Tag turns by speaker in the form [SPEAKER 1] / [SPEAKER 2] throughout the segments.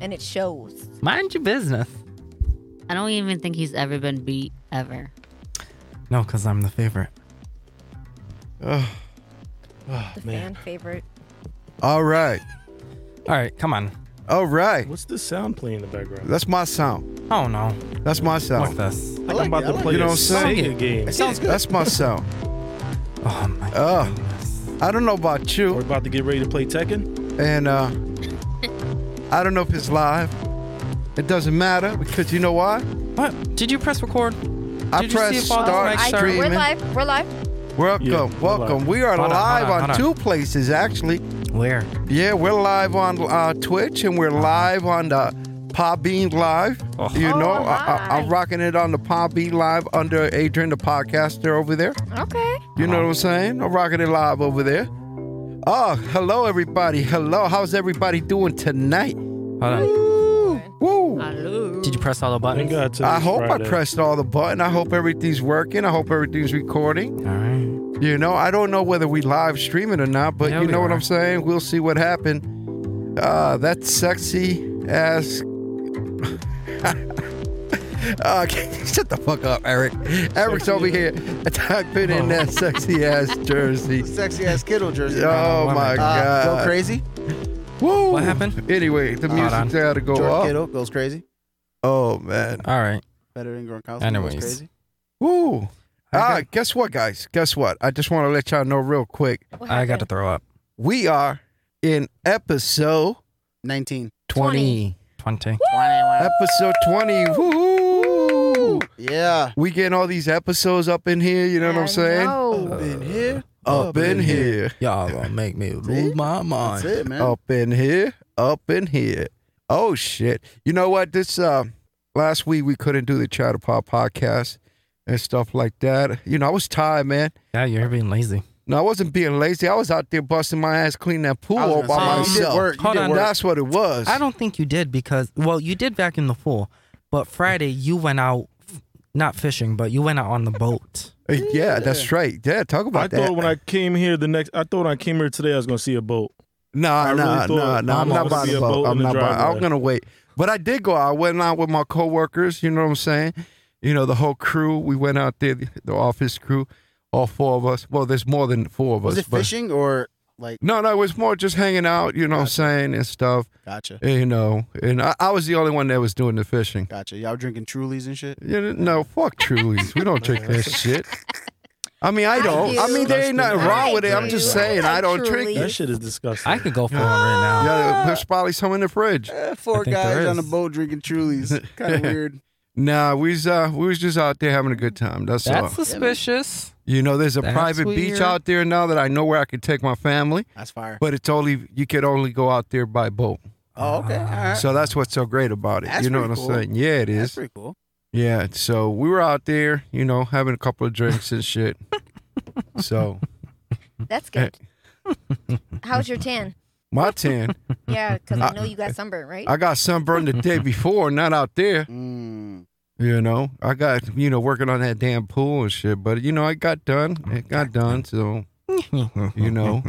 [SPEAKER 1] and it shows.
[SPEAKER 2] Mind your business.
[SPEAKER 3] I don't even think he's ever been beat ever.
[SPEAKER 2] No, because I'm the favorite.
[SPEAKER 4] Oh, oh
[SPEAKER 1] The fan
[SPEAKER 4] man.
[SPEAKER 1] favorite.
[SPEAKER 4] All right.
[SPEAKER 2] All right, come on.
[SPEAKER 4] All right.
[SPEAKER 5] What's this sound playing in the background?
[SPEAKER 4] That's my sound.
[SPEAKER 2] Oh no,
[SPEAKER 4] That's my
[SPEAKER 2] fuck
[SPEAKER 4] sound.
[SPEAKER 2] this.
[SPEAKER 5] Like I'm about to play
[SPEAKER 4] You know
[SPEAKER 5] a
[SPEAKER 4] what I'm saying?
[SPEAKER 5] Sega game.
[SPEAKER 4] sounds good. That's my sound.
[SPEAKER 2] Oh my
[SPEAKER 4] Ugh.
[SPEAKER 2] goodness.
[SPEAKER 4] I don't know about
[SPEAKER 5] We're
[SPEAKER 4] you,
[SPEAKER 5] about to get ready to play Tekken.
[SPEAKER 4] and uh, I don't know if it's live. It doesn't matter because you know why?
[SPEAKER 2] What? Did you press record?
[SPEAKER 4] I
[SPEAKER 2] Did you see
[SPEAKER 4] press
[SPEAKER 2] if all the
[SPEAKER 4] start
[SPEAKER 2] mics are-
[SPEAKER 4] streaming.
[SPEAKER 1] we're live. We're live.
[SPEAKER 4] Welcome,
[SPEAKER 5] Yeah, we're
[SPEAKER 4] welcome.
[SPEAKER 5] live.
[SPEAKER 4] We are
[SPEAKER 2] Hold on,
[SPEAKER 4] live
[SPEAKER 2] hold on,
[SPEAKER 4] on,
[SPEAKER 2] hold
[SPEAKER 4] two
[SPEAKER 2] on.
[SPEAKER 4] places actually.
[SPEAKER 2] Where?
[SPEAKER 4] Yeah, we're live on uh, Twitch and we're live on the Podbean Live.
[SPEAKER 2] Oh.
[SPEAKER 4] You
[SPEAKER 1] Oh,
[SPEAKER 4] know, I, I, I'm
[SPEAKER 1] live.
[SPEAKER 4] rocking it on the Podbean Live under Adrian, the podcaster over there.
[SPEAKER 1] Okay.
[SPEAKER 4] You know what I'm saying? I'm rocking it live over there. Oh, hello everybody. Hello. How's everybody doing tonight?
[SPEAKER 2] Hold on.
[SPEAKER 4] Woo!
[SPEAKER 3] Hello.
[SPEAKER 2] Did you press all the buttons?
[SPEAKER 5] Thank God today's
[SPEAKER 4] I hope I
[SPEAKER 5] Friday.
[SPEAKER 4] pressed all the button. I hope everything's working. I hope everything's recording.
[SPEAKER 2] All right.
[SPEAKER 4] You know, I don't know whether we live stream it or not, but
[SPEAKER 2] Yeah,
[SPEAKER 4] you
[SPEAKER 2] we
[SPEAKER 4] know what
[SPEAKER 2] are.
[SPEAKER 4] I'm saying? We'll see what happened. Uh, that sexy ass. uh, can you shut the fuck up, Eric. Eric's over here typing in that sexy ass jersey.
[SPEAKER 6] Sexy ass Kittle jersey. man.
[SPEAKER 4] Oh my
[SPEAKER 2] Uh,
[SPEAKER 6] Uh,
[SPEAKER 4] god.
[SPEAKER 6] go crazy.
[SPEAKER 4] Woo.
[SPEAKER 2] What happened?
[SPEAKER 4] Anyway, the
[SPEAKER 2] Hold on.
[SPEAKER 4] music's gotta go
[SPEAKER 6] George
[SPEAKER 4] up.
[SPEAKER 6] Kittle goes crazy.
[SPEAKER 4] Oh man.
[SPEAKER 2] All right.
[SPEAKER 6] Better than Gronkowski.
[SPEAKER 2] Anyways.
[SPEAKER 6] Goes crazy.
[SPEAKER 4] Woo. Ah,
[SPEAKER 2] got-
[SPEAKER 4] guess what, guys? Guess what? I just want to let y'all know real quick.
[SPEAKER 1] What
[SPEAKER 2] I got to
[SPEAKER 1] happened?
[SPEAKER 2] throw up.
[SPEAKER 4] We are in episode
[SPEAKER 6] 19.
[SPEAKER 1] 20.
[SPEAKER 2] 20.
[SPEAKER 4] episode 20. Woo!
[SPEAKER 6] Yeah.
[SPEAKER 4] We getting all these episodes up in here, you know what
[SPEAKER 1] I
[SPEAKER 4] I'm saying? Uh,
[SPEAKER 1] know.
[SPEAKER 6] Up in here.
[SPEAKER 4] Up in here.
[SPEAKER 2] Y'all gonna make me lose my
[SPEAKER 6] That's
[SPEAKER 2] mind.
[SPEAKER 6] it, man.
[SPEAKER 4] Up in here. Up in here. Oh shit. You know what? This uh last week we couldn't do the Chatter Pop podcast and stuff like that. You know, I was tired, man.
[SPEAKER 2] Yeah, you're being lazy.
[SPEAKER 4] No, I wasn't being lazy. I was out there busting my ass cleaning that pool
[SPEAKER 6] I was
[SPEAKER 4] all
[SPEAKER 6] gonna
[SPEAKER 4] by
[SPEAKER 6] say,
[SPEAKER 2] you did
[SPEAKER 4] myself.
[SPEAKER 6] work, you
[SPEAKER 2] Hold
[SPEAKER 6] did
[SPEAKER 2] on.
[SPEAKER 6] work.
[SPEAKER 4] That's what it was.
[SPEAKER 2] I don't think you did because, well, you did back in the fall, but Friday you went out, f- not fishing, but you went out on the boat.
[SPEAKER 4] Yeah, that's right. Yeah, talk about
[SPEAKER 5] I
[SPEAKER 4] that.
[SPEAKER 5] thought when I came here the next, I thought when I came here today I was gonna see a boat.
[SPEAKER 4] Nah,
[SPEAKER 5] I really
[SPEAKER 4] nah,
[SPEAKER 5] thought
[SPEAKER 4] nah, nah. I'm
[SPEAKER 5] mama
[SPEAKER 4] not
[SPEAKER 5] was
[SPEAKER 4] buying
[SPEAKER 5] gonna
[SPEAKER 4] a
[SPEAKER 5] be a
[SPEAKER 4] boat.
[SPEAKER 5] boat
[SPEAKER 4] I'm
[SPEAKER 5] in
[SPEAKER 4] not
[SPEAKER 5] the
[SPEAKER 4] buying. I'm
[SPEAKER 5] driveway.
[SPEAKER 4] gonna wait. But I did go. out. I went out with my coworkers. You know what I'm saying? You know the whole crew. We went out there, the the office crew, all four of us. Well, there's more than four of
[SPEAKER 6] Was
[SPEAKER 4] us.
[SPEAKER 6] it
[SPEAKER 4] but-
[SPEAKER 6] fishing or like?
[SPEAKER 4] No, no, it was more just hanging out. You know what I'm saying and stuff.
[SPEAKER 6] Gotcha.
[SPEAKER 4] You know, and I, I was the only one that was doing the fishing.
[SPEAKER 6] Gotcha. Y'all drinking Trulies and shit.
[SPEAKER 4] You know, no, fuck Trulies. We don't drink that shit. I mean, I
[SPEAKER 1] I
[SPEAKER 4] don't. I,
[SPEAKER 1] do.
[SPEAKER 4] mean, there ain't nothing wrong with it. I'm just
[SPEAKER 1] I do.
[SPEAKER 4] saying,
[SPEAKER 1] I
[SPEAKER 4] I don't drink.
[SPEAKER 1] Trulies.
[SPEAKER 4] it.
[SPEAKER 5] That shit is disgusting.
[SPEAKER 2] I could go for one right now.
[SPEAKER 4] Yeah, there's probably some in the fridge.
[SPEAKER 6] Eh, four
[SPEAKER 2] I think there
[SPEAKER 6] guys on a
[SPEAKER 2] is.
[SPEAKER 6] boat drinking Trulies. kind of weird.
[SPEAKER 4] Nah, we was uh, we was just out there having a good time. That's,
[SPEAKER 2] That's
[SPEAKER 4] all.
[SPEAKER 2] suspicious.
[SPEAKER 4] You know, there's a
[SPEAKER 2] That's
[SPEAKER 4] private beach
[SPEAKER 2] weird.
[SPEAKER 4] out there now that I know where I could take my family,
[SPEAKER 6] That's fire.
[SPEAKER 4] but it's only you could only go out there by boat.
[SPEAKER 6] Oh,
[SPEAKER 2] Ah,
[SPEAKER 6] okay. All right.
[SPEAKER 4] So that's what's so great about it.
[SPEAKER 6] That's
[SPEAKER 4] you know what
[SPEAKER 6] pretty
[SPEAKER 4] I'm
[SPEAKER 6] cool.
[SPEAKER 4] saying? Yeah, it
[SPEAKER 6] That's
[SPEAKER 4] is.
[SPEAKER 6] pretty cool.
[SPEAKER 4] yeah. So we were out there, you know, having a couple of drinks and shit. So
[SPEAKER 1] That's good. How's your tan?
[SPEAKER 4] my ten,
[SPEAKER 1] Yeah, because I know you got sunburn, right?
[SPEAKER 4] I got sunburned the day before, not out there.
[SPEAKER 6] Mm.
[SPEAKER 4] You know, I got you know working on that damn pool and shit, but you know, it got done. It got done. So you know,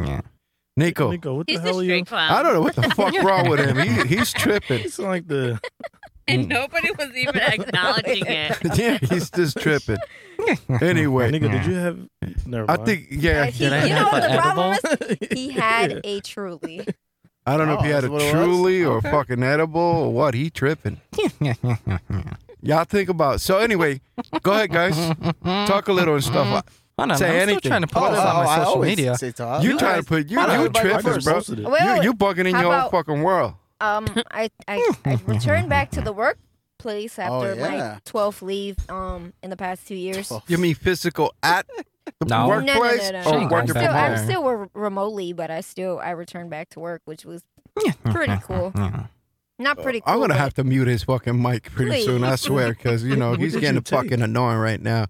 [SPEAKER 4] Nico.
[SPEAKER 5] Nico, what the
[SPEAKER 7] He's a
[SPEAKER 5] hell are you?
[SPEAKER 7] straight clown.
[SPEAKER 4] I don't know what
[SPEAKER 1] Um,
[SPEAKER 4] the fuck wrong with him. He, he's tripping.
[SPEAKER 5] You sound like the
[SPEAKER 7] And nobody was even acknowledging it.
[SPEAKER 4] Yeah, he's just tripping. Anyway,
[SPEAKER 5] nigga. Did you have? Never
[SPEAKER 4] I
[SPEAKER 5] mind.
[SPEAKER 4] think
[SPEAKER 1] Uh,
[SPEAKER 4] yeah.
[SPEAKER 1] he-
[SPEAKER 2] Did I
[SPEAKER 1] you
[SPEAKER 2] have
[SPEAKER 1] know what
[SPEAKER 2] an
[SPEAKER 1] the problem
[SPEAKER 2] edible?
[SPEAKER 1] is? He had a truly.
[SPEAKER 4] I don't know if he
[SPEAKER 6] Oh,
[SPEAKER 4] had a
[SPEAKER 6] that's what it was?
[SPEAKER 4] truly or fucking edible or what. He tripping. Y'all think about. So anyway, go ahead, guys. Talk a little and stuff.
[SPEAKER 1] Mm-hmm.
[SPEAKER 2] Hold on,
[SPEAKER 4] Say
[SPEAKER 2] I'm
[SPEAKER 4] anything.
[SPEAKER 2] still trying to put this on my
[SPEAKER 6] Oh, I
[SPEAKER 2] social
[SPEAKER 6] always
[SPEAKER 2] media.
[SPEAKER 6] Say top.
[SPEAKER 4] You trying to put you
[SPEAKER 6] Why not
[SPEAKER 4] you
[SPEAKER 6] everybody
[SPEAKER 5] I
[SPEAKER 4] tripping,
[SPEAKER 5] just
[SPEAKER 4] bro?
[SPEAKER 5] posted it.
[SPEAKER 1] Wait,
[SPEAKER 4] You
[SPEAKER 1] wait,
[SPEAKER 4] you bugging in
[SPEAKER 1] How
[SPEAKER 4] your own
[SPEAKER 1] about-
[SPEAKER 4] fucking world.
[SPEAKER 1] Um, I, I, I returned back to the
[SPEAKER 4] Oh,
[SPEAKER 1] workplace after
[SPEAKER 6] yeah.
[SPEAKER 1] my 12th leave um, in the past two years.
[SPEAKER 6] Oh,
[SPEAKER 4] You mean physical at the
[SPEAKER 2] No.
[SPEAKER 1] No, no, no,
[SPEAKER 4] workplace
[SPEAKER 1] no.
[SPEAKER 2] She
[SPEAKER 4] or
[SPEAKER 2] ain't
[SPEAKER 4] working
[SPEAKER 2] going
[SPEAKER 1] I'm still,
[SPEAKER 2] back
[SPEAKER 4] from
[SPEAKER 2] there.
[SPEAKER 1] I'm
[SPEAKER 4] home?
[SPEAKER 1] still re- remotely, but I still I returned back to work, which was pretty cool. Not pretty cool.
[SPEAKER 4] I'm gonna
[SPEAKER 1] but
[SPEAKER 4] have to mute his fucking mic pretty
[SPEAKER 1] Please.
[SPEAKER 4] soon. I swear, because you know
[SPEAKER 5] What
[SPEAKER 4] he's
[SPEAKER 5] did
[SPEAKER 4] getting
[SPEAKER 5] you take?
[SPEAKER 4] fucking annoying right now.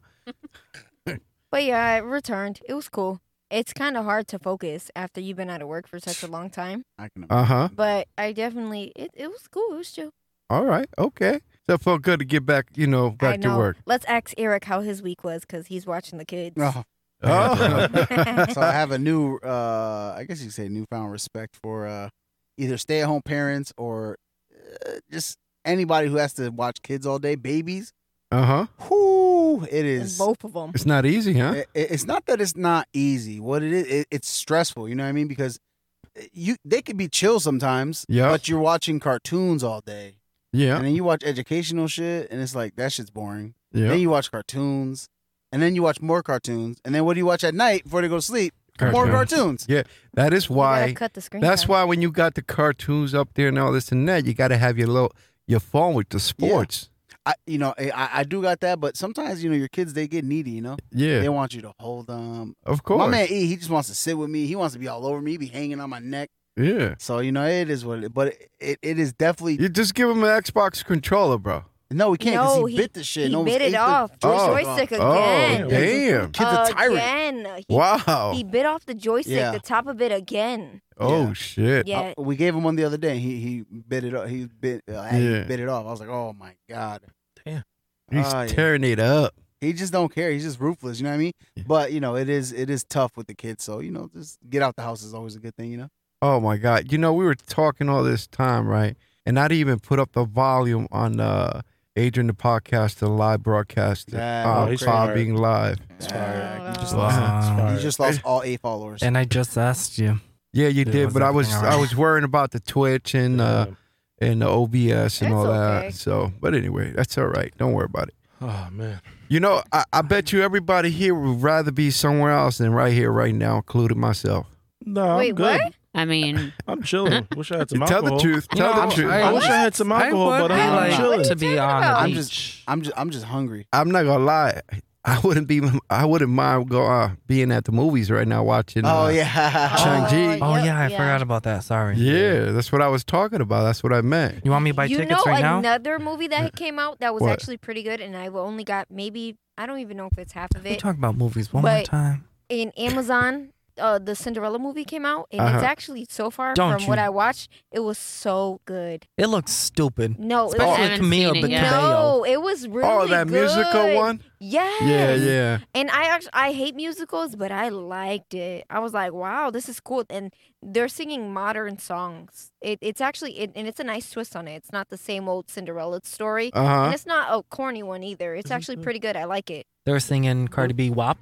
[SPEAKER 1] But yeah, I returned. It was cool. It's kind of hard to focus after you've been out of work for such a long time.
[SPEAKER 6] I can
[SPEAKER 2] Uh-huh.
[SPEAKER 4] Uh huh.
[SPEAKER 1] But I definitely, it, it was cool. It was chill.
[SPEAKER 4] All right. Okay. That felt good to get back, you know,
[SPEAKER 1] I
[SPEAKER 4] back to
[SPEAKER 1] know.
[SPEAKER 4] work.
[SPEAKER 1] Let's ask Eric how his week was because he's watching the kids.
[SPEAKER 6] Oh,
[SPEAKER 4] Oh.
[SPEAKER 6] so I have a new, uh, I guess you could say newfound respect for uh, either stay at home parents or uh, just anybody who has to watch kids all day, babies.
[SPEAKER 4] Uh huh.
[SPEAKER 6] Whoo, it is.
[SPEAKER 1] both of them.
[SPEAKER 4] It's not easy, huh?
[SPEAKER 6] it- it- it's not that it's not easy. What it is, it, it's stressful. You know what I mean? Because uh, you they could be chill sometimes,
[SPEAKER 4] Yeah.
[SPEAKER 6] but you're watching cartoons all day,
[SPEAKER 4] Yeah.
[SPEAKER 6] and then you watch educational shit, and it's like that shit's boring. Then
[SPEAKER 4] Yeah.
[SPEAKER 6] you watch cartoons, and then you watch more cartoons, and then what do you watch at night before they go to sleep? More cartoons.
[SPEAKER 4] That is why.
[SPEAKER 1] cut the screen.
[SPEAKER 4] That's
[SPEAKER 1] time.
[SPEAKER 4] why when you got the cartoons up there and all this and that, you got to have your little your phone with the sports.
[SPEAKER 6] I, you know, I- I, I do got that, but sometimes you know your kids they get needy. You know,
[SPEAKER 4] Yeah.
[SPEAKER 6] they want you to hold them.
[SPEAKER 4] of course.
[SPEAKER 6] My man E, he just wants to sit with me. He wants to be all over me, be hanging on my neck.
[SPEAKER 4] yeah.
[SPEAKER 6] So you know it is what it. But it, it, it is definitely
[SPEAKER 4] You just give him an Xbox controller, bro.
[SPEAKER 6] No, we can't because
[SPEAKER 1] No,
[SPEAKER 6] he,
[SPEAKER 1] he-
[SPEAKER 6] bit the shit.
[SPEAKER 1] He
[SPEAKER 6] and almost
[SPEAKER 1] bit
[SPEAKER 6] ate
[SPEAKER 1] it
[SPEAKER 6] the
[SPEAKER 1] off.
[SPEAKER 4] Oh.
[SPEAKER 1] joystick
[SPEAKER 4] Oh,
[SPEAKER 1] again.
[SPEAKER 4] damn.
[SPEAKER 6] Kid's a tyrant.
[SPEAKER 1] Again. Uh, He,
[SPEAKER 4] Wow.
[SPEAKER 1] he bit off the joystick,
[SPEAKER 6] Yeah.
[SPEAKER 1] the top of it again.
[SPEAKER 4] oh
[SPEAKER 6] Yeah.
[SPEAKER 4] shit.
[SPEAKER 1] Yeah.
[SPEAKER 6] Uh, we gave him one the other day. And he he bit it off. He bit uh,
[SPEAKER 4] Yeah.
[SPEAKER 6] he bit it off. I was like, oh my god.
[SPEAKER 4] He's
[SPEAKER 6] Oh, yeah.
[SPEAKER 4] tearing it up.
[SPEAKER 6] He just don't care. He's just ruthless. You know what I mean?
[SPEAKER 4] Yeah.
[SPEAKER 6] But you know, it is it is tough with the kids. So you know, just get out the house is always a good thing. You know?
[SPEAKER 4] Oh my god. You know, we were talking all this time, right? And I didn't even put up the volume on uh Adrian the podcast, the live broadcast,
[SPEAKER 6] Yeah,
[SPEAKER 4] uh,
[SPEAKER 5] oh, he's
[SPEAKER 4] Pod
[SPEAKER 5] fired.
[SPEAKER 4] being live.
[SPEAKER 5] It's fire. You just
[SPEAKER 1] Wow.
[SPEAKER 5] lost it. It's
[SPEAKER 2] Wow.
[SPEAKER 5] fire.
[SPEAKER 6] You just lost all eight followers.
[SPEAKER 2] And I just asked you.
[SPEAKER 4] Yeah, you
[SPEAKER 2] Yeah,
[SPEAKER 4] did,
[SPEAKER 2] was
[SPEAKER 4] but I was
[SPEAKER 2] everything all right?
[SPEAKER 4] I was worrying about the Twitch and uh and the OBS
[SPEAKER 1] It's
[SPEAKER 4] and all
[SPEAKER 1] okay.
[SPEAKER 4] that. So, but anyway, that's all right. Don't worry about it.
[SPEAKER 5] oh man.
[SPEAKER 4] You know, I, I bet you everybody here would rather be somewhere else than right here, right now, including myself.
[SPEAKER 5] No, I'm
[SPEAKER 1] Wait,
[SPEAKER 5] good.
[SPEAKER 1] what?
[SPEAKER 3] I mean,
[SPEAKER 5] I'm chilling. Wish I had some
[SPEAKER 4] tell
[SPEAKER 5] alcohol.
[SPEAKER 4] the truth.
[SPEAKER 2] You
[SPEAKER 4] Tell
[SPEAKER 2] know,
[SPEAKER 4] the
[SPEAKER 2] I-
[SPEAKER 4] truth.
[SPEAKER 5] I
[SPEAKER 4] I,
[SPEAKER 5] wish I had some alcohol,
[SPEAKER 2] I would
[SPEAKER 5] but
[SPEAKER 2] be
[SPEAKER 5] I'm
[SPEAKER 2] like,
[SPEAKER 5] chilling.
[SPEAKER 2] to be on
[SPEAKER 1] about?
[SPEAKER 2] the
[SPEAKER 6] I'm
[SPEAKER 2] beach.
[SPEAKER 6] just I'm just I'm just hungry.
[SPEAKER 4] am not gonna lie. I wouldn't be. I wouldn't mind go, uh, being at the movies right now watching.
[SPEAKER 6] Oh
[SPEAKER 4] uh,
[SPEAKER 6] yeah.
[SPEAKER 4] Shang-Chi.
[SPEAKER 2] oh
[SPEAKER 1] yep,
[SPEAKER 2] yeah, I forgot about that. Sorry.
[SPEAKER 4] Yeah, that's what I was talking about. That's what I meant.
[SPEAKER 2] You want me to buy
[SPEAKER 1] you
[SPEAKER 2] tickets
[SPEAKER 1] know
[SPEAKER 2] right now?
[SPEAKER 1] another movie that came out that was
[SPEAKER 4] What?
[SPEAKER 1] actually pretty good, and I only got maybe I don't even know if it's half of
[SPEAKER 2] We
[SPEAKER 1] it.
[SPEAKER 2] talk about movies one more
[SPEAKER 1] But-
[SPEAKER 2] time.
[SPEAKER 1] In Amazon, uh, the Cinderella movie came out, and
[SPEAKER 4] Uh-huh.
[SPEAKER 1] it's actually so far
[SPEAKER 2] Don't
[SPEAKER 1] from what
[SPEAKER 2] you-
[SPEAKER 1] I watched, it was so good.
[SPEAKER 2] It looks stupid.
[SPEAKER 1] No, it
[SPEAKER 2] Especially
[SPEAKER 1] was,
[SPEAKER 3] haven't
[SPEAKER 2] Camille
[SPEAKER 3] seen it yet.
[SPEAKER 2] Bacabeo.
[SPEAKER 1] no, it was really
[SPEAKER 4] oh, that musical
[SPEAKER 1] good.
[SPEAKER 4] one.
[SPEAKER 1] Yes.
[SPEAKER 4] Yeah, yeah.
[SPEAKER 1] And I actually I hate musicals, but I liked it. I was like, wow, this is cool. And they're singing modern songs. It, it's actually it, and it's a nice twist on it. It's not the same old Cinderella story,
[SPEAKER 4] Uh huh.
[SPEAKER 1] and it's not a corny one either. It's actually pretty good. I like it.
[SPEAKER 2] They were singing Cardi B WAP.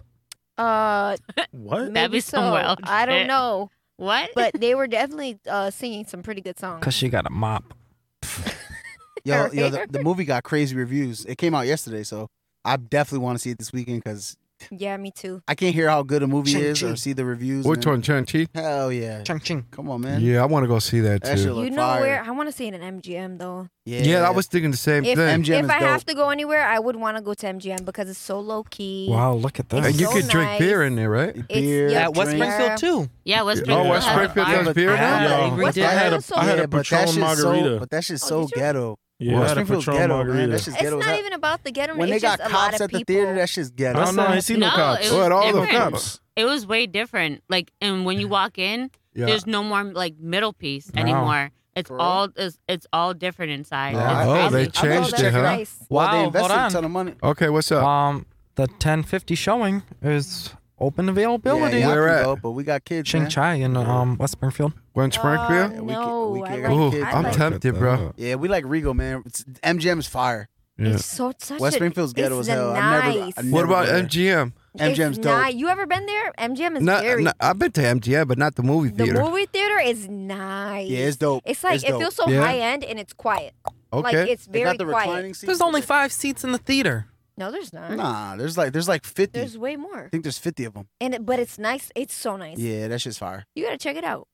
[SPEAKER 1] Uh,
[SPEAKER 5] What?
[SPEAKER 1] maybe
[SPEAKER 3] be
[SPEAKER 1] so.
[SPEAKER 3] somewhere else.
[SPEAKER 1] I don't know,
[SPEAKER 3] what?
[SPEAKER 1] but they were definitely uh, singing some pretty good songs.
[SPEAKER 2] Cause she got a mop.
[SPEAKER 6] Yo, yo, the, the movie got crazy reviews. It came out yesterday, so I definitely want to see it this weekend because
[SPEAKER 1] Yeah, me too.
[SPEAKER 6] I can't hear how good a movie is
[SPEAKER 2] Shang-Chi.
[SPEAKER 6] or see the reviews.
[SPEAKER 4] Which
[SPEAKER 6] man.
[SPEAKER 4] one, Chang Chi?
[SPEAKER 6] Hell yeah!
[SPEAKER 2] Ching ching.
[SPEAKER 6] Come on, man.
[SPEAKER 4] Yeah, I want to go see that
[SPEAKER 6] That shit
[SPEAKER 4] too.
[SPEAKER 6] look
[SPEAKER 1] You know
[SPEAKER 6] fire.
[SPEAKER 1] where I want to see it in MGM though.
[SPEAKER 6] Yeah,
[SPEAKER 4] Yeah, I was thinking the same
[SPEAKER 1] If,
[SPEAKER 4] thing.
[SPEAKER 6] MGM
[SPEAKER 1] if
[SPEAKER 6] is
[SPEAKER 1] I have
[SPEAKER 6] dope.
[SPEAKER 1] to go anywhere, I would want to go to MGM because it's so low key.
[SPEAKER 2] Wow, look at that.
[SPEAKER 1] It's
[SPEAKER 4] and Uh, you
[SPEAKER 1] so
[SPEAKER 4] can drink
[SPEAKER 1] nice.
[SPEAKER 4] beer in there, right?
[SPEAKER 6] Beer,
[SPEAKER 1] yeah,
[SPEAKER 2] At West
[SPEAKER 1] drink.
[SPEAKER 2] Springfield too.
[SPEAKER 3] yeah, West
[SPEAKER 4] Oh,
[SPEAKER 3] Springfield. has
[SPEAKER 4] West
[SPEAKER 3] a
[SPEAKER 4] Springfield
[SPEAKER 3] fire.
[SPEAKER 4] has beer now.
[SPEAKER 2] Yeah,
[SPEAKER 5] Yo,
[SPEAKER 2] we did.
[SPEAKER 5] I had a,
[SPEAKER 1] What's
[SPEAKER 5] I had a
[SPEAKER 6] Yeah, but that
[SPEAKER 5] Patron
[SPEAKER 6] shit's so-
[SPEAKER 5] margarita.
[SPEAKER 6] but that shit's
[SPEAKER 1] Oh,
[SPEAKER 6] so
[SPEAKER 1] did you?
[SPEAKER 6] ghetto.
[SPEAKER 5] yeah, I had a
[SPEAKER 6] Springfield's
[SPEAKER 5] Patron
[SPEAKER 6] ghetto, man.
[SPEAKER 5] margarita.
[SPEAKER 6] That shit's
[SPEAKER 1] It's
[SPEAKER 6] ghetto. as
[SPEAKER 1] not
[SPEAKER 6] hell.
[SPEAKER 1] even about the ghetto.
[SPEAKER 6] when they
[SPEAKER 1] it's
[SPEAKER 6] got
[SPEAKER 1] just a lot
[SPEAKER 6] cops
[SPEAKER 1] of
[SPEAKER 6] at the
[SPEAKER 1] people.
[SPEAKER 6] theater, that shit's
[SPEAKER 5] I
[SPEAKER 6] ghetto.
[SPEAKER 5] don't know. I ain't seen no
[SPEAKER 3] No,
[SPEAKER 5] cops.
[SPEAKER 3] it was
[SPEAKER 4] What, all the
[SPEAKER 3] different.
[SPEAKER 4] cops?
[SPEAKER 3] It was way different. Like, and when you walk in,
[SPEAKER 4] Yeah.
[SPEAKER 3] there's no more like middle piece
[SPEAKER 2] Wow.
[SPEAKER 3] anymore. It's
[SPEAKER 6] For real?
[SPEAKER 3] all it's, it's all different inside.
[SPEAKER 4] Yeah.
[SPEAKER 3] It's
[SPEAKER 4] Oh, they
[SPEAKER 3] crazy.
[SPEAKER 1] I thought
[SPEAKER 4] changed
[SPEAKER 1] that's
[SPEAKER 4] it, huh?
[SPEAKER 1] nice.
[SPEAKER 6] Well,
[SPEAKER 2] Wow,
[SPEAKER 6] they invested
[SPEAKER 2] hold
[SPEAKER 6] a
[SPEAKER 2] on.
[SPEAKER 6] ton of money.
[SPEAKER 4] Okay, what's up?
[SPEAKER 2] Um, the 1050 showing is open availability.
[SPEAKER 6] Yeah, y'all
[SPEAKER 4] Where
[SPEAKER 6] can
[SPEAKER 4] at?
[SPEAKER 6] go, but we got kids.
[SPEAKER 2] Ching
[SPEAKER 6] man.
[SPEAKER 2] Chai in um West Springfield.
[SPEAKER 4] Gwen Springfield?
[SPEAKER 1] Uh,
[SPEAKER 6] Yeah, we can-
[SPEAKER 1] no,
[SPEAKER 6] we can-
[SPEAKER 1] I
[SPEAKER 4] Ooh,
[SPEAKER 1] like it.
[SPEAKER 4] I'm
[SPEAKER 1] I like-
[SPEAKER 4] tempted, bro.
[SPEAKER 6] Yeah, we like Rego, man. It's, MGM is fire.
[SPEAKER 4] Yeah.
[SPEAKER 1] It's so it's such
[SPEAKER 6] West
[SPEAKER 1] a,
[SPEAKER 6] Springfield's ghetto
[SPEAKER 1] it's
[SPEAKER 6] as hell.
[SPEAKER 1] Nice.
[SPEAKER 6] I've never- I've
[SPEAKER 4] What about
[SPEAKER 6] Never
[SPEAKER 4] MGM?
[SPEAKER 6] MGM's
[SPEAKER 1] it's
[SPEAKER 6] dope.
[SPEAKER 1] ni- You ever been there? MGM is
[SPEAKER 4] Not,
[SPEAKER 1] very.
[SPEAKER 4] not- I've been to MGM, but not the movie
[SPEAKER 1] the
[SPEAKER 4] theater.
[SPEAKER 1] movie theater is nice.
[SPEAKER 6] Yeah, it's dope.
[SPEAKER 1] It's like
[SPEAKER 6] it's
[SPEAKER 1] it
[SPEAKER 6] dope.
[SPEAKER 1] feels so
[SPEAKER 4] Yeah.
[SPEAKER 1] high end and it's quiet.
[SPEAKER 4] okay.
[SPEAKER 1] Like it's
[SPEAKER 6] They
[SPEAKER 1] very
[SPEAKER 6] got the
[SPEAKER 1] quiet.
[SPEAKER 6] reclining seats.
[SPEAKER 2] There's only five seats in the theater.
[SPEAKER 1] No, there's not.
[SPEAKER 6] Nah, there's like there's like fifty.
[SPEAKER 1] There's
[SPEAKER 6] I
[SPEAKER 1] way more.
[SPEAKER 6] think there's fifty of them.
[SPEAKER 1] And it, but it's nice. It's so nice.
[SPEAKER 6] Yeah, that shit's fire.
[SPEAKER 1] You gotta check it out.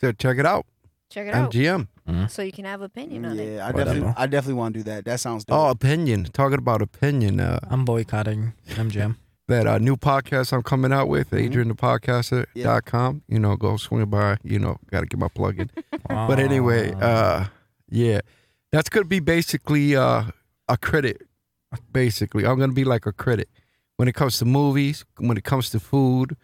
[SPEAKER 4] So check it out.
[SPEAKER 1] Check it out.
[SPEAKER 4] MGM.
[SPEAKER 1] So you can have opinion on it.
[SPEAKER 6] Yeah, I definitely,
[SPEAKER 2] Whatever.
[SPEAKER 6] I definitely want to do that. That sounds dope.
[SPEAKER 4] Oh, opinion. Talking about opinion. Uh,
[SPEAKER 2] I'm boycotting MGM.
[SPEAKER 4] that uh, new podcast I'm coming out with,
[SPEAKER 5] Mm-hmm.
[SPEAKER 6] Mhm.
[SPEAKER 4] adrianthepodcaster.com. You know, go swing by. You know, got to get my plug in. But anyway,
[SPEAKER 2] Wow.
[SPEAKER 4] uh, yeah, that's gonna be basically uh, a critic. Basically, I'm gonna be like a critic when it comes to movies, when it comes to food.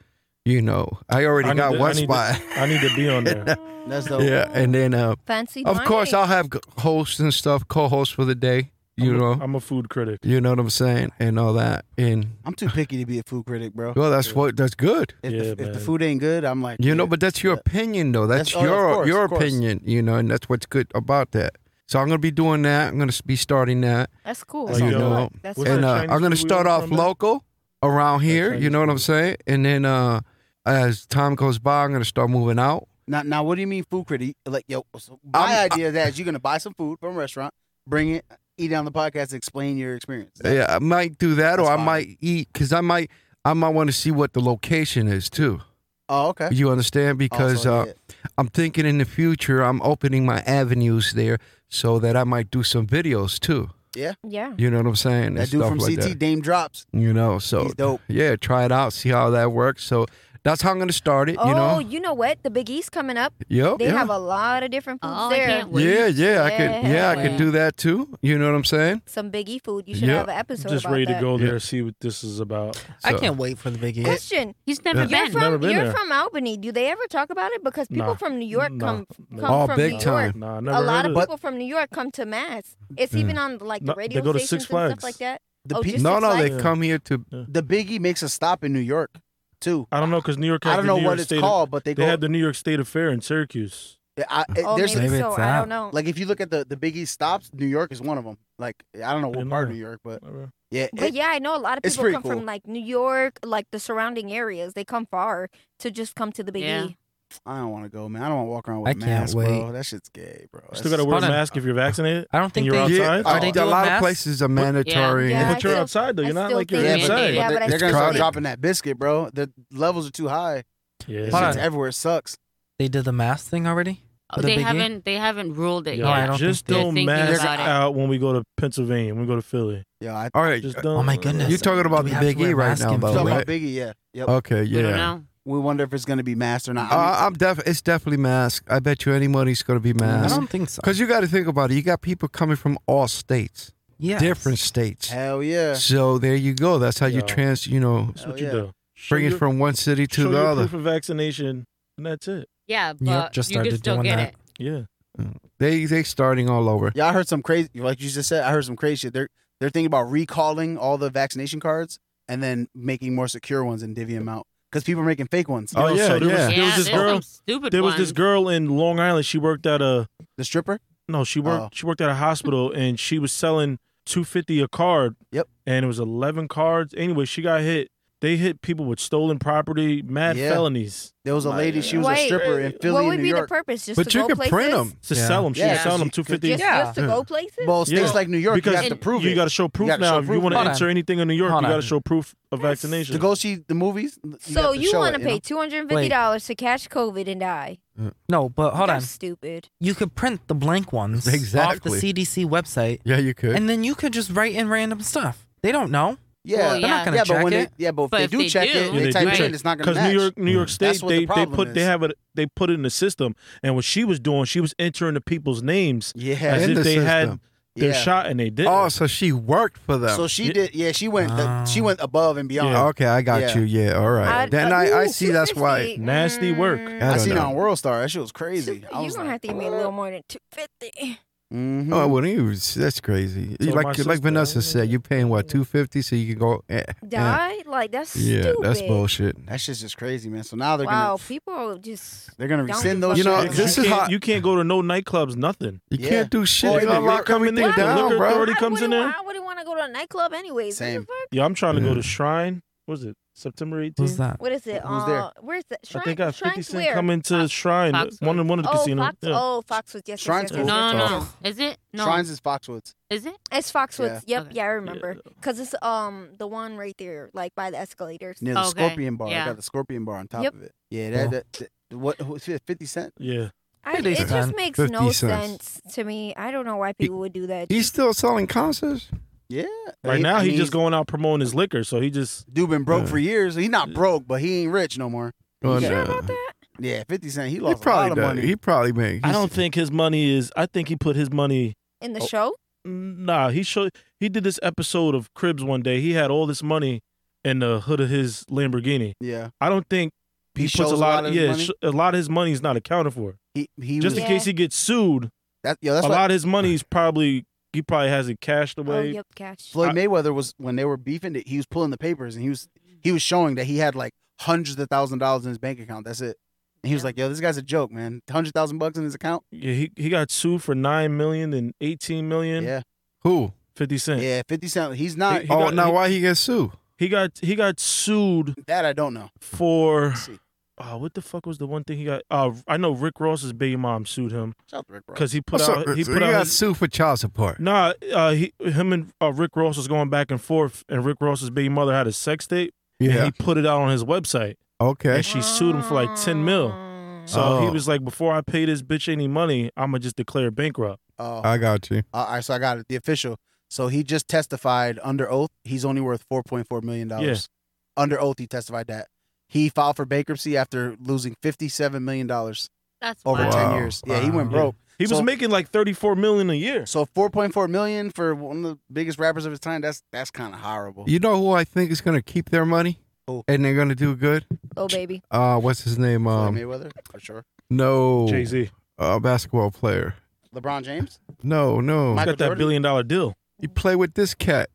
[SPEAKER 4] You know, I already
[SPEAKER 5] I need
[SPEAKER 4] got
[SPEAKER 5] to- I
[SPEAKER 4] one
[SPEAKER 5] need to-
[SPEAKER 4] spot.
[SPEAKER 5] I need to be on there.
[SPEAKER 6] That's dope.
[SPEAKER 4] yeah, and then uh,
[SPEAKER 1] Fancy.
[SPEAKER 4] of course
[SPEAKER 1] dining.
[SPEAKER 4] I'll have g- hosts and stuff, co-hosts for the day. You
[SPEAKER 5] I'm a-
[SPEAKER 4] know,
[SPEAKER 5] I'm a food critic.
[SPEAKER 4] you know what I'm saying, and all that. And
[SPEAKER 6] I'm too picky to be a food critic, bro.
[SPEAKER 4] Oh. well, that's what that's good.
[SPEAKER 6] If,
[SPEAKER 5] Yeah,
[SPEAKER 6] the, if the
[SPEAKER 5] man.
[SPEAKER 6] food ain't good, I'm like,
[SPEAKER 4] You know, but that's your
[SPEAKER 6] Yeah.
[SPEAKER 4] opinion, though. That's
[SPEAKER 6] That's- oh, of
[SPEAKER 4] your
[SPEAKER 6] course,
[SPEAKER 4] your
[SPEAKER 6] of course.
[SPEAKER 4] opinion. You know, and that's what's good about that. So I'm gonna be doing that. I'm gonna be starting that,
[SPEAKER 1] That's cool.
[SPEAKER 5] Oh,
[SPEAKER 1] That's
[SPEAKER 5] you
[SPEAKER 1] cool.
[SPEAKER 4] know,
[SPEAKER 1] That's
[SPEAKER 5] what's
[SPEAKER 1] cool.
[SPEAKER 4] and
[SPEAKER 5] that
[SPEAKER 4] uh,
[SPEAKER 5] Chinese
[SPEAKER 4] I'm gonna
[SPEAKER 5] food we
[SPEAKER 4] start
[SPEAKER 5] were
[SPEAKER 4] off
[SPEAKER 5] from, man?
[SPEAKER 4] local around here. You
[SPEAKER 5] Chinese
[SPEAKER 4] know what I'm
[SPEAKER 5] food.
[SPEAKER 4] saying? And then uh, as time goes by, I'm gonna start moving out.
[SPEAKER 6] Now, now, what do you mean food critic? Like, yo, so my
[SPEAKER 4] I'm-
[SPEAKER 6] idea is that you're gonna buy some food from a restaurant, bring it, eat it on the podcast, explain your experience. Is that-
[SPEAKER 4] Yeah, I might do that, or
[SPEAKER 6] That's
[SPEAKER 4] I
[SPEAKER 6] fine.
[SPEAKER 4] might eat because I might I might want to see what the location is too.
[SPEAKER 6] Oh, okay.
[SPEAKER 4] You understand? Because
[SPEAKER 6] Also,
[SPEAKER 4] uh,
[SPEAKER 6] yeah.
[SPEAKER 4] I'm thinking in the future I'm opening my avenues there so that I might do some videos too.
[SPEAKER 1] Yeah.
[SPEAKER 4] You know what I'm saying? And
[SPEAKER 6] that dude
[SPEAKER 4] stuff
[SPEAKER 6] from
[SPEAKER 4] like
[SPEAKER 6] CT
[SPEAKER 4] that.
[SPEAKER 6] Dame drops.
[SPEAKER 4] You know, so
[SPEAKER 6] He's dope.
[SPEAKER 4] yeah, try it out, see how that works. So that's how I'm gonna start it.
[SPEAKER 1] Oh,
[SPEAKER 4] You know?
[SPEAKER 1] what? The Big East coming up.
[SPEAKER 4] Yep.
[SPEAKER 1] They
[SPEAKER 4] yeah.
[SPEAKER 1] have a lot of different foods
[SPEAKER 3] Oh, I
[SPEAKER 1] there.
[SPEAKER 3] can't wait.
[SPEAKER 4] yeah, yeah, I could, yeah,
[SPEAKER 1] Yeah.
[SPEAKER 4] I could do that too. You know what I'm saying?
[SPEAKER 1] Some Big E food. You should
[SPEAKER 4] Yeah.
[SPEAKER 1] have an episode
[SPEAKER 5] Just
[SPEAKER 1] about
[SPEAKER 5] ready to
[SPEAKER 1] that.
[SPEAKER 5] go
[SPEAKER 4] Yeah.
[SPEAKER 5] there, see what this is about.
[SPEAKER 2] I
[SPEAKER 4] So-
[SPEAKER 2] can't wait for the big E. East.
[SPEAKER 1] Question:
[SPEAKER 3] He's never
[SPEAKER 1] You're
[SPEAKER 3] been.
[SPEAKER 1] from
[SPEAKER 5] Never been
[SPEAKER 1] you're
[SPEAKER 5] there.
[SPEAKER 1] from Albany. Do they ever talk about it? Because people
[SPEAKER 5] Nah.
[SPEAKER 1] from New York
[SPEAKER 5] Nah.
[SPEAKER 1] come
[SPEAKER 5] Nah.
[SPEAKER 1] come
[SPEAKER 4] Oh,
[SPEAKER 1] from
[SPEAKER 4] big
[SPEAKER 1] New
[SPEAKER 4] time.
[SPEAKER 1] York.
[SPEAKER 5] Nah, I never
[SPEAKER 1] A
[SPEAKER 5] heard
[SPEAKER 1] lot of
[SPEAKER 5] it.
[SPEAKER 1] people from New York come to mass. It's even on like the
[SPEAKER 5] No,
[SPEAKER 1] radio
[SPEAKER 5] they go to
[SPEAKER 1] stations
[SPEAKER 5] Six
[SPEAKER 1] and stuff
[SPEAKER 5] Flags.
[SPEAKER 1] like that.
[SPEAKER 6] The,
[SPEAKER 1] Oh,
[SPEAKER 6] pe-
[SPEAKER 1] just-
[SPEAKER 4] No, no,
[SPEAKER 1] like-
[SPEAKER 4] they come here to.
[SPEAKER 6] the Biggie makes a stop in New York too.
[SPEAKER 5] I don't know because New York.
[SPEAKER 6] I
[SPEAKER 5] has
[SPEAKER 6] don't
[SPEAKER 5] the
[SPEAKER 6] know
[SPEAKER 5] New
[SPEAKER 6] what
[SPEAKER 5] York
[SPEAKER 6] it's
[SPEAKER 5] State-
[SPEAKER 6] called, but they,
[SPEAKER 5] They
[SPEAKER 6] go.
[SPEAKER 5] had the New York State Affair in Syracuse.
[SPEAKER 6] I, it-
[SPEAKER 1] Oh,
[SPEAKER 6] there's
[SPEAKER 1] maybe
[SPEAKER 2] Maybe
[SPEAKER 1] so.
[SPEAKER 2] it's
[SPEAKER 1] I
[SPEAKER 2] that.
[SPEAKER 1] don't know.
[SPEAKER 6] like if you look at the the Biggie stops, New York is one of them. Like I don't know what
[SPEAKER 5] Didn't
[SPEAKER 6] part of
[SPEAKER 5] know.
[SPEAKER 6] New York, but
[SPEAKER 5] Whatever.
[SPEAKER 6] yeah,
[SPEAKER 1] But
[SPEAKER 6] it-
[SPEAKER 1] yeah, I know a lot of
[SPEAKER 6] it's
[SPEAKER 1] people
[SPEAKER 6] pretty
[SPEAKER 1] come
[SPEAKER 6] cool.
[SPEAKER 1] from like New York, like the surrounding areas. They come far to just come to the Big
[SPEAKER 3] Yeah.
[SPEAKER 1] E.
[SPEAKER 6] I don't want to go, man. I don't want to walk around
[SPEAKER 2] I
[SPEAKER 6] with a
[SPEAKER 2] can't
[SPEAKER 6] mask, bro.
[SPEAKER 2] wait.
[SPEAKER 6] That shit's gay,
[SPEAKER 5] You
[SPEAKER 6] bro. That's-
[SPEAKER 5] Still got to wear a
[SPEAKER 2] Hold on.
[SPEAKER 5] mask if you're vaccinated.
[SPEAKER 2] I don't think
[SPEAKER 5] you're
[SPEAKER 2] they.
[SPEAKER 5] outside?
[SPEAKER 4] Yeah, uh,
[SPEAKER 2] Are they
[SPEAKER 4] a
[SPEAKER 2] doing
[SPEAKER 4] lot of
[SPEAKER 2] masks?
[SPEAKER 4] places are mandatory.
[SPEAKER 1] Yeah,
[SPEAKER 5] but you're
[SPEAKER 1] still-
[SPEAKER 5] outside though.
[SPEAKER 1] I
[SPEAKER 5] You're not
[SPEAKER 1] still
[SPEAKER 5] like you're
[SPEAKER 1] think-
[SPEAKER 6] yeah,
[SPEAKER 3] Yeah,
[SPEAKER 5] inside.
[SPEAKER 6] but,
[SPEAKER 1] yeah,
[SPEAKER 6] they're,
[SPEAKER 1] but I
[SPEAKER 6] they're gonna
[SPEAKER 4] still
[SPEAKER 6] start
[SPEAKER 4] think-
[SPEAKER 6] dropping that biscuit, bro. The levels are too high.
[SPEAKER 5] Yeah.
[SPEAKER 2] Hold
[SPEAKER 6] It's
[SPEAKER 2] on.
[SPEAKER 6] everywhere. It sucks.
[SPEAKER 2] They did the mask thing already. For the
[SPEAKER 3] they
[SPEAKER 2] Big E?
[SPEAKER 3] haven't. They haven't ruled it
[SPEAKER 5] Yo,
[SPEAKER 2] Yeah, I
[SPEAKER 3] yet.
[SPEAKER 2] don't
[SPEAKER 5] just
[SPEAKER 2] think
[SPEAKER 3] they're
[SPEAKER 5] don't
[SPEAKER 3] thinking
[SPEAKER 5] mask
[SPEAKER 3] about it.
[SPEAKER 5] out when we go to Pennsylvania, when we go to Philly.
[SPEAKER 6] Yeah, I
[SPEAKER 4] All right,
[SPEAKER 5] Just don't.
[SPEAKER 2] Oh my goodness.
[SPEAKER 4] You're talking about
[SPEAKER 2] we
[SPEAKER 4] the
[SPEAKER 2] have to
[SPEAKER 4] Big E
[SPEAKER 2] wear
[SPEAKER 4] right
[SPEAKER 2] masks
[SPEAKER 4] now,
[SPEAKER 2] in
[SPEAKER 4] though,
[SPEAKER 6] talking
[SPEAKER 2] Philly?
[SPEAKER 4] right?
[SPEAKER 6] about Biggie. Yeah, yep.
[SPEAKER 4] Okay,
[SPEAKER 3] We don't
[SPEAKER 4] yeah.
[SPEAKER 3] know.
[SPEAKER 6] we wonder if it's gonna be masked or not. I mean,
[SPEAKER 4] Uh, I'm def. It's definitely mask. I bet you any money's gonna
[SPEAKER 2] I
[SPEAKER 4] be mask.
[SPEAKER 2] don't think so.
[SPEAKER 4] Because you got to think about it. You got people coming from all states,
[SPEAKER 2] Yes.
[SPEAKER 4] different states.
[SPEAKER 6] hell yeah.
[SPEAKER 4] So there you go. That's how you
[SPEAKER 5] Yeah.
[SPEAKER 4] trans. You know,
[SPEAKER 5] That's
[SPEAKER 6] Hell
[SPEAKER 5] what you
[SPEAKER 6] yeah.
[SPEAKER 5] do. Show
[SPEAKER 4] bring it
[SPEAKER 5] your-
[SPEAKER 4] from one city to
[SPEAKER 5] show
[SPEAKER 4] the
[SPEAKER 5] your
[SPEAKER 4] other.
[SPEAKER 5] proof of vaccination, and that's it.
[SPEAKER 7] Yeah,
[SPEAKER 2] New York just started doing that.
[SPEAKER 5] Yeah.
[SPEAKER 4] They they starting all over.
[SPEAKER 6] Yeah, I heard some crazy. Like you just said, I heard some crazy shit. They're they're thinking about recalling all the vaccination cards and then making more secure ones and divvy them out because people are making fake ones.
[SPEAKER 4] Oh,
[SPEAKER 5] Yo,
[SPEAKER 4] yeah,
[SPEAKER 5] so there
[SPEAKER 4] yeah.
[SPEAKER 5] Was, there was this
[SPEAKER 3] there's
[SPEAKER 5] girl.
[SPEAKER 3] some stupid
[SPEAKER 5] There was
[SPEAKER 3] ones.
[SPEAKER 5] this girl in Long Island. She worked at a
[SPEAKER 6] The stripper.
[SPEAKER 5] no. She worked.
[SPEAKER 6] Oh.
[SPEAKER 5] She worked at a hospital, and she was selling two fifty a card.
[SPEAKER 6] Yep.
[SPEAKER 5] And it was eleven cards. Anyway, she got hit. They hit people with stolen property, mad
[SPEAKER 6] Yeah.
[SPEAKER 5] felonies
[SPEAKER 6] There was a
[SPEAKER 7] My
[SPEAKER 6] lady. She was
[SPEAKER 1] Wait,
[SPEAKER 6] a stripper in Philly,
[SPEAKER 1] what would
[SPEAKER 6] New
[SPEAKER 1] be
[SPEAKER 6] York.
[SPEAKER 1] the purpose? Just
[SPEAKER 4] but
[SPEAKER 1] to
[SPEAKER 4] you
[SPEAKER 1] go
[SPEAKER 4] can
[SPEAKER 1] places?
[SPEAKER 4] print them.
[SPEAKER 5] to
[SPEAKER 2] Yeah.
[SPEAKER 5] sell them. She
[SPEAKER 6] Yeah,
[SPEAKER 5] was selling
[SPEAKER 6] so
[SPEAKER 5] them
[SPEAKER 6] she
[SPEAKER 5] two
[SPEAKER 6] could
[SPEAKER 5] fifty.
[SPEAKER 1] Just,
[SPEAKER 7] Yeah.
[SPEAKER 1] just to go places.
[SPEAKER 6] Well, states
[SPEAKER 5] Yeah.
[SPEAKER 6] like New York,
[SPEAKER 5] Because
[SPEAKER 6] you have to prove
[SPEAKER 5] you
[SPEAKER 6] it.
[SPEAKER 5] got to show proof
[SPEAKER 6] gotta
[SPEAKER 5] now
[SPEAKER 6] show
[SPEAKER 5] if you
[SPEAKER 6] proof.
[SPEAKER 5] want to
[SPEAKER 2] Hold on.
[SPEAKER 5] enter anything in New York.
[SPEAKER 2] Hold
[SPEAKER 5] you got
[SPEAKER 2] on.
[SPEAKER 5] to show proof of vaccination.
[SPEAKER 6] to go see the movies. You
[SPEAKER 1] so
[SPEAKER 6] have to
[SPEAKER 1] you
[SPEAKER 6] show
[SPEAKER 1] want
[SPEAKER 6] it,
[SPEAKER 1] to pay
[SPEAKER 6] know?
[SPEAKER 1] two hundred and fifty dollars to catch COVID and die?
[SPEAKER 2] No, but hold
[SPEAKER 1] That's
[SPEAKER 2] on.
[SPEAKER 1] stupid.
[SPEAKER 2] You could print the blank ones
[SPEAKER 4] Exactly.
[SPEAKER 2] off the CDC website,
[SPEAKER 4] Yeah, you could.
[SPEAKER 2] and then you could just write in random stuff. They don't know.
[SPEAKER 6] Yeah,
[SPEAKER 3] Well,
[SPEAKER 2] They're
[SPEAKER 3] yeah.
[SPEAKER 2] not gonna
[SPEAKER 6] yeah,
[SPEAKER 2] check
[SPEAKER 6] but when
[SPEAKER 2] it.
[SPEAKER 6] they yeah, but if
[SPEAKER 3] But
[SPEAKER 6] they
[SPEAKER 3] if
[SPEAKER 6] do
[SPEAKER 3] they
[SPEAKER 6] check
[SPEAKER 3] do-
[SPEAKER 6] it,
[SPEAKER 5] Yeah,
[SPEAKER 6] they
[SPEAKER 5] they
[SPEAKER 6] type
[SPEAKER 5] do
[SPEAKER 6] it
[SPEAKER 5] check.
[SPEAKER 6] in, it's not gonna
[SPEAKER 5] because
[SPEAKER 6] match.
[SPEAKER 5] New York, New York State,
[SPEAKER 6] That's what the
[SPEAKER 5] they, they
[SPEAKER 6] problem
[SPEAKER 5] put they
[SPEAKER 6] is.
[SPEAKER 5] have a they put it in the system, and what she was doing, she was entering the people's names
[SPEAKER 6] Yeah,
[SPEAKER 5] as
[SPEAKER 4] In the
[SPEAKER 5] if they had
[SPEAKER 4] system.
[SPEAKER 5] their
[SPEAKER 6] yeah.
[SPEAKER 5] shot, and they didn't.
[SPEAKER 4] Oh, so she worked for them.
[SPEAKER 6] So she did. Yeah, she went. the,
[SPEAKER 2] Oh.
[SPEAKER 6] she went above and beyond.
[SPEAKER 5] Yeah.
[SPEAKER 4] okay, I got
[SPEAKER 6] Yeah.
[SPEAKER 4] you. Yeah, all right.
[SPEAKER 1] I'd-
[SPEAKER 4] then
[SPEAKER 1] uh,
[SPEAKER 4] I, I
[SPEAKER 1] ooh,
[SPEAKER 4] see that's why.
[SPEAKER 1] 250.
[SPEAKER 5] Nasty work.
[SPEAKER 1] Mm.
[SPEAKER 4] I
[SPEAKER 6] I,
[SPEAKER 4] don't
[SPEAKER 6] seen it
[SPEAKER 4] know.
[SPEAKER 6] on World Star. That shit was crazy.
[SPEAKER 1] Super-
[SPEAKER 6] I
[SPEAKER 1] You're
[SPEAKER 6] was
[SPEAKER 1] gonna
[SPEAKER 6] like,
[SPEAKER 1] have to give me a little more than two fifty.
[SPEAKER 6] mhm.
[SPEAKER 4] Oh, what are you? That's crazy.
[SPEAKER 5] So my
[SPEAKER 4] like like
[SPEAKER 5] sister-
[SPEAKER 4] Vanessa said, you're paying what two fifty, so you can go. eh, eh.
[SPEAKER 1] Die? Like that's
[SPEAKER 4] Yeah,
[SPEAKER 1] stupid.
[SPEAKER 4] that's bullshit.
[SPEAKER 6] That shit's just crazy, man. So now they're
[SPEAKER 1] Wow,
[SPEAKER 6] gonna
[SPEAKER 1] people just
[SPEAKER 6] they're gonna
[SPEAKER 1] don't
[SPEAKER 6] rescind those.
[SPEAKER 1] fuck
[SPEAKER 4] You know,
[SPEAKER 6] shit.
[SPEAKER 1] with
[SPEAKER 4] uh, this
[SPEAKER 5] you
[SPEAKER 4] is
[SPEAKER 5] can't,
[SPEAKER 4] hot.
[SPEAKER 5] you can't go to no nightclubs, nothing.
[SPEAKER 4] You
[SPEAKER 6] Yeah.
[SPEAKER 4] can't do shit.
[SPEAKER 5] Oh,
[SPEAKER 4] you
[SPEAKER 5] and
[SPEAKER 4] lock
[SPEAKER 5] the liquor
[SPEAKER 4] everything
[SPEAKER 5] committee, the
[SPEAKER 4] down,
[SPEAKER 5] liquor
[SPEAKER 4] bro.
[SPEAKER 5] authority
[SPEAKER 1] I
[SPEAKER 5] comes
[SPEAKER 1] wouldn't
[SPEAKER 5] in there.
[SPEAKER 1] wa- I wouldn't want to go to a nightclub anyways. What,
[SPEAKER 6] Same.
[SPEAKER 1] the fuck?
[SPEAKER 5] Yeah, I'm trying to
[SPEAKER 4] Yeah.
[SPEAKER 5] go to Shrine. What is it September 18th?
[SPEAKER 2] Who's that?
[SPEAKER 1] what is it?
[SPEAKER 6] Who's there?
[SPEAKER 1] Uh, Where's that?
[SPEAKER 5] I
[SPEAKER 1] Shrine,
[SPEAKER 5] think I got 50
[SPEAKER 1] Shrine's
[SPEAKER 5] Cent
[SPEAKER 1] where?
[SPEAKER 5] coming to Shrine,
[SPEAKER 3] Foxwoods.
[SPEAKER 5] one in one of the
[SPEAKER 1] oh,
[SPEAKER 5] casinos.
[SPEAKER 1] Fox,
[SPEAKER 5] yeah.
[SPEAKER 1] oh, Foxwoods. Yes, yes,
[SPEAKER 6] Shrines
[SPEAKER 1] yes, yes,
[SPEAKER 6] Foxwoods.
[SPEAKER 3] No, no,
[SPEAKER 1] yes,
[SPEAKER 3] no.
[SPEAKER 1] yes.
[SPEAKER 3] Is it? No.
[SPEAKER 6] Shrines is Foxwoods.
[SPEAKER 3] Is it?
[SPEAKER 1] It's Foxwoods. Yep.
[SPEAKER 3] Okay.
[SPEAKER 1] Yeah, I remember. Cause it's um the one right there, like by the escalators.
[SPEAKER 6] near the
[SPEAKER 3] Okay,
[SPEAKER 6] Scorpion Bar. I
[SPEAKER 3] yeah.
[SPEAKER 6] got the Scorpion Bar on top
[SPEAKER 1] Yep.
[SPEAKER 6] of it. Yeah,
[SPEAKER 2] Cool.
[SPEAKER 6] that, that, that- what who's it, Fifty Cent?
[SPEAKER 5] Yeah.
[SPEAKER 1] I,
[SPEAKER 2] It
[SPEAKER 1] it
[SPEAKER 2] is
[SPEAKER 1] just
[SPEAKER 2] fun.
[SPEAKER 1] makes
[SPEAKER 4] 50
[SPEAKER 1] no
[SPEAKER 4] cents.
[SPEAKER 1] sense to me. I don't know why people would do that.
[SPEAKER 4] He's still selling concerts.
[SPEAKER 6] Yeah.
[SPEAKER 5] Right now,
[SPEAKER 6] I mean,
[SPEAKER 5] he's just going out promoting his liquor, so he just
[SPEAKER 6] Dude been broke for years. He's not broke, but he ain't rich no more.
[SPEAKER 4] Oh,
[SPEAKER 1] sure
[SPEAKER 4] no.
[SPEAKER 1] about that?
[SPEAKER 6] Yeah, Fifty Cent. He
[SPEAKER 4] He
[SPEAKER 6] lost a lot
[SPEAKER 4] probably
[SPEAKER 6] of
[SPEAKER 4] does.
[SPEAKER 6] money.
[SPEAKER 4] He probably made.
[SPEAKER 5] I don't think his money is. I think he put his money.
[SPEAKER 1] In the
[SPEAKER 5] Oh.
[SPEAKER 1] show?
[SPEAKER 5] Nah, he showed. He did this episode of Cribs one day. He had all this money in the hood of his Lamborghini.
[SPEAKER 6] yeah.
[SPEAKER 5] I don't think he,
[SPEAKER 6] He
[SPEAKER 5] puts
[SPEAKER 6] shows
[SPEAKER 5] a lot.
[SPEAKER 6] of
[SPEAKER 5] of
[SPEAKER 6] his
[SPEAKER 5] yeah,
[SPEAKER 6] money?
[SPEAKER 5] sh- a lot of his money is not accounted for.
[SPEAKER 6] He he
[SPEAKER 5] Just in
[SPEAKER 6] was
[SPEAKER 1] Yeah.
[SPEAKER 5] case he gets sued,
[SPEAKER 6] that, yo, that's
[SPEAKER 5] a
[SPEAKER 6] why
[SPEAKER 5] lot of his money's probably he probably has it cashed
[SPEAKER 1] Oh,
[SPEAKER 5] away.
[SPEAKER 1] yep, catch.
[SPEAKER 6] Floyd Mayweather was when they were beefing it, he was pulling the papers and he was he was showing that he had like hundreds of thousand dollars in his bank account. That's it. And he was like, "Yo, this guy's a joke, man. Hundred thousand bucks in his account.
[SPEAKER 5] Yeah, he, he got sued for nine million and eighteen million.
[SPEAKER 6] Yeah,
[SPEAKER 4] Who?
[SPEAKER 5] Fifty cent.
[SPEAKER 6] yeah, fifty cent. He's not
[SPEAKER 5] He
[SPEAKER 4] oh,
[SPEAKER 5] got-
[SPEAKER 4] now
[SPEAKER 5] he-
[SPEAKER 4] why he get sued?
[SPEAKER 5] He got he got sued
[SPEAKER 6] that. I don't know.
[SPEAKER 5] for
[SPEAKER 6] Let's see.
[SPEAKER 5] oh, what the fuck was the one thing he got? Uh, I know Rick Ross's baby mom sued him
[SPEAKER 6] Shout out to Rick Ross.
[SPEAKER 5] because he put
[SPEAKER 4] What's
[SPEAKER 5] out
[SPEAKER 4] up?
[SPEAKER 5] he
[SPEAKER 4] So
[SPEAKER 5] put out
[SPEAKER 4] got
[SPEAKER 5] his-
[SPEAKER 4] sued for child support.
[SPEAKER 5] Nah, uh, he, him and uh, Rick Ross was going back and forth, and Rick Ross's baby mother had a sex tape, and
[SPEAKER 4] Yeah.
[SPEAKER 5] he put it out on his website,
[SPEAKER 4] Okay.
[SPEAKER 5] and she sued him for like ten mil. So he
[SPEAKER 4] Oh.
[SPEAKER 5] was like, "Before I pay this bitch any money, I'm gonna just declare bankrupt."
[SPEAKER 6] Oh,
[SPEAKER 4] I got you.
[SPEAKER 6] all right. So I got it. The official. So he just testified under oath. He's only worth four point four million dollars. Under oath, he testified that he filed for bankruptcy after losing fifty-seven million dollars
[SPEAKER 7] That's
[SPEAKER 6] over
[SPEAKER 7] wild.
[SPEAKER 6] ten
[SPEAKER 4] Wow.
[SPEAKER 6] years. Yeah, he went
[SPEAKER 5] Wow.
[SPEAKER 6] broke.
[SPEAKER 5] He was
[SPEAKER 6] So-
[SPEAKER 5] making like thirty four million a year.
[SPEAKER 6] So four point four million for one of the biggest rappers of his time. That's that's kind of
[SPEAKER 5] Oh.
[SPEAKER 6] horrible.
[SPEAKER 4] You know who I think is gonna keep their money
[SPEAKER 6] Who?
[SPEAKER 4] and they're gonna do good?
[SPEAKER 1] Oh baby.
[SPEAKER 4] Uh, what's his name?
[SPEAKER 6] Floyd
[SPEAKER 4] Um,
[SPEAKER 6] Mayweather, for sure.
[SPEAKER 4] no,
[SPEAKER 5] Jay Z
[SPEAKER 4] uh, basketball player.
[SPEAKER 6] LeBron James.
[SPEAKER 4] No, no,
[SPEAKER 6] Michael
[SPEAKER 5] got that
[SPEAKER 6] Jordan?
[SPEAKER 5] billion dollar deal.
[SPEAKER 4] he play with this cat.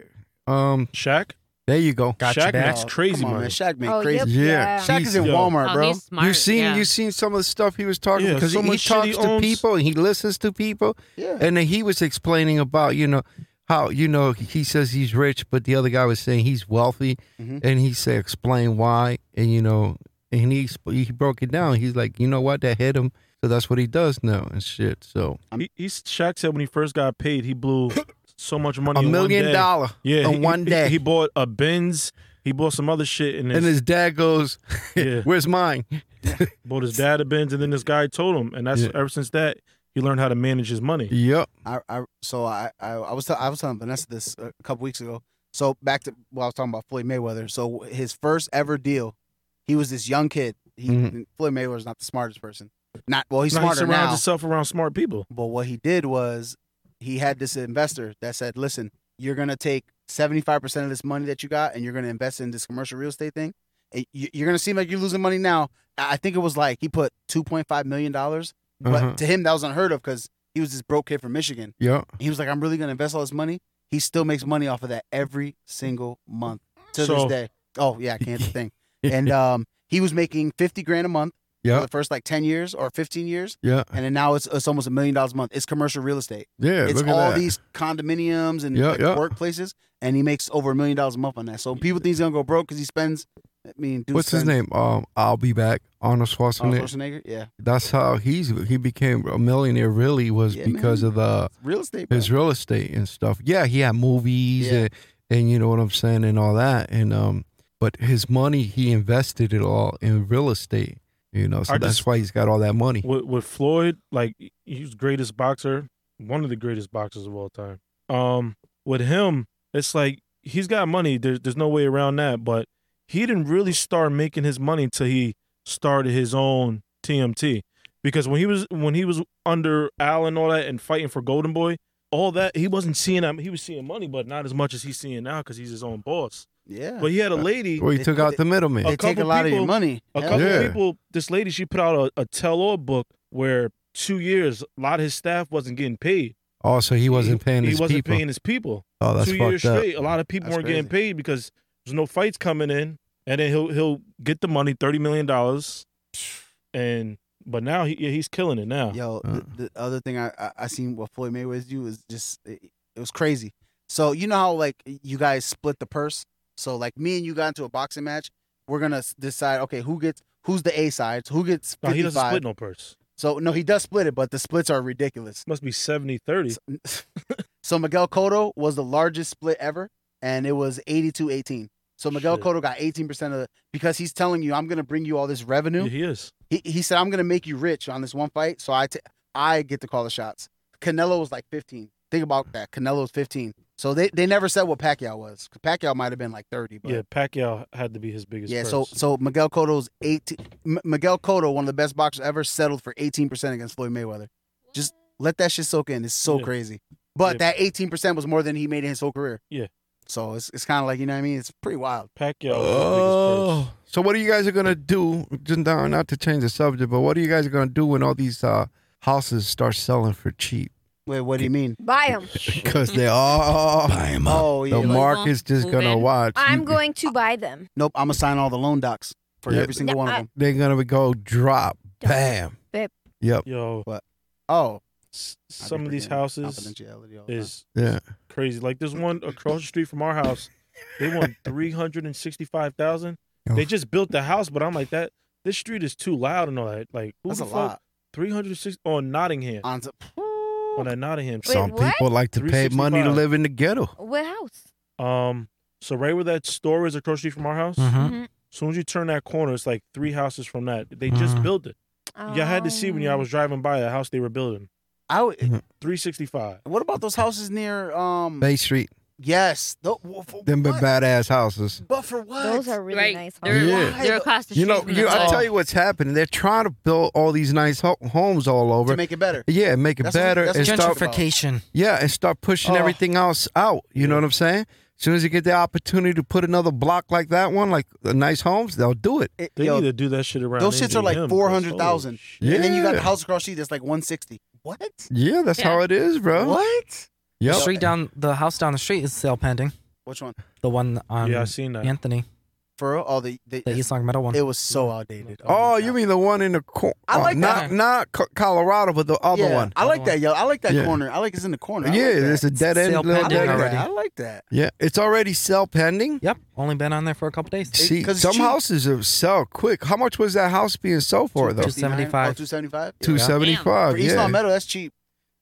[SPEAKER 4] Um,
[SPEAKER 5] Shaq,
[SPEAKER 4] there you go.
[SPEAKER 2] Got
[SPEAKER 5] Shaq
[SPEAKER 2] you back.
[SPEAKER 5] makes crazy
[SPEAKER 6] Come on,
[SPEAKER 5] money.
[SPEAKER 6] man. Shaq made
[SPEAKER 1] oh yep,
[SPEAKER 6] crazy.
[SPEAKER 4] Yeah.
[SPEAKER 1] yeah.
[SPEAKER 6] Shaq is in
[SPEAKER 5] Yo.
[SPEAKER 6] Walmart,
[SPEAKER 3] Oh,
[SPEAKER 6] bro.
[SPEAKER 3] he's smart.
[SPEAKER 4] you seen
[SPEAKER 3] yeah.
[SPEAKER 4] you seen some of the stuff he was talking
[SPEAKER 5] Yeah,
[SPEAKER 4] because
[SPEAKER 5] so
[SPEAKER 4] he,
[SPEAKER 5] much shit
[SPEAKER 4] talks
[SPEAKER 5] he
[SPEAKER 4] to
[SPEAKER 5] owns.
[SPEAKER 4] people, he listens to people,
[SPEAKER 6] yeah.
[SPEAKER 4] and then he was explaining about you know how you know he says he's rich, but the other guy was saying he's wealthy,
[SPEAKER 6] Mhm.
[SPEAKER 4] and he said explain why, and you know, and he exp- he broke it down. He's like, you know what, that hit him, so that's what he does now and shit. So
[SPEAKER 5] He, he Shaq said when he first got paid, he blew so much money.
[SPEAKER 4] a
[SPEAKER 5] in one
[SPEAKER 4] million
[SPEAKER 5] day.
[SPEAKER 4] dollar
[SPEAKER 5] Yeah,
[SPEAKER 4] in
[SPEAKER 5] he-
[SPEAKER 4] one
[SPEAKER 5] he-
[SPEAKER 4] day.
[SPEAKER 5] He, bought a Benz. He bought some other shit, and,
[SPEAKER 4] and
[SPEAKER 5] his,
[SPEAKER 4] his dad goes,
[SPEAKER 5] Yeah.
[SPEAKER 4] "Where's mine?"
[SPEAKER 5] bought his dad a Benz, and then this guy told him, and that's
[SPEAKER 4] Yeah.
[SPEAKER 5] ever since that he learned how to manage his money.
[SPEAKER 4] Yep.
[SPEAKER 6] I, I so I I, I was tell I was telling Vanessa this a couple weeks ago. So back to well, I was talking about Floyd Mayweather. So his first ever deal, he was this young kid. He
[SPEAKER 4] Mhm.
[SPEAKER 6] Floyd Mayweather's not the smartest person. Not well, he's
[SPEAKER 5] Now Mm-hmm. he
[SPEAKER 6] smarter
[SPEAKER 5] surrounds
[SPEAKER 6] now.
[SPEAKER 5] himself around smart people.
[SPEAKER 6] But what he did was he had this investor that said, "Listen, you're gonna take 75 percent of this money that you got, and you're gonna invest in this commercial real estate thing. And you- You're gonna seem like you're losing money now. I I think it was like he put 2.5 million dollars, but
[SPEAKER 4] Uh-huh.
[SPEAKER 6] to him that was unheard of because he was this broke kid from Michigan."
[SPEAKER 4] Yep.
[SPEAKER 6] He was like, I'm really gonna invest all this money. He still makes money off of that every single month to
[SPEAKER 5] So-
[SPEAKER 6] this day. Oh yeah, I can't think. And um, he was making fifty grand a month for
[SPEAKER 4] Yep. Uh.
[SPEAKER 6] the first like ten years or fifteen years,
[SPEAKER 4] Yeah.
[SPEAKER 6] and then now it's it's almost a million dollars a month. It's commercial real estate.
[SPEAKER 4] Yeah.
[SPEAKER 6] it's
[SPEAKER 4] look
[SPEAKER 6] all
[SPEAKER 4] at that.
[SPEAKER 6] these condominiums and
[SPEAKER 4] Yeah,
[SPEAKER 6] like,
[SPEAKER 4] yeah.
[SPEAKER 6] workplaces, and he makes over a million dollars a month on that. So people think he's gonna go broke because he spends. I mean, dude
[SPEAKER 4] What's his
[SPEAKER 6] spends-
[SPEAKER 4] name? Um, I'll be back. Arnold
[SPEAKER 6] Arnold
[SPEAKER 4] Schwarzenegger.
[SPEAKER 6] Schwarzenegger. Yeah,
[SPEAKER 4] That's how he's he became a millionaire. Really was
[SPEAKER 6] Yeah,
[SPEAKER 4] because
[SPEAKER 6] man.
[SPEAKER 4] of uh, the
[SPEAKER 6] real estate. Bro.
[SPEAKER 4] his real estate and stuff. Yeah, he had movies
[SPEAKER 6] Yeah.
[SPEAKER 4] and and you know what I'm saying and all that. And um, but his money he invested it all in real estate. You know, so
[SPEAKER 5] I
[SPEAKER 4] that's
[SPEAKER 5] just-
[SPEAKER 4] why he's got all that money.
[SPEAKER 5] With, with Floyd, like he was greatest boxer, one of the greatest boxers of all time. Um, with him, it's like he's got money. There's there's no way around that. But he didn't really start making his money till he started his own TMT. Because when he was when he was under Al and all that and fighting for Golden Boy, all that he wasn't seeing. that he was seeing money, but not as much as he's seeing now because he's his own boss.
[SPEAKER 6] Yeah,
[SPEAKER 5] But he had a lady.
[SPEAKER 4] Well, he
[SPEAKER 6] They-
[SPEAKER 4] took out the middleman.
[SPEAKER 5] a
[SPEAKER 6] they take a
[SPEAKER 5] couple
[SPEAKER 6] lot of your
[SPEAKER 5] people-
[SPEAKER 6] money.
[SPEAKER 5] A
[SPEAKER 6] Hell
[SPEAKER 5] couple
[SPEAKER 6] yeah.
[SPEAKER 4] yeah.
[SPEAKER 5] people, this lady, she put out a, a tell-all book where two years, a lot of his staff wasn't getting paid.
[SPEAKER 4] Also, he wasn't paying
[SPEAKER 5] He
[SPEAKER 4] his
[SPEAKER 5] wasn't
[SPEAKER 4] people.
[SPEAKER 5] paying his people.
[SPEAKER 4] oh, that's
[SPEAKER 5] two years
[SPEAKER 4] fucked up.
[SPEAKER 5] straight, a lot of people
[SPEAKER 6] That's
[SPEAKER 5] weren't getting
[SPEAKER 6] crazy.
[SPEAKER 5] paid because there's no fights coming in, and then he'll he'll get the money, thirty million dollars, and but now he yeah, he's killing it now.
[SPEAKER 6] Yo,
[SPEAKER 4] Uh.
[SPEAKER 6] the, the other thing I, I I seen what Floyd Mayweather do is just it, it was crazy. So you know how like you guys split the purse. So like me and you got into a boxing match. We're gonna s- decide okay who gets who's the A side, who gets
[SPEAKER 5] No, he
[SPEAKER 6] fifty
[SPEAKER 5] doesn't
[SPEAKER 6] five.
[SPEAKER 5] split no purse.
[SPEAKER 6] so no, he does split it, but the splits are ridiculous.
[SPEAKER 5] Must be 70, 30.
[SPEAKER 6] So Miguel Cotto was the largest split ever, and it was 82-18. So Miguel
[SPEAKER 5] Shit.
[SPEAKER 6] Cotto got eighteen percent of the because he's telling you I'm gonna bring you all this revenue.
[SPEAKER 5] Yeah, he is.
[SPEAKER 6] He, he said, I'm going to make you rich on this one fight. So I, t- I get to call the shots. Canelo was like 15. Think about that. Canelo was 15. So they, they never said what Pacquiao was. 'Cause Pacquiao might have been like 30. But
[SPEAKER 5] Yeah, Pacquiao had to be his biggest.
[SPEAKER 6] yeah,
[SPEAKER 5] purse.
[SPEAKER 6] so so Miguel Cotto's 18. M- Miguel Cotto, one of the best boxers ever, settled for 18% against Floyd Mayweather. Just let that shit soak in. It's so
[SPEAKER 5] Yeah.
[SPEAKER 6] crazy. But
[SPEAKER 5] Yeah.
[SPEAKER 6] that 18% was more than he made in his whole career.
[SPEAKER 5] Yeah.
[SPEAKER 6] So it's, it's kind of like, you know what I mean? It's pretty wild.
[SPEAKER 5] Pacquiao was his biggest purse.
[SPEAKER 4] Oh, so what are you guys are gonna do? Just now, not to change the subject, but what are you guys gonna do when all these uh, houses start selling for cheap?
[SPEAKER 6] Wait, what do you mean?
[SPEAKER 1] Buy him.
[SPEAKER 4] Because they all
[SPEAKER 6] Oh, yeah.
[SPEAKER 4] the
[SPEAKER 6] like-
[SPEAKER 4] market's just
[SPEAKER 3] Move
[SPEAKER 4] gonna
[SPEAKER 3] in.
[SPEAKER 4] watch.
[SPEAKER 1] I'm
[SPEAKER 4] You-
[SPEAKER 1] going to buy them.
[SPEAKER 6] nope, I'm going to sign all the loan docs for
[SPEAKER 4] Yeah.
[SPEAKER 6] every single one of
[SPEAKER 1] I-
[SPEAKER 6] them.
[SPEAKER 4] They're gonna go drop, Bam.
[SPEAKER 1] Bip.
[SPEAKER 4] Yep.
[SPEAKER 5] Yo,
[SPEAKER 6] Oh,
[SPEAKER 5] s-
[SPEAKER 6] I'd be
[SPEAKER 5] some of these
[SPEAKER 6] forgetting
[SPEAKER 5] houses
[SPEAKER 6] confidentiality all the time.
[SPEAKER 5] is
[SPEAKER 4] Yeah.
[SPEAKER 5] crazy. Like there's one across the street from our house. They want three hundred and sixty-five thousand. They
[SPEAKER 2] Oof.
[SPEAKER 5] just built the house, but I'm like that. This street is too loud and all that. Like who
[SPEAKER 6] That's
[SPEAKER 5] the
[SPEAKER 6] a lot. Uh,
[SPEAKER 5] Three hundred six on Nottingham
[SPEAKER 6] On to,
[SPEAKER 5] on that Nottingham.
[SPEAKER 1] Wait,
[SPEAKER 5] street.
[SPEAKER 4] Some people like to pay money to
[SPEAKER 5] 365.
[SPEAKER 4] live in the ghetto.
[SPEAKER 1] What house?
[SPEAKER 5] Um, so right where that store is across the street from our house.
[SPEAKER 6] Mm-hmm.
[SPEAKER 2] Mhm.
[SPEAKER 1] Mhm.
[SPEAKER 5] Soon as you turn that corner, it's like three houses from that. They just
[SPEAKER 2] Mhm.
[SPEAKER 6] Mm-hmm.
[SPEAKER 5] built it. Y'all had to see when
[SPEAKER 1] Oh.
[SPEAKER 5] y'all was driving by the house they were building.
[SPEAKER 6] I would,
[SPEAKER 5] Three sixty-five.
[SPEAKER 6] what about those houses near? Um,
[SPEAKER 4] Bay Street.
[SPEAKER 6] yes, the, for
[SPEAKER 4] Them been
[SPEAKER 6] what?
[SPEAKER 4] badass houses.
[SPEAKER 6] But for what?
[SPEAKER 1] Those are really
[SPEAKER 7] right.
[SPEAKER 1] nice
[SPEAKER 7] They're,
[SPEAKER 1] houses.
[SPEAKER 4] Yeah.
[SPEAKER 3] They're across the street.
[SPEAKER 4] You know,
[SPEAKER 3] from
[SPEAKER 4] you,
[SPEAKER 3] the
[SPEAKER 4] I'll
[SPEAKER 3] club.
[SPEAKER 4] tell you what's happening. They're trying to build all these nice ho- homes all
[SPEAKER 6] to
[SPEAKER 4] over.
[SPEAKER 6] make it better.
[SPEAKER 4] yeah, make it
[SPEAKER 6] That's what-
[SPEAKER 4] better
[SPEAKER 6] that's
[SPEAKER 4] and
[SPEAKER 6] what I'm
[SPEAKER 4] start.
[SPEAKER 6] talking about.
[SPEAKER 2] Gentrification.
[SPEAKER 4] Yeah, and start pushing
[SPEAKER 6] Oh.
[SPEAKER 4] everything else out. You know what I'm saying? As soon as you get the opportunity to put another block like that one, like the nice homes, they'll do it.
[SPEAKER 6] It-
[SPEAKER 5] They
[SPEAKER 6] yo,
[SPEAKER 5] need to do that shit around.
[SPEAKER 6] those shits are like
[SPEAKER 5] NGM, 'cause
[SPEAKER 6] 400,000.
[SPEAKER 5] holy shit.
[SPEAKER 4] Yeah,
[SPEAKER 6] And then you got the house across the street that's like 160. What?
[SPEAKER 4] Yeah, that's how it is, bro.
[SPEAKER 6] What?
[SPEAKER 2] The
[SPEAKER 4] Yep.
[SPEAKER 2] street down, the house down the street is sale pending.
[SPEAKER 6] Which one?
[SPEAKER 2] The one on
[SPEAKER 5] yeah, I seen that.
[SPEAKER 2] Anthony,
[SPEAKER 6] For real? Oh, the, the,
[SPEAKER 2] the East Long Meadow one.
[SPEAKER 6] it was so outdated.
[SPEAKER 4] Oh, you mean the one in the corner?
[SPEAKER 6] I like
[SPEAKER 4] not
[SPEAKER 6] that.
[SPEAKER 4] not Co- Colorado, but the other
[SPEAKER 6] yeah,
[SPEAKER 4] one.
[SPEAKER 6] I like that, yo. I like that
[SPEAKER 4] Yeah.
[SPEAKER 6] corner. I like it's in the corner. I
[SPEAKER 4] yeah,
[SPEAKER 6] like that.
[SPEAKER 4] it's a dead end.
[SPEAKER 2] Sale
[SPEAKER 4] little
[SPEAKER 6] I
[SPEAKER 2] pending
[SPEAKER 4] dead
[SPEAKER 6] like
[SPEAKER 4] end.
[SPEAKER 2] already.
[SPEAKER 6] that. I like that.
[SPEAKER 4] Yeah, it's already sell pending.
[SPEAKER 2] Yep, only been on there for a couple days.
[SPEAKER 4] See,
[SPEAKER 6] 'cause it's
[SPEAKER 4] some
[SPEAKER 6] cheap.
[SPEAKER 4] houses are sell quick. How much was that house being sold for though?
[SPEAKER 2] 275.
[SPEAKER 6] Oh, 275?
[SPEAKER 4] Two
[SPEAKER 2] Yeah.
[SPEAKER 4] seventy
[SPEAKER 6] For
[SPEAKER 4] five.
[SPEAKER 6] East Long
[SPEAKER 4] Yeah,
[SPEAKER 6] Meadow, that's cheap.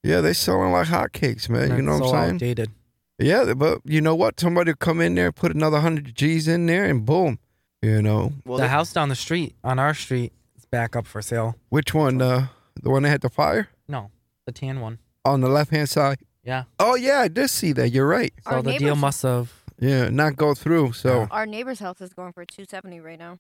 [SPEAKER 4] yeah, they selling like hotcakes, man.
[SPEAKER 2] And
[SPEAKER 4] You
[SPEAKER 2] it's
[SPEAKER 4] know what
[SPEAKER 2] so
[SPEAKER 4] I'm saying?
[SPEAKER 2] Outdated.
[SPEAKER 4] Yeah, but you know what? Somebody will come in there, put another hundred G's in there, and boom. You know
[SPEAKER 6] Well,
[SPEAKER 2] the
[SPEAKER 6] they-
[SPEAKER 2] house down the street on our street is back up for sale.
[SPEAKER 4] which one? Uh, the one that had the fire
[SPEAKER 2] No, the tan one.
[SPEAKER 4] on the left hand side.
[SPEAKER 2] Yeah.
[SPEAKER 4] Oh yeah, I did see that. You're right.
[SPEAKER 2] So
[SPEAKER 1] Our
[SPEAKER 2] the deal
[SPEAKER 1] neighbors-
[SPEAKER 2] must have.
[SPEAKER 4] Yeah, not go through. So.
[SPEAKER 1] Our neighbor's house is going for 270 right now.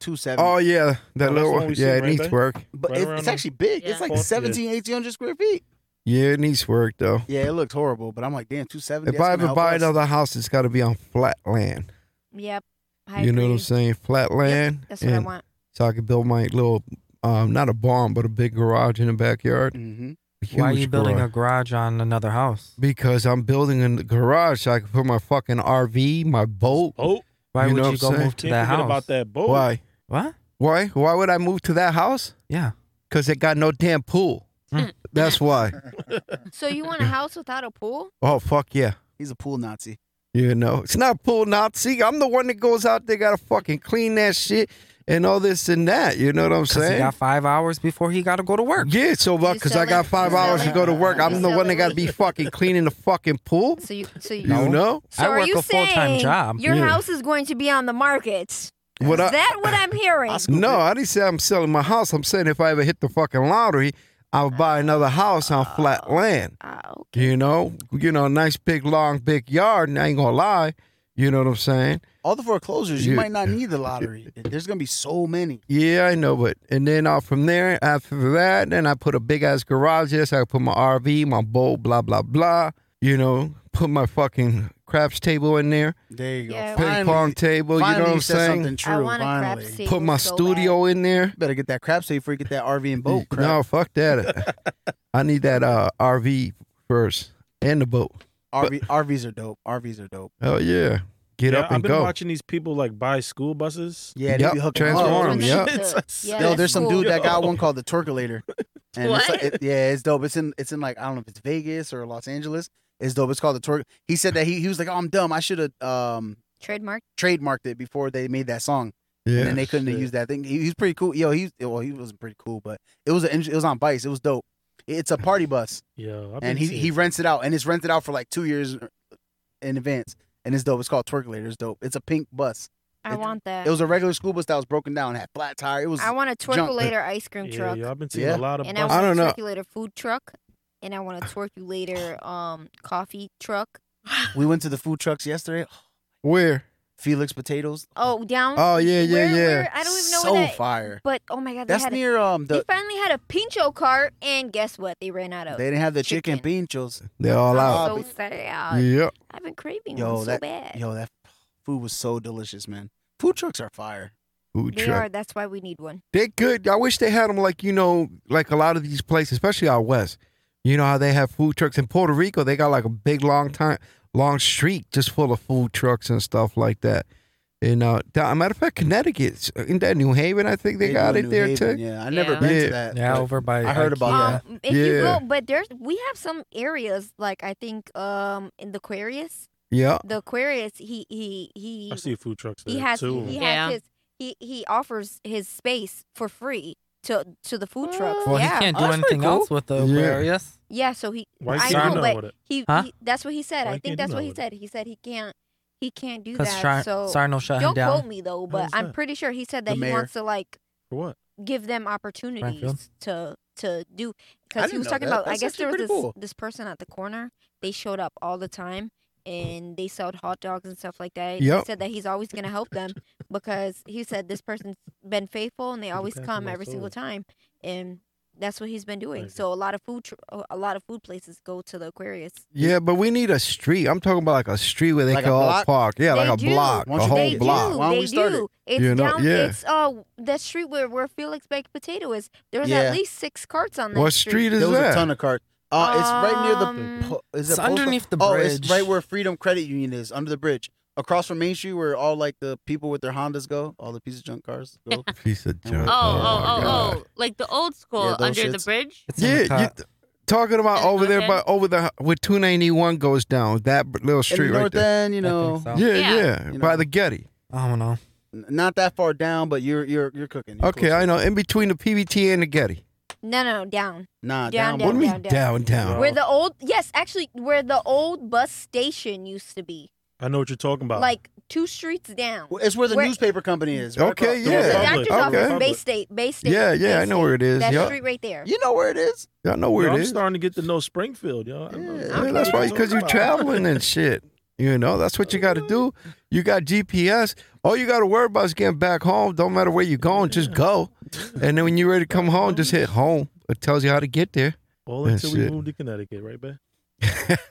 [SPEAKER 6] 270.
[SPEAKER 4] Oh yeah, that
[SPEAKER 5] Oh, that's the
[SPEAKER 4] little
[SPEAKER 5] one
[SPEAKER 4] one. Yeah,
[SPEAKER 5] we seen
[SPEAKER 4] it
[SPEAKER 5] right
[SPEAKER 4] needs
[SPEAKER 5] there?
[SPEAKER 4] work.
[SPEAKER 6] but
[SPEAKER 5] right
[SPEAKER 6] it's,
[SPEAKER 5] around
[SPEAKER 6] it's
[SPEAKER 5] there.
[SPEAKER 6] actually big.
[SPEAKER 7] Yeah.
[SPEAKER 6] It's like
[SPEAKER 5] Well, yeah.
[SPEAKER 6] 17, 1800 square feet.
[SPEAKER 4] Yeah, it needs work though.
[SPEAKER 6] Yeah, it looked horrible, but I'm like, damn, 270.
[SPEAKER 4] If
[SPEAKER 6] that's
[SPEAKER 4] I
[SPEAKER 6] gonna
[SPEAKER 4] ever
[SPEAKER 6] help
[SPEAKER 4] buy
[SPEAKER 6] us.
[SPEAKER 4] another house, it's got to be on flat land.
[SPEAKER 1] Yep. I
[SPEAKER 4] you know what
[SPEAKER 1] agree.
[SPEAKER 4] I'm saying? Flat land.
[SPEAKER 1] That's what I
[SPEAKER 4] and
[SPEAKER 1] want.
[SPEAKER 4] So I could build my little, um, not a barn, but a big garage in the backyard.
[SPEAKER 6] Mhm.
[SPEAKER 4] Huge
[SPEAKER 2] Why are you building
[SPEAKER 4] garage.
[SPEAKER 2] a garage on another house?
[SPEAKER 4] Because I'm building a garage so I can put my fucking RV, my boat.
[SPEAKER 5] Oh,
[SPEAKER 2] Why
[SPEAKER 4] You know
[SPEAKER 2] would
[SPEAKER 4] what
[SPEAKER 2] you
[SPEAKER 4] I'm
[SPEAKER 2] go
[SPEAKER 4] saying?
[SPEAKER 2] move to
[SPEAKER 5] can't
[SPEAKER 2] that
[SPEAKER 5] forget
[SPEAKER 2] house?
[SPEAKER 5] about that boat.
[SPEAKER 4] Why?
[SPEAKER 2] What?
[SPEAKER 4] Why? Why would I move to that house?
[SPEAKER 2] Yeah.
[SPEAKER 4] Because it got no damn pool.
[SPEAKER 2] Mm.
[SPEAKER 4] That's why.
[SPEAKER 1] So you want a house without a pool?
[SPEAKER 4] Oh fuck yeah.
[SPEAKER 6] He's a pool Nazi.
[SPEAKER 4] You know, it's not pool Nazi. I'm the one that goes out there, gotta fucking clean that shit and all this and that. You know what I'm
[SPEAKER 2] 'Cause
[SPEAKER 4] saying?
[SPEAKER 2] he got five hours before he got to go to work.
[SPEAKER 4] Yeah, so
[SPEAKER 1] You
[SPEAKER 4] because I
[SPEAKER 1] sell
[SPEAKER 4] got
[SPEAKER 1] it-
[SPEAKER 4] five
[SPEAKER 1] you sell
[SPEAKER 4] hours to
[SPEAKER 6] it-
[SPEAKER 4] go to work,
[SPEAKER 6] you
[SPEAKER 4] I'm the
[SPEAKER 1] sell
[SPEAKER 4] one
[SPEAKER 1] it
[SPEAKER 4] that got to be fucking cleaning the fucking pool.
[SPEAKER 1] So you, so you,
[SPEAKER 4] You know
[SPEAKER 1] so
[SPEAKER 2] I
[SPEAKER 1] are
[SPEAKER 2] work
[SPEAKER 1] you
[SPEAKER 2] a full-time
[SPEAKER 1] saying
[SPEAKER 2] job.
[SPEAKER 1] Your
[SPEAKER 4] Yeah.
[SPEAKER 1] house is going to be on the market.
[SPEAKER 4] what?
[SPEAKER 1] is
[SPEAKER 4] I,
[SPEAKER 1] that what I'm hearing?
[SPEAKER 6] I scoop
[SPEAKER 4] no,
[SPEAKER 6] it.
[SPEAKER 4] I didn't say I'm selling my house. I'm saying if I ever hit the fucking lottery, I'll buy another house on flat land.
[SPEAKER 1] Oh,
[SPEAKER 4] You know, you know, a nice big long big yard. And I ain't gonna lie. You know what I'm saying?
[SPEAKER 6] all the foreclosures. You
[SPEAKER 4] Yeah.
[SPEAKER 6] might not need the lottery. There's gonna be so many.
[SPEAKER 4] Yeah, I know, but and then uh, from there after that, then I put a big ass garage there, so I put my RV, my boat, blah blah blah. You know, put my fucking craps table in there,
[SPEAKER 6] There you go.
[SPEAKER 1] Yeah.
[SPEAKER 4] ping
[SPEAKER 6] Finally-
[SPEAKER 4] pong table.
[SPEAKER 6] finally
[SPEAKER 4] you know what I'm
[SPEAKER 6] said
[SPEAKER 4] saying?
[SPEAKER 6] Something true.
[SPEAKER 1] I want a crab
[SPEAKER 6] finally.
[SPEAKER 1] seat.
[SPEAKER 4] put my studio in there.
[SPEAKER 6] Better get that crap safe before you get that RV and boat. Crap.
[SPEAKER 4] No, fuck that. I need that uh, RV first and the boat.
[SPEAKER 6] RV, RVs are dope. RVs are dope.
[SPEAKER 4] Oh yeah, get
[SPEAKER 5] Yeah,
[SPEAKER 4] up
[SPEAKER 5] I've
[SPEAKER 4] and
[SPEAKER 5] been
[SPEAKER 4] go.
[SPEAKER 5] watching these people like buy school buses.
[SPEAKER 6] Yeah, they
[SPEAKER 4] Yep,
[SPEAKER 6] be hooking 'em
[SPEAKER 4] transform.
[SPEAKER 6] up.
[SPEAKER 4] Transforms, yeah.
[SPEAKER 1] Yeah,
[SPEAKER 6] Yo,
[SPEAKER 1] that's
[SPEAKER 6] there's some
[SPEAKER 1] cool.
[SPEAKER 6] dude that got one called the Turkulator. And It's
[SPEAKER 7] What?
[SPEAKER 6] like, it- yeah, it's dope. It's in it's in like I don't know if it's Vegas or Los Angeles. It's dope. It's called the Turk. He said that he he was like, oh, I'm dumb. I should have um
[SPEAKER 1] Trademark.
[SPEAKER 6] trademarked it before they made that song. and
[SPEAKER 4] Yeah,
[SPEAKER 6] then they couldn't have
[SPEAKER 5] Shit.
[SPEAKER 6] used that thing. He, he's pretty cool. Yo, he's well, he wasn't pretty cool, but it was a, it was on bikes. It was dope. It's a party bus,
[SPEAKER 5] Yeah,
[SPEAKER 6] and he he rents it out, and it's rented out for like two years in advance, and it's dope. It's called Twerkulator. It's dope. It's a pink bus.
[SPEAKER 1] I
[SPEAKER 6] It-
[SPEAKER 1] want that.
[SPEAKER 6] It was a regular school bus that was broken down, had flat tire. It was
[SPEAKER 1] I want a
[SPEAKER 6] junk.
[SPEAKER 1] twerkulator ice cream
[SPEAKER 5] yeah,
[SPEAKER 1] truck,
[SPEAKER 5] yeah, I've been seeing
[SPEAKER 6] Yeah.
[SPEAKER 5] a lot of
[SPEAKER 1] and I
[SPEAKER 5] buses.
[SPEAKER 1] want
[SPEAKER 4] don't know.
[SPEAKER 1] a twerkulator food truck, and I want a twerkulator um coffee truck.
[SPEAKER 6] we went to the food trucks yesterday.
[SPEAKER 4] where?
[SPEAKER 6] Felix Potatoes,
[SPEAKER 1] Oh, down.
[SPEAKER 4] Oh yeah, yeah,
[SPEAKER 1] where-
[SPEAKER 4] yeah.
[SPEAKER 1] where- I don't even know
[SPEAKER 6] so
[SPEAKER 1] where that.
[SPEAKER 6] fire.
[SPEAKER 1] But oh my god, they
[SPEAKER 6] That's
[SPEAKER 1] had. a-
[SPEAKER 6] near um
[SPEAKER 1] they
[SPEAKER 6] the
[SPEAKER 1] finally had a pincho cart, and guess what? They ran out of.
[SPEAKER 6] they didn't have the chicken,
[SPEAKER 1] chicken.
[SPEAKER 6] pinchos.
[SPEAKER 4] They're all out.
[SPEAKER 1] I'm so sad.
[SPEAKER 4] yeah,
[SPEAKER 1] I've been craving
[SPEAKER 6] Yo,
[SPEAKER 1] them so
[SPEAKER 6] that-
[SPEAKER 1] bad.
[SPEAKER 6] Yo, that food was so delicious, man. Food trucks are fire.
[SPEAKER 4] food
[SPEAKER 1] they
[SPEAKER 4] truck.
[SPEAKER 1] are. That's why we need one.
[SPEAKER 4] They good. I wish they had them like you know, like a lot of these places, especially out west. You know how they have food trucks in Puerto Rico. They got like a big long time, long street just full of food trucks and stuff like that. And uh, down, matter of fact, Connecticut, in that New Haven, I think they, got
[SPEAKER 6] do
[SPEAKER 4] it
[SPEAKER 6] New
[SPEAKER 4] there
[SPEAKER 6] Haven,
[SPEAKER 4] too.
[SPEAKER 6] Yeah, I never
[SPEAKER 7] Yeah.
[SPEAKER 6] been
[SPEAKER 4] Yeah.
[SPEAKER 6] to that.
[SPEAKER 2] Yeah,
[SPEAKER 6] but
[SPEAKER 2] over by.
[SPEAKER 6] I heard about
[SPEAKER 2] IKEA.
[SPEAKER 6] that.
[SPEAKER 1] Um, if you
[SPEAKER 4] Yeah.
[SPEAKER 1] go, but there's we have some areas like I think um in the Aquarius,
[SPEAKER 4] Yeah,
[SPEAKER 1] the Aquarius he he he
[SPEAKER 5] I see food trucks there
[SPEAKER 1] he has
[SPEAKER 5] too.
[SPEAKER 1] he has
[SPEAKER 7] Yeah.
[SPEAKER 1] his he he offers his space for free to to the food trucks.
[SPEAKER 2] Well,
[SPEAKER 1] yeah,
[SPEAKER 2] he can't
[SPEAKER 6] Oh,
[SPEAKER 2] do
[SPEAKER 6] that's pretty
[SPEAKER 2] anything
[SPEAKER 6] cool.
[SPEAKER 2] else with the
[SPEAKER 4] Yeah.
[SPEAKER 2] Aquarius.
[SPEAKER 1] yeah. So he
[SPEAKER 5] Why
[SPEAKER 1] I
[SPEAKER 5] can't you
[SPEAKER 1] know,
[SPEAKER 5] know
[SPEAKER 1] but
[SPEAKER 5] about it?
[SPEAKER 1] he,
[SPEAKER 2] Huh?
[SPEAKER 1] he that's what he said.
[SPEAKER 5] Why
[SPEAKER 1] I
[SPEAKER 5] can't
[SPEAKER 1] think that's
[SPEAKER 5] you
[SPEAKER 1] what
[SPEAKER 5] know
[SPEAKER 1] he
[SPEAKER 5] about
[SPEAKER 1] said. He said he can't he can't do
[SPEAKER 2] Because
[SPEAKER 1] that. so
[SPEAKER 2] Sarno shut him
[SPEAKER 1] don't quote
[SPEAKER 2] down.
[SPEAKER 1] me though,
[SPEAKER 5] is
[SPEAKER 1] but I'm
[SPEAKER 5] that?
[SPEAKER 1] pretty sure he said that he
[SPEAKER 6] mayor.
[SPEAKER 1] wants to like
[SPEAKER 5] For what?
[SPEAKER 1] give them opportunities to to do because
[SPEAKER 6] didn't
[SPEAKER 1] he was
[SPEAKER 6] know
[SPEAKER 1] talking
[SPEAKER 6] that.
[SPEAKER 1] about I
[SPEAKER 6] That's
[SPEAKER 1] guess
[SPEAKER 6] actually
[SPEAKER 1] there was
[SPEAKER 6] pretty
[SPEAKER 1] this
[SPEAKER 6] cool.
[SPEAKER 1] this person at the corner. They showed up all the time and they sold hot dogs and stuff like that. He
[SPEAKER 4] Yep.
[SPEAKER 1] said that he's always gonna help them because he said this person's been faithful and they always
[SPEAKER 5] back of
[SPEAKER 1] come
[SPEAKER 5] my
[SPEAKER 1] every single
[SPEAKER 5] soul.
[SPEAKER 1] time and that's what he's been doing.
[SPEAKER 5] Right.
[SPEAKER 1] So a lot of food tr- a lot of food places go to the Aquarius.
[SPEAKER 4] yeah, but we need a street. I'm talking about like a street where they
[SPEAKER 6] Like
[SPEAKER 4] can
[SPEAKER 6] a
[SPEAKER 4] all
[SPEAKER 6] block?
[SPEAKER 4] park. Yeah,
[SPEAKER 1] They
[SPEAKER 4] like a
[SPEAKER 1] do.
[SPEAKER 4] block,
[SPEAKER 6] Why
[SPEAKER 4] a
[SPEAKER 6] don't you
[SPEAKER 4] whole
[SPEAKER 1] they
[SPEAKER 4] block.
[SPEAKER 1] do.
[SPEAKER 6] Why don't
[SPEAKER 1] they
[SPEAKER 6] we start
[SPEAKER 1] do. It's
[SPEAKER 4] You know,
[SPEAKER 1] down.
[SPEAKER 4] yeah.
[SPEAKER 1] It's uh that street where where Felix Baked Potato is. There's
[SPEAKER 6] Yeah.
[SPEAKER 1] at least six carts on that
[SPEAKER 4] What
[SPEAKER 1] street.
[SPEAKER 4] street
[SPEAKER 6] there
[SPEAKER 4] is
[SPEAKER 6] was a
[SPEAKER 4] that?
[SPEAKER 6] ton of cart. Uh, it's right near
[SPEAKER 1] Um,
[SPEAKER 6] the. po- Is it
[SPEAKER 2] It's
[SPEAKER 6] post-
[SPEAKER 2] underneath the
[SPEAKER 6] Oh, it's
[SPEAKER 2] bridge.
[SPEAKER 6] right where Freedom Credit Union is, under the bridge, across from Main Street, where all like the people with their Hondas go, all the piece of junk cars go.
[SPEAKER 4] Piece of
[SPEAKER 7] Oh,
[SPEAKER 4] junk.
[SPEAKER 6] Oh,
[SPEAKER 4] my
[SPEAKER 7] oh,
[SPEAKER 4] God.
[SPEAKER 7] oh, oh. Like the old school
[SPEAKER 6] Yeah, those
[SPEAKER 7] under the
[SPEAKER 6] shits.
[SPEAKER 7] bridge?
[SPEAKER 2] It's in the
[SPEAKER 4] Yeah, you
[SPEAKER 2] cut.
[SPEAKER 4] th- talking about
[SPEAKER 7] In the
[SPEAKER 4] over there,
[SPEAKER 7] north
[SPEAKER 4] but over the where 291 goes down that b- little
[SPEAKER 6] In the
[SPEAKER 4] street right
[SPEAKER 6] north
[SPEAKER 4] there.
[SPEAKER 6] end, you know,
[SPEAKER 2] I think so.
[SPEAKER 4] Yeah, yeah,
[SPEAKER 7] Yeah.
[SPEAKER 6] You
[SPEAKER 4] by
[SPEAKER 6] know.
[SPEAKER 4] the Getty.
[SPEAKER 2] I don't know.
[SPEAKER 6] n- not that far down, but you're you're you're cooking. You're
[SPEAKER 4] Okay,
[SPEAKER 6] close.
[SPEAKER 4] I know. In between the PVT and the Getty.
[SPEAKER 1] No, no, down.
[SPEAKER 6] nah,
[SPEAKER 1] Down,
[SPEAKER 6] down.
[SPEAKER 1] down,
[SPEAKER 4] what do you
[SPEAKER 6] below.
[SPEAKER 4] mean down, down?
[SPEAKER 1] Where the old yes, actually where the old bus station used to be.
[SPEAKER 5] I know what you're talking about.
[SPEAKER 1] Like two streets down.
[SPEAKER 6] Well, It's where the
[SPEAKER 1] Where-
[SPEAKER 6] newspaper company is. right
[SPEAKER 4] Okay,
[SPEAKER 6] across-
[SPEAKER 1] The
[SPEAKER 4] yeah.
[SPEAKER 1] doctor's
[SPEAKER 5] Public.
[SPEAKER 1] office,
[SPEAKER 4] Okay.
[SPEAKER 1] Bay State, Bay State.
[SPEAKER 4] Yeah, yeah,
[SPEAKER 1] Bay
[SPEAKER 4] I know
[SPEAKER 1] State.
[SPEAKER 4] where it is,
[SPEAKER 1] That
[SPEAKER 4] yeah.
[SPEAKER 1] street right there.
[SPEAKER 6] You know where it is?
[SPEAKER 4] Y'all know where
[SPEAKER 5] Yo,
[SPEAKER 4] it
[SPEAKER 5] I'm
[SPEAKER 4] is.
[SPEAKER 5] starting to get to know Springfield, yo. I know-
[SPEAKER 6] Yeah,
[SPEAKER 4] Yeah, that's why, because you're traveling and shit. You know, that's what you got to do. You got GPS. All you got to worry about is getting back home. Don't matter where you're going, just go. And then when you're ready to come home, just hit home. It tells you how to get there.
[SPEAKER 5] All
[SPEAKER 4] and
[SPEAKER 5] until we
[SPEAKER 4] shit.
[SPEAKER 5] moved to Connecticut, right, babe?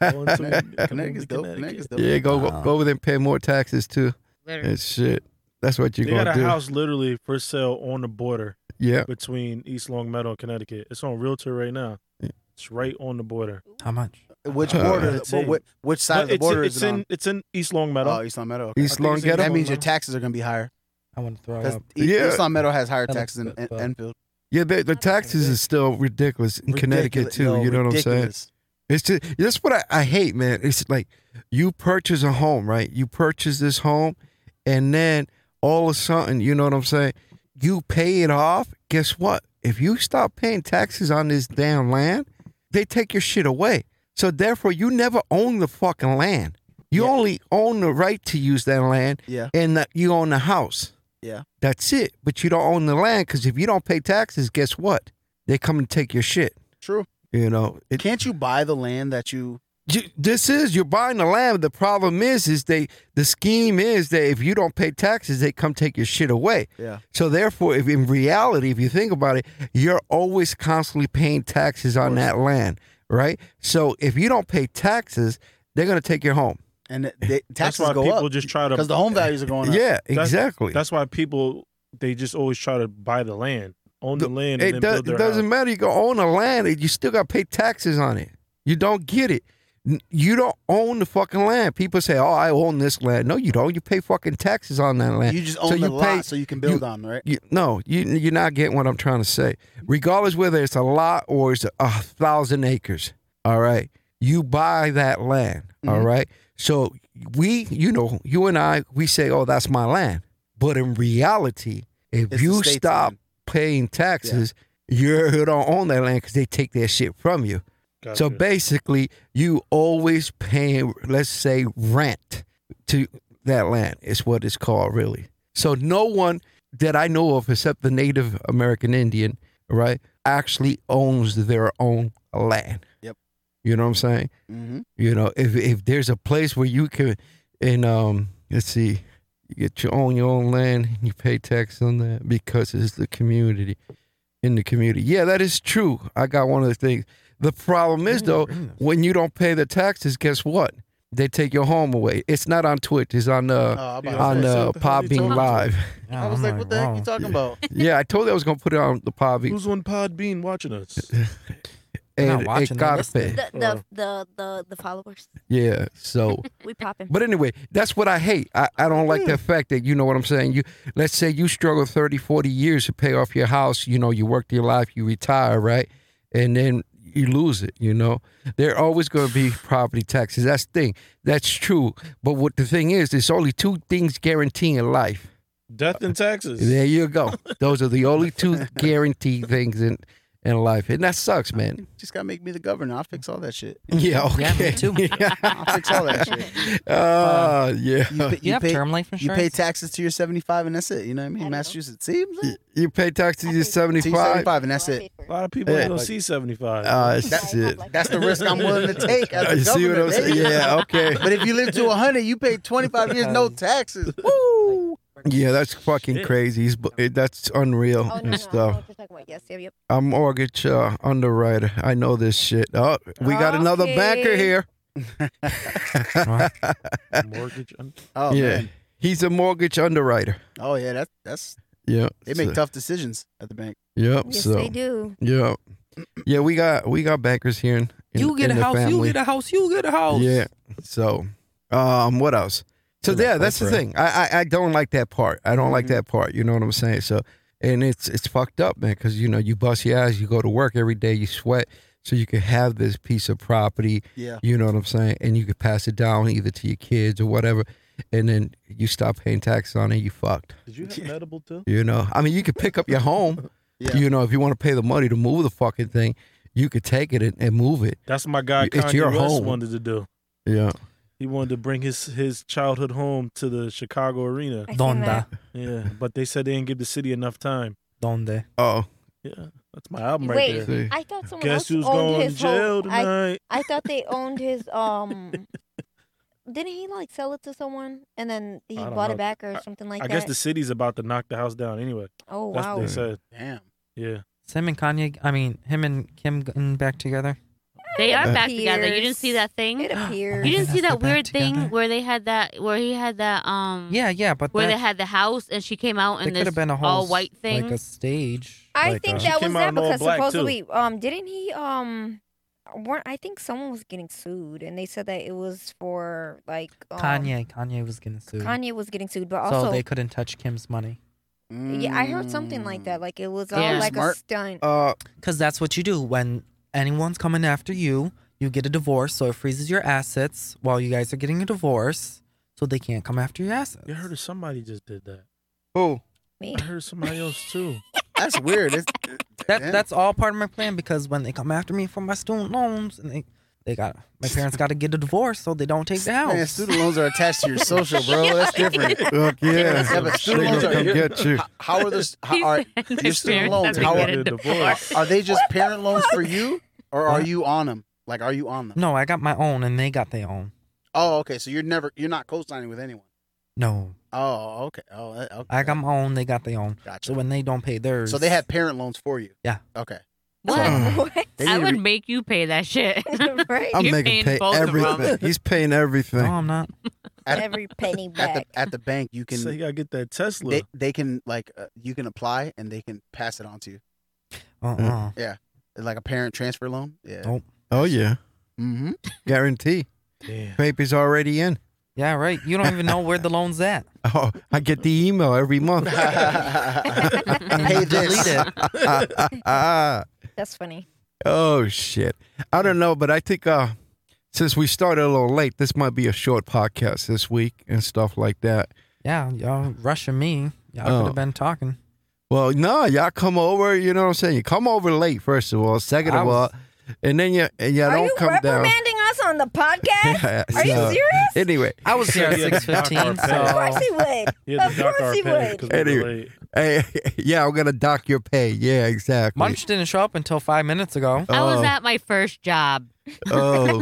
[SPEAKER 5] All until we moved to
[SPEAKER 6] Connecticut's dope. Connecticut's dope.
[SPEAKER 4] Yeah, go go, go over there and pay more taxes too.
[SPEAKER 3] Literally.
[SPEAKER 4] And shit. That's what you're
[SPEAKER 5] They got
[SPEAKER 4] going
[SPEAKER 5] a
[SPEAKER 4] to do.
[SPEAKER 5] house literally for sale on the border
[SPEAKER 4] Yeah.
[SPEAKER 5] between East Long Meadow and Connecticut. It's on Realtor right now.
[SPEAKER 4] Yeah.
[SPEAKER 5] It's right on the border.
[SPEAKER 2] How much?
[SPEAKER 6] Which
[SPEAKER 4] Uh,
[SPEAKER 6] border?
[SPEAKER 5] that's
[SPEAKER 6] Well,
[SPEAKER 5] it.
[SPEAKER 6] which, which side
[SPEAKER 5] But
[SPEAKER 6] of the
[SPEAKER 5] it's
[SPEAKER 6] border
[SPEAKER 5] in,
[SPEAKER 6] is
[SPEAKER 5] it's
[SPEAKER 6] it
[SPEAKER 5] in
[SPEAKER 6] on?
[SPEAKER 5] it's in East Long
[SPEAKER 6] Oh,
[SPEAKER 5] Meadow.
[SPEAKER 6] East Long Meadow. okay.
[SPEAKER 4] East
[SPEAKER 5] I think
[SPEAKER 4] Long
[SPEAKER 5] it's in
[SPEAKER 4] Ghetto.
[SPEAKER 6] That means your
[SPEAKER 5] Meadow. Oh,
[SPEAKER 6] taxes are gonna be higher.
[SPEAKER 2] I want to throw
[SPEAKER 6] Because
[SPEAKER 2] up.
[SPEAKER 4] Yeah.
[SPEAKER 6] East Long Meadow has higher
[SPEAKER 2] That
[SPEAKER 6] taxes than
[SPEAKER 2] looks
[SPEAKER 6] En-
[SPEAKER 2] good, but-
[SPEAKER 6] Enfield.
[SPEAKER 4] Yeah, they, the taxes is still ridiculous in Connecticut
[SPEAKER 6] Ridiculous-
[SPEAKER 4] too.
[SPEAKER 6] yo,
[SPEAKER 4] you know what I'm saying?
[SPEAKER 6] ridiculous.
[SPEAKER 4] It's just that's what I, I hate, man. It's like you purchase a home, right? You purchase this home, and then all of a sudden, you know what I'm saying? You pay it off. Guess what? If you stop paying taxes on this damn land, they take your shit away. So therefore, you never own the fucking land. You
[SPEAKER 6] Yeah.
[SPEAKER 4] only own the right to use that land,
[SPEAKER 6] Yeah.
[SPEAKER 4] and that you own the house.
[SPEAKER 6] Yeah.
[SPEAKER 4] that's it. But you don't own the land because if you don't pay taxes, guess what? They come and take your shit.
[SPEAKER 6] True.
[SPEAKER 4] You know, it,
[SPEAKER 6] Can't you buy the land that you?
[SPEAKER 4] you, this is you're buying the land. The problem is, is they the scheme is that if you don't pay taxes, they come take your shit away.
[SPEAKER 6] Yeah.
[SPEAKER 4] So therefore, if in reality, if you think about it, you're always constantly paying taxes on that land, right? So if you don't pay taxes, they're gonna take your home.
[SPEAKER 6] And they,
[SPEAKER 5] That's
[SPEAKER 6] taxes
[SPEAKER 5] why
[SPEAKER 6] go
[SPEAKER 5] people
[SPEAKER 6] up
[SPEAKER 5] just try to
[SPEAKER 6] because the home values are going up.
[SPEAKER 4] Yeah,
[SPEAKER 5] That's-
[SPEAKER 4] exactly.
[SPEAKER 5] That's why people they just always try to buy the land, own the,
[SPEAKER 4] The-
[SPEAKER 5] land, and
[SPEAKER 4] it,
[SPEAKER 5] then
[SPEAKER 4] does,
[SPEAKER 5] build their
[SPEAKER 4] it doesn't
[SPEAKER 5] house.
[SPEAKER 4] matter. You can own the land, and you still got to pay taxes on it. You don't get it. N- You don't own the fucking land. People say, "Oh, I own this land." No, you don't. You pay fucking taxes on that land.
[SPEAKER 6] You just
[SPEAKER 4] So
[SPEAKER 6] own the
[SPEAKER 4] you
[SPEAKER 6] lot,
[SPEAKER 4] pay-
[SPEAKER 6] so you can build on right.
[SPEAKER 4] You, no, you you're not getting what I'm trying to say. Regardless whether it's a lot or it's a thousand acres, all right. You buy that land, all
[SPEAKER 6] Mhm.
[SPEAKER 4] right. So we, you know, you and I, we say, "Oh, that's my land," but in reality, if
[SPEAKER 6] It's the
[SPEAKER 4] you
[SPEAKER 6] state's
[SPEAKER 4] stop
[SPEAKER 6] land.
[SPEAKER 4] paying taxes, you're you don't own that land because they take their shit from you.
[SPEAKER 5] Gotcha.
[SPEAKER 4] So basically, you always paying, let's say, rent to that land is what it's called, really. So no one that I know of, except the Native American Indian, right, actually owns their own land.
[SPEAKER 6] Yep.
[SPEAKER 4] You know what I'm saying?
[SPEAKER 6] hmm
[SPEAKER 4] You know, if if there's a place where you can, and um, let's see, you get your own your own land and you pay tax on that because it's the community, in the community. Yeah, that is true. I got one of the things. The problem
[SPEAKER 2] Mm.
[SPEAKER 4] is though, when you don't pay the taxes, guess what? They take your home away. It's not on Twitch. It's on
[SPEAKER 6] Oh,
[SPEAKER 4] uh on uh, Podbean Live.
[SPEAKER 2] Yeah,
[SPEAKER 6] I was
[SPEAKER 2] I'm
[SPEAKER 6] like, what the heck you
[SPEAKER 2] wow.
[SPEAKER 6] talking about?
[SPEAKER 4] yeah, I told you I was gonna put it on the Podbean.
[SPEAKER 5] Who's on Podbean watching us?
[SPEAKER 4] El
[SPEAKER 2] not watching, they're listening.
[SPEAKER 4] Ecarpe.
[SPEAKER 1] The
[SPEAKER 5] Wow.
[SPEAKER 1] the the the, the followers.
[SPEAKER 4] Yeah. So,
[SPEAKER 1] We popping.
[SPEAKER 4] but anyway, that's what I hate. I, I don't like
[SPEAKER 2] Mm.
[SPEAKER 4] the fact that, you know what I'm saying? You Let's say you struggle 30, 40 years to pay off your house. You know, you worked your life, you retire, right? And then you lose it, you know? There are always going to be property taxes. That's the thing. That's true. But what the thing is, there's only two things guaranteeing in life.
[SPEAKER 5] Death and taxes.
[SPEAKER 4] There you go. Those are the only two guaranteed things in, in life. And that sucks, man.
[SPEAKER 6] Just gotta make me the governor. I'll fix all that shit.
[SPEAKER 4] Yeah, okay.
[SPEAKER 2] Yeah, me too.
[SPEAKER 6] I'll fix all that shit.
[SPEAKER 4] Uh, yeah.
[SPEAKER 6] You, pay-
[SPEAKER 2] You have
[SPEAKER 6] pay,
[SPEAKER 2] term life
[SPEAKER 6] you pay
[SPEAKER 2] insurance.
[SPEAKER 6] taxes to your 75 and that's it. You know what I mean?
[SPEAKER 1] I know.
[SPEAKER 6] Massachusetts. See?
[SPEAKER 2] Uh,
[SPEAKER 4] You- You pay taxes to
[SPEAKER 6] To your
[SPEAKER 4] 75.
[SPEAKER 6] 75 and that's it.
[SPEAKER 5] a lot of people
[SPEAKER 4] Yeah.
[SPEAKER 5] ain't gonna see seventy five.
[SPEAKER 4] Ah, shit.
[SPEAKER 6] That's the risk I'm willing to take as a
[SPEAKER 4] You see what
[SPEAKER 6] governor,
[SPEAKER 4] I'm saying?
[SPEAKER 6] baby.
[SPEAKER 4] Yeah, okay.
[SPEAKER 6] But if you live to 100, you pay 25 years no taxes. Woo!
[SPEAKER 4] Yeah, that's fucking
[SPEAKER 5] Shit.
[SPEAKER 4] crazy. It's, bu- it- that's unreal
[SPEAKER 1] Oh, no, no,
[SPEAKER 4] and
[SPEAKER 1] I know
[SPEAKER 4] stuff.
[SPEAKER 1] what you're talking about. Yes, yep, yep.
[SPEAKER 4] I'm mortgage uh, underwriter. I know this shit. Oh, we got another banker
[SPEAKER 1] Okay.
[SPEAKER 4] here.
[SPEAKER 5] Mortgage. um, un-
[SPEAKER 6] Oh,
[SPEAKER 4] yeah,
[SPEAKER 6] man.
[SPEAKER 4] he's a mortgage underwriter.
[SPEAKER 6] Oh, yeah. That's, that's,
[SPEAKER 4] Yeah,
[SPEAKER 6] they make
[SPEAKER 4] so-
[SPEAKER 6] tough decisions at the bank.
[SPEAKER 4] Yep.
[SPEAKER 1] Yes,
[SPEAKER 4] so
[SPEAKER 1] they do.
[SPEAKER 4] yeah, yeah, we got we got bankers here. In, in-
[SPEAKER 2] You get
[SPEAKER 4] in
[SPEAKER 2] a
[SPEAKER 4] the
[SPEAKER 2] house.
[SPEAKER 4] family.
[SPEAKER 2] You get a house. You get a house.
[SPEAKER 4] Yeah. So, um, what else? So
[SPEAKER 2] To that
[SPEAKER 4] yeah, that's the
[SPEAKER 2] Oprah.
[SPEAKER 4] thing. I, I I don't like that part. I don't like
[SPEAKER 6] Mhm.
[SPEAKER 4] that part. You know what I'm saying? So, and it's it's fucked up, man. Because you know you bust your ass, you go to work every day, you sweat, so you can have this piece of property.
[SPEAKER 6] Yeah.
[SPEAKER 4] You know what I'm saying? And you can pass it down either to your kids or whatever. And then you stop paying taxes on it, you fucked.
[SPEAKER 5] Did you have an edible too?
[SPEAKER 4] You know, I mean, you could pick up your home.
[SPEAKER 6] Yeah.
[SPEAKER 4] You know, if you want to pay the money to move the fucking thing, you could take it and, and move it.
[SPEAKER 5] That's what my guy
[SPEAKER 4] It's
[SPEAKER 5] Kanye
[SPEAKER 4] your
[SPEAKER 5] West
[SPEAKER 4] home.
[SPEAKER 5] wanted to do.
[SPEAKER 4] Yeah.
[SPEAKER 5] He wanted to bring his his childhood home to the Chicago arena.
[SPEAKER 1] I seen
[SPEAKER 2] Donda.
[SPEAKER 1] that.
[SPEAKER 5] Yeah, but they said they didn't give the city enough time.
[SPEAKER 2] Donde.
[SPEAKER 4] Oh,
[SPEAKER 5] Yeah, that's my album right
[SPEAKER 1] Wait.
[SPEAKER 5] there.
[SPEAKER 4] see.
[SPEAKER 1] I thought someone
[SPEAKER 5] Guess
[SPEAKER 1] else
[SPEAKER 5] who's
[SPEAKER 1] owned
[SPEAKER 5] going to
[SPEAKER 1] his whole-
[SPEAKER 5] jail
[SPEAKER 1] I,
[SPEAKER 5] tonight?
[SPEAKER 1] I thought they owned his um. Didn't he like sell it to someone and then he
[SPEAKER 5] I don't
[SPEAKER 1] bought
[SPEAKER 5] know.
[SPEAKER 1] it back or something like
[SPEAKER 5] I
[SPEAKER 1] that?
[SPEAKER 5] guess the city's about to knock the house down anyway.
[SPEAKER 1] oh
[SPEAKER 5] That's
[SPEAKER 1] wow!
[SPEAKER 5] what they said.
[SPEAKER 6] Damn.
[SPEAKER 5] Yeah.
[SPEAKER 2] It's him and Kanye. I mean, him and Kim getting back together.
[SPEAKER 3] They are
[SPEAKER 1] It
[SPEAKER 3] back together. You didn't see
[SPEAKER 1] appears-
[SPEAKER 3] that thing.
[SPEAKER 1] It appears.
[SPEAKER 3] You didn't
[SPEAKER 2] Yeah,
[SPEAKER 3] see
[SPEAKER 2] they're
[SPEAKER 3] that
[SPEAKER 2] back
[SPEAKER 3] weird thing
[SPEAKER 2] together.
[SPEAKER 3] where they had that where he had that um
[SPEAKER 7] Mm-hmm.
[SPEAKER 2] Yeah, yeah, but
[SPEAKER 3] where
[SPEAKER 2] that,
[SPEAKER 3] they had the house and she came out
[SPEAKER 2] It
[SPEAKER 3] in
[SPEAKER 2] could
[SPEAKER 3] this
[SPEAKER 2] have been a whole
[SPEAKER 3] all
[SPEAKER 2] s-
[SPEAKER 3] white thing.
[SPEAKER 2] like a stage.
[SPEAKER 1] I
[SPEAKER 2] like uh,
[SPEAKER 1] think
[SPEAKER 2] a-
[SPEAKER 5] She
[SPEAKER 1] that
[SPEAKER 5] came
[SPEAKER 1] was
[SPEAKER 5] out
[SPEAKER 1] that
[SPEAKER 5] in all
[SPEAKER 1] because
[SPEAKER 5] black, too.
[SPEAKER 1] supposedly, um, didn't he, um, weren't, I think someone was getting sued, and they said that it was for like um,
[SPEAKER 2] Kanye. Kanye was gonna sue.
[SPEAKER 1] Kanye was getting sued, but
[SPEAKER 2] so
[SPEAKER 1] also,
[SPEAKER 2] they couldn't touch Kim's money
[SPEAKER 1] yeah, I heard something like
[SPEAKER 6] Mm.
[SPEAKER 1] that. Like it was all
[SPEAKER 3] Yeah.
[SPEAKER 1] like
[SPEAKER 6] Smart.
[SPEAKER 1] a stunt.
[SPEAKER 4] Uh,
[SPEAKER 2] because that's what you do when anyone's coming after you. You get a divorce, so it freezes your assets while you guys are getting a divorce, so they can't come after your assets.
[SPEAKER 5] You heard of somebody just did that.
[SPEAKER 4] oh,
[SPEAKER 1] Me.
[SPEAKER 5] I heard somebody else too.
[SPEAKER 6] That's weird. It's,
[SPEAKER 2] That
[SPEAKER 6] Yeah.
[SPEAKER 2] that's all part of my plan because when they come after me for my student loans and they they got my parents got to get a divorce so they don't take the
[SPEAKER 6] man,
[SPEAKER 2] house.
[SPEAKER 6] student loans are attached to your social, bro. That's different.
[SPEAKER 4] Fuck yeah.
[SPEAKER 6] Yeah, but student
[SPEAKER 4] They
[SPEAKER 6] loans
[SPEAKER 4] gonna
[SPEAKER 6] are-
[SPEAKER 4] come get you.
[SPEAKER 6] How, how are those? How, are, your student loans,
[SPEAKER 5] They
[SPEAKER 6] how
[SPEAKER 5] got
[SPEAKER 6] are-
[SPEAKER 5] a divorce.
[SPEAKER 6] are they just parent loans for you, or are you on them? Like, are you on them?
[SPEAKER 2] No, I got my own and they got their own.
[SPEAKER 6] Oh, okay. So you're never you're not co-signing with anyone.
[SPEAKER 2] No,
[SPEAKER 6] Oh, okay. Oh, that- okay.
[SPEAKER 2] I got my own, they got their own. So
[SPEAKER 6] Gotcha.
[SPEAKER 2] when they don't pay theirs,
[SPEAKER 6] So they had parent loans for you.
[SPEAKER 2] Yeah.
[SPEAKER 6] Okay.
[SPEAKER 3] what?
[SPEAKER 1] what?
[SPEAKER 6] They
[SPEAKER 3] I
[SPEAKER 6] need to
[SPEAKER 3] would
[SPEAKER 6] re-
[SPEAKER 3] make you pay that shit.
[SPEAKER 1] right?
[SPEAKER 4] I'm
[SPEAKER 3] You're paying
[SPEAKER 4] making pay
[SPEAKER 3] both of 'em.
[SPEAKER 4] everything. He's paying everything.
[SPEAKER 2] no,
[SPEAKER 1] Oh.
[SPEAKER 2] I'm not.
[SPEAKER 1] Every penny
[SPEAKER 6] at
[SPEAKER 1] back.
[SPEAKER 6] the at the bank you can
[SPEAKER 5] so you gotta get that Tesla.
[SPEAKER 6] they they can like uh, you can apply and they can pass it on to you
[SPEAKER 2] Uh-uh.
[SPEAKER 6] like a parent transfer loan. Yeah.
[SPEAKER 2] Nope.
[SPEAKER 4] oh yeah,
[SPEAKER 6] Mm-hmm.
[SPEAKER 4] guarantee.
[SPEAKER 5] Damn.
[SPEAKER 4] Paper's already in.
[SPEAKER 2] Yeah, right. You don't even know where the loan's at.
[SPEAKER 4] Oh, I get the email every month.
[SPEAKER 6] Pay
[SPEAKER 2] Delete
[SPEAKER 6] this.
[SPEAKER 2] it.
[SPEAKER 1] That's funny.
[SPEAKER 4] oh shit. I don't know, but I think uh, since we started a little late, this might be a short podcast this week and stuff like that.
[SPEAKER 2] Yeah, y'all rushing me. Y'all
[SPEAKER 4] Oh.
[SPEAKER 2] could have been talking.
[SPEAKER 4] Well, no, y'all come over. You know what I'm saying? You come over late, first of all. Second
[SPEAKER 2] I
[SPEAKER 4] of all,
[SPEAKER 2] was-
[SPEAKER 4] and then you and you
[SPEAKER 1] Are
[SPEAKER 4] don't
[SPEAKER 1] you
[SPEAKER 4] come down. uh,
[SPEAKER 1] reprimanding us on the podcast? Are you
[SPEAKER 4] So,
[SPEAKER 1] serious?
[SPEAKER 4] Anyway,
[SPEAKER 2] I was here at
[SPEAKER 5] Yeah,
[SPEAKER 2] six fifteen.
[SPEAKER 5] Dr.
[SPEAKER 4] uh,
[SPEAKER 1] of course
[SPEAKER 2] So
[SPEAKER 1] he would.
[SPEAKER 5] He had
[SPEAKER 1] Of
[SPEAKER 5] to dock
[SPEAKER 1] course
[SPEAKER 5] our
[SPEAKER 1] he
[SPEAKER 5] pay
[SPEAKER 1] would.
[SPEAKER 5] because we
[SPEAKER 4] Anyway.
[SPEAKER 5] were late.
[SPEAKER 4] Hey, yeah, I'm gonna dock your pay. Yeah, exactly.
[SPEAKER 2] Munch didn't show up until five minutes ago.
[SPEAKER 3] I was
[SPEAKER 4] Oh.
[SPEAKER 3] at my first job.
[SPEAKER 4] Oh,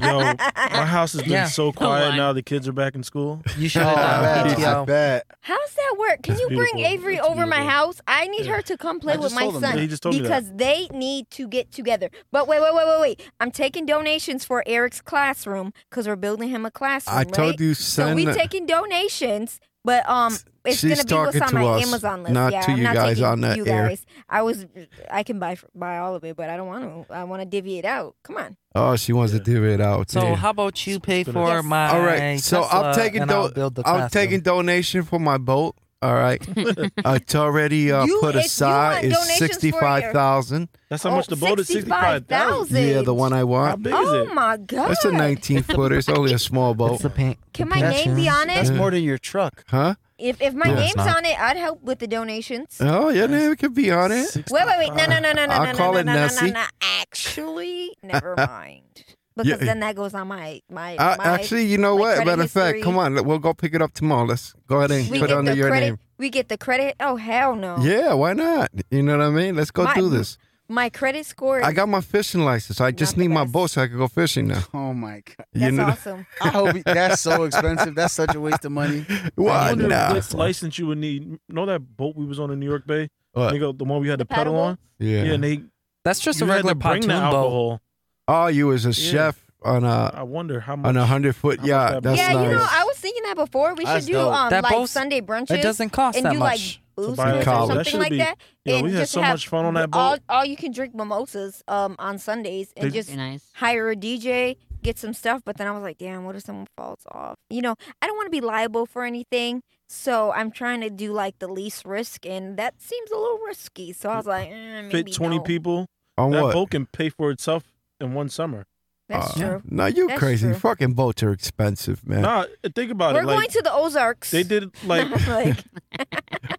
[SPEAKER 5] Yo, my house has been
[SPEAKER 2] Yeah.
[SPEAKER 5] so
[SPEAKER 1] Oh
[SPEAKER 5] quiet
[SPEAKER 3] on.
[SPEAKER 5] now. The kids are back in school.
[SPEAKER 2] You should
[SPEAKER 6] Oh,
[SPEAKER 2] have done
[SPEAKER 6] I bet. I
[SPEAKER 2] PTO.
[SPEAKER 6] bet.
[SPEAKER 1] How's that work? Can
[SPEAKER 5] That's
[SPEAKER 1] you bring
[SPEAKER 5] beautiful.
[SPEAKER 1] Avery
[SPEAKER 5] That's
[SPEAKER 1] over my
[SPEAKER 5] beautiful.
[SPEAKER 1] house? I need
[SPEAKER 5] Yeah.
[SPEAKER 1] her to come
[SPEAKER 6] I
[SPEAKER 1] play with
[SPEAKER 6] just
[SPEAKER 1] my
[SPEAKER 6] told him that.
[SPEAKER 1] son
[SPEAKER 5] He just told me that.
[SPEAKER 1] because they need to get together. But wait, wait, wait, wait, wait. I'm taking donations for Eric's classroom because we're building him a classroom.
[SPEAKER 4] I
[SPEAKER 1] right?
[SPEAKER 4] told you,
[SPEAKER 1] So
[SPEAKER 4] send.
[SPEAKER 1] we taking donations But um, it's gonna
[SPEAKER 4] She's
[SPEAKER 1] be what's
[SPEAKER 4] talking
[SPEAKER 1] on
[SPEAKER 4] to
[SPEAKER 1] my
[SPEAKER 4] us,
[SPEAKER 1] Amazon list.
[SPEAKER 4] not
[SPEAKER 1] yeah,
[SPEAKER 4] to
[SPEAKER 1] I'm
[SPEAKER 4] you
[SPEAKER 1] not
[SPEAKER 4] guys
[SPEAKER 1] taking
[SPEAKER 4] on that
[SPEAKER 1] you
[SPEAKER 4] air.
[SPEAKER 1] guys. I was, I can buy buy all of it, but I don't want to. I want to divvy it out. Come on.
[SPEAKER 4] Oh, she wants
[SPEAKER 5] Yeah.
[SPEAKER 4] to do it out.
[SPEAKER 2] So
[SPEAKER 4] Yeah.
[SPEAKER 2] how about you pay
[SPEAKER 5] Spin it.
[SPEAKER 2] for
[SPEAKER 1] Yes.
[SPEAKER 2] my
[SPEAKER 4] All right, so
[SPEAKER 2] Tesla
[SPEAKER 4] I'm taking
[SPEAKER 2] and
[SPEAKER 4] tho-
[SPEAKER 2] I'll build the
[SPEAKER 4] I'm
[SPEAKER 2] classroom.
[SPEAKER 4] taking donation for my boat. All right, Uh, it's already uh,
[SPEAKER 1] You-
[SPEAKER 4] put
[SPEAKER 1] if you
[SPEAKER 4] aside.
[SPEAKER 1] want
[SPEAKER 4] It's
[SPEAKER 1] donations for your-
[SPEAKER 4] sixty-five thousand.
[SPEAKER 5] That's how
[SPEAKER 1] Oh,
[SPEAKER 5] much the boat is. Sixty-five thousand.
[SPEAKER 1] 65,000.
[SPEAKER 4] Yeah, the one I
[SPEAKER 5] How
[SPEAKER 4] want.
[SPEAKER 5] big is
[SPEAKER 1] Oh
[SPEAKER 5] it?
[SPEAKER 1] my god.
[SPEAKER 4] That's a nineteen footer. It's only a small boat,
[SPEAKER 2] It's a paint.
[SPEAKER 1] Can
[SPEAKER 2] the
[SPEAKER 1] my
[SPEAKER 2] paint
[SPEAKER 1] name be
[SPEAKER 2] can.
[SPEAKER 1] on it?
[SPEAKER 6] That's
[SPEAKER 4] Yeah.
[SPEAKER 6] more than your truck.
[SPEAKER 4] huh?
[SPEAKER 1] If if my
[SPEAKER 4] No,
[SPEAKER 2] it's
[SPEAKER 1] name's
[SPEAKER 2] not.
[SPEAKER 1] on it, I'd help with the donations.
[SPEAKER 4] Oh yeah, man, it could be on it.
[SPEAKER 1] Wait, wait, wait. No, no, no, no, no,
[SPEAKER 4] I'll
[SPEAKER 1] no, no,
[SPEAKER 4] call
[SPEAKER 1] no,
[SPEAKER 4] it
[SPEAKER 1] no, no, no,
[SPEAKER 4] Nessie.
[SPEAKER 1] no. Actually, never mind. Because then that goes on my my.
[SPEAKER 4] Uh,
[SPEAKER 1] my
[SPEAKER 4] actually, you know
[SPEAKER 1] my
[SPEAKER 4] what?
[SPEAKER 1] credit
[SPEAKER 4] Matter of fact,
[SPEAKER 1] history.
[SPEAKER 4] come on, let- we'll go pick it up tomorrow. Let's go ahead and
[SPEAKER 1] we
[SPEAKER 4] put
[SPEAKER 1] get
[SPEAKER 4] under
[SPEAKER 1] the
[SPEAKER 4] your
[SPEAKER 1] credit.
[SPEAKER 4] name.
[SPEAKER 1] We get the credit. Oh hell no.
[SPEAKER 4] Yeah, why not? You know what I mean? Let's go
[SPEAKER 1] My-
[SPEAKER 4] do this.
[SPEAKER 1] My credit score.
[SPEAKER 4] I got my fishing license. I just
[SPEAKER 1] Not the
[SPEAKER 4] need my
[SPEAKER 1] best.
[SPEAKER 4] boat so I can go fishing now.
[SPEAKER 6] Oh my god!
[SPEAKER 1] That's
[SPEAKER 4] you know,
[SPEAKER 1] awesome.
[SPEAKER 6] I hope that's so expensive. That's such a waste of money.
[SPEAKER 5] I
[SPEAKER 4] why
[SPEAKER 5] wonder
[SPEAKER 4] not?
[SPEAKER 5] what license you would need. Know that boat we was on in New York Bay?
[SPEAKER 4] What?
[SPEAKER 5] Nigga, the one we had
[SPEAKER 1] The
[SPEAKER 5] to pedal
[SPEAKER 1] paddle
[SPEAKER 5] on. Yeah,
[SPEAKER 4] Yeah.
[SPEAKER 5] and they
[SPEAKER 2] That's just a
[SPEAKER 5] you had to
[SPEAKER 2] regular
[SPEAKER 5] bring
[SPEAKER 2] pontoon
[SPEAKER 5] the
[SPEAKER 2] boat.
[SPEAKER 5] alcohol.
[SPEAKER 4] Oh, you was a
[SPEAKER 5] Yeah.
[SPEAKER 4] chef on a
[SPEAKER 5] I wonder how much.
[SPEAKER 4] on a hundred foot
[SPEAKER 5] How much
[SPEAKER 4] yacht.
[SPEAKER 5] that
[SPEAKER 4] That's
[SPEAKER 1] yeah,
[SPEAKER 4] nice.
[SPEAKER 1] you know, I was thinking that before. We
[SPEAKER 6] That's
[SPEAKER 1] should do
[SPEAKER 6] dope.
[SPEAKER 1] um
[SPEAKER 2] That
[SPEAKER 1] like
[SPEAKER 2] both-
[SPEAKER 1] Sunday brunches
[SPEAKER 2] It doesn't cost
[SPEAKER 1] and
[SPEAKER 2] that
[SPEAKER 1] do
[SPEAKER 2] much.
[SPEAKER 5] To
[SPEAKER 1] like booze
[SPEAKER 5] buy
[SPEAKER 1] nights
[SPEAKER 4] alcohol.
[SPEAKER 1] or
[SPEAKER 4] That
[SPEAKER 1] something
[SPEAKER 5] should
[SPEAKER 1] like
[SPEAKER 5] be-
[SPEAKER 1] that.
[SPEAKER 5] Yeah,
[SPEAKER 1] and
[SPEAKER 5] we had
[SPEAKER 1] just
[SPEAKER 5] so
[SPEAKER 1] have
[SPEAKER 5] much fun on that
[SPEAKER 1] all
[SPEAKER 5] boat.
[SPEAKER 1] all you can drink mimosas um on Sundays and
[SPEAKER 5] They-
[SPEAKER 1] just
[SPEAKER 3] Very nice.
[SPEAKER 1] hire a DJ, get some stuff. But then I was like, damn, what if someone falls off? You know, I don't want to be liable for anything. So I'm trying to do like the least risk, and that seems a little risky. So I was like, eh, maybe
[SPEAKER 5] Fit twenty
[SPEAKER 1] no.
[SPEAKER 5] people.
[SPEAKER 4] on
[SPEAKER 5] That
[SPEAKER 4] what?
[SPEAKER 5] boat can pay for itself in one summer.
[SPEAKER 1] That's
[SPEAKER 4] Uh,
[SPEAKER 1] true.
[SPEAKER 4] No, you
[SPEAKER 1] That's
[SPEAKER 4] crazy.
[SPEAKER 1] true.
[SPEAKER 4] Fucking boats are expensive, man.
[SPEAKER 5] Nah, think about
[SPEAKER 1] We're
[SPEAKER 5] it.
[SPEAKER 1] going
[SPEAKER 5] Like
[SPEAKER 1] to the Ozarks.
[SPEAKER 5] they did, like
[SPEAKER 1] like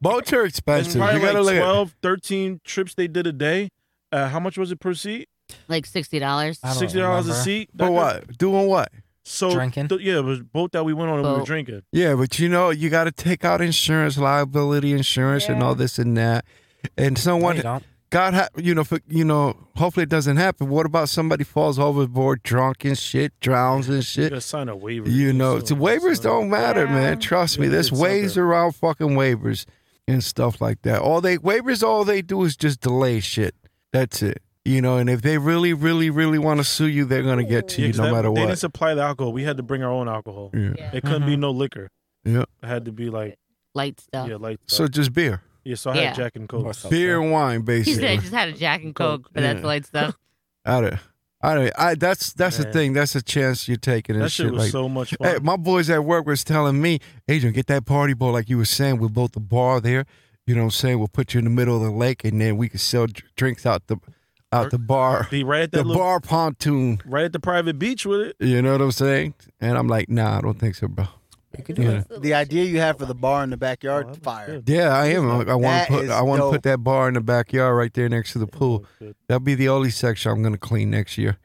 [SPEAKER 4] boats are
[SPEAKER 5] it's
[SPEAKER 4] expensive. You
[SPEAKER 5] probably
[SPEAKER 4] gotta
[SPEAKER 5] like
[SPEAKER 4] look at
[SPEAKER 5] 12, 13 trips they did a day. Uh, how much was it per seat?
[SPEAKER 3] Like sixty dollars.
[SPEAKER 2] I don't
[SPEAKER 5] Sixty dollars a
[SPEAKER 2] remember.
[SPEAKER 5] seat. That
[SPEAKER 4] but
[SPEAKER 5] could-
[SPEAKER 4] what? Doing what?
[SPEAKER 5] So
[SPEAKER 2] Drinking?
[SPEAKER 5] th- yeah, it was boat that we went on and we were
[SPEAKER 3] Boat.
[SPEAKER 5] drinking.
[SPEAKER 4] Yeah, but you know, you gotta take out insurance, liability insurance, and
[SPEAKER 1] Yeah.
[SPEAKER 4] all this and that. And
[SPEAKER 2] No,
[SPEAKER 4] someone
[SPEAKER 2] you don't.
[SPEAKER 4] God, ha- you know, for, you know. Hopefully, it doesn't happen. What about somebody falls overboard, drunk and shit, drowns and
[SPEAKER 5] You
[SPEAKER 4] shit?
[SPEAKER 5] gotta sign a waiver.
[SPEAKER 4] You know,
[SPEAKER 5] It's
[SPEAKER 4] it's, waivers don't matter,
[SPEAKER 1] Yeah.
[SPEAKER 4] man. Trust me,
[SPEAKER 5] Yeah,
[SPEAKER 4] there's
[SPEAKER 5] it's
[SPEAKER 4] ways
[SPEAKER 5] something.
[SPEAKER 4] around fucking waivers and stuff like that. All they waivers, all they do is just delay shit. That's it. You know, and if they really, really, really want to sue you, they're gonna get to
[SPEAKER 5] Yeah,
[SPEAKER 4] you
[SPEAKER 5] 'cause
[SPEAKER 4] no
[SPEAKER 5] that-
[SPEAKER 4] matter
[SPEAKER 5] They didn't
[SPEAKER 4] what. Mm-hmm.
[SPEAKER 5] supply the alcohol. We had to bring our own alcohol.
[SPEAKER 4] Yeah.
[SPEAKER 5] It couldn't be no liquor.
[SPEAKER 4] Yeah.
[SPEAKER 5] It had to be like
[SPEAKER 3] Light stuff.
[SPEAKER 5] yeah, like uh,
[SPEAKER 4] So just beer,
[SPEAKER 5] yeah. So I had
[SPEAKER 3] Yeah.
[SPEAKER 5] Jack and
[SPEAKER 2] Or
[SPEAKER 5] Coke.
[SPEAKER 2] something.
[SPEAKER 4] beer and wine,
[SPEAKER 3] He said
[SPEAKER 4] basically.
[SPEAKER 3] I just had a Jack and
[SPEAKER 5] Coke,
[SPEAKER 3] Coke, but that's
[SPEAKER 4] yeah.
[SPEAKER 3] light stuff.
[SPEAKER 4] I don't, I don't. I that's that's the
[SPEAKER 5] Man.
[SPEAKER 4] thing. That's a chance you're taking and
[SPEAKER 5] That shit was
[SPEAKER 4] like.
[SPEAKER 5] so much fun.
[SPEAKER 4] Hey, my boys at work was telling me, Adrian, get that party boat like you were saying. We'll build the bar there. You know what I'm saying? We'll put you in the middle of the lake, and then we can sell dr- drinks out the out the bar,
[SPEAKER 5] Be right at that
[SPEAKER 4] the
[SPEAKER 5] little,
[SPEAKER 4] bar pontoon.
[SPEAKER 5] right at the private beach with it.
[SPEAKER 4] You know what I'm saying? And I'm like, nah, I don't think so, bro. Yeah.
[SPEAKER 6] The idea you have for the bar in the backyard,
[SPEAKER 5] Oh, that was
[SPEAKER 6] fire.
[SPEAKER 5] good.
[SPEAKER 4] Yeah, I am. I, I want
[SPEAKER 6] That
[SPEAKER 4] to put
[SPEAKER 6] is
[SPEAKER 4] I want to
[SPEAKER 6] dope.
[SPEAKER 4] put that bar in the backyard right there next to the
[SPEAKER 5] That
[SPEAKER 4] pool.
[SPEAKER 5] was good.
[SPEAKER 4] That'll be the only section I'm gonna clean next year.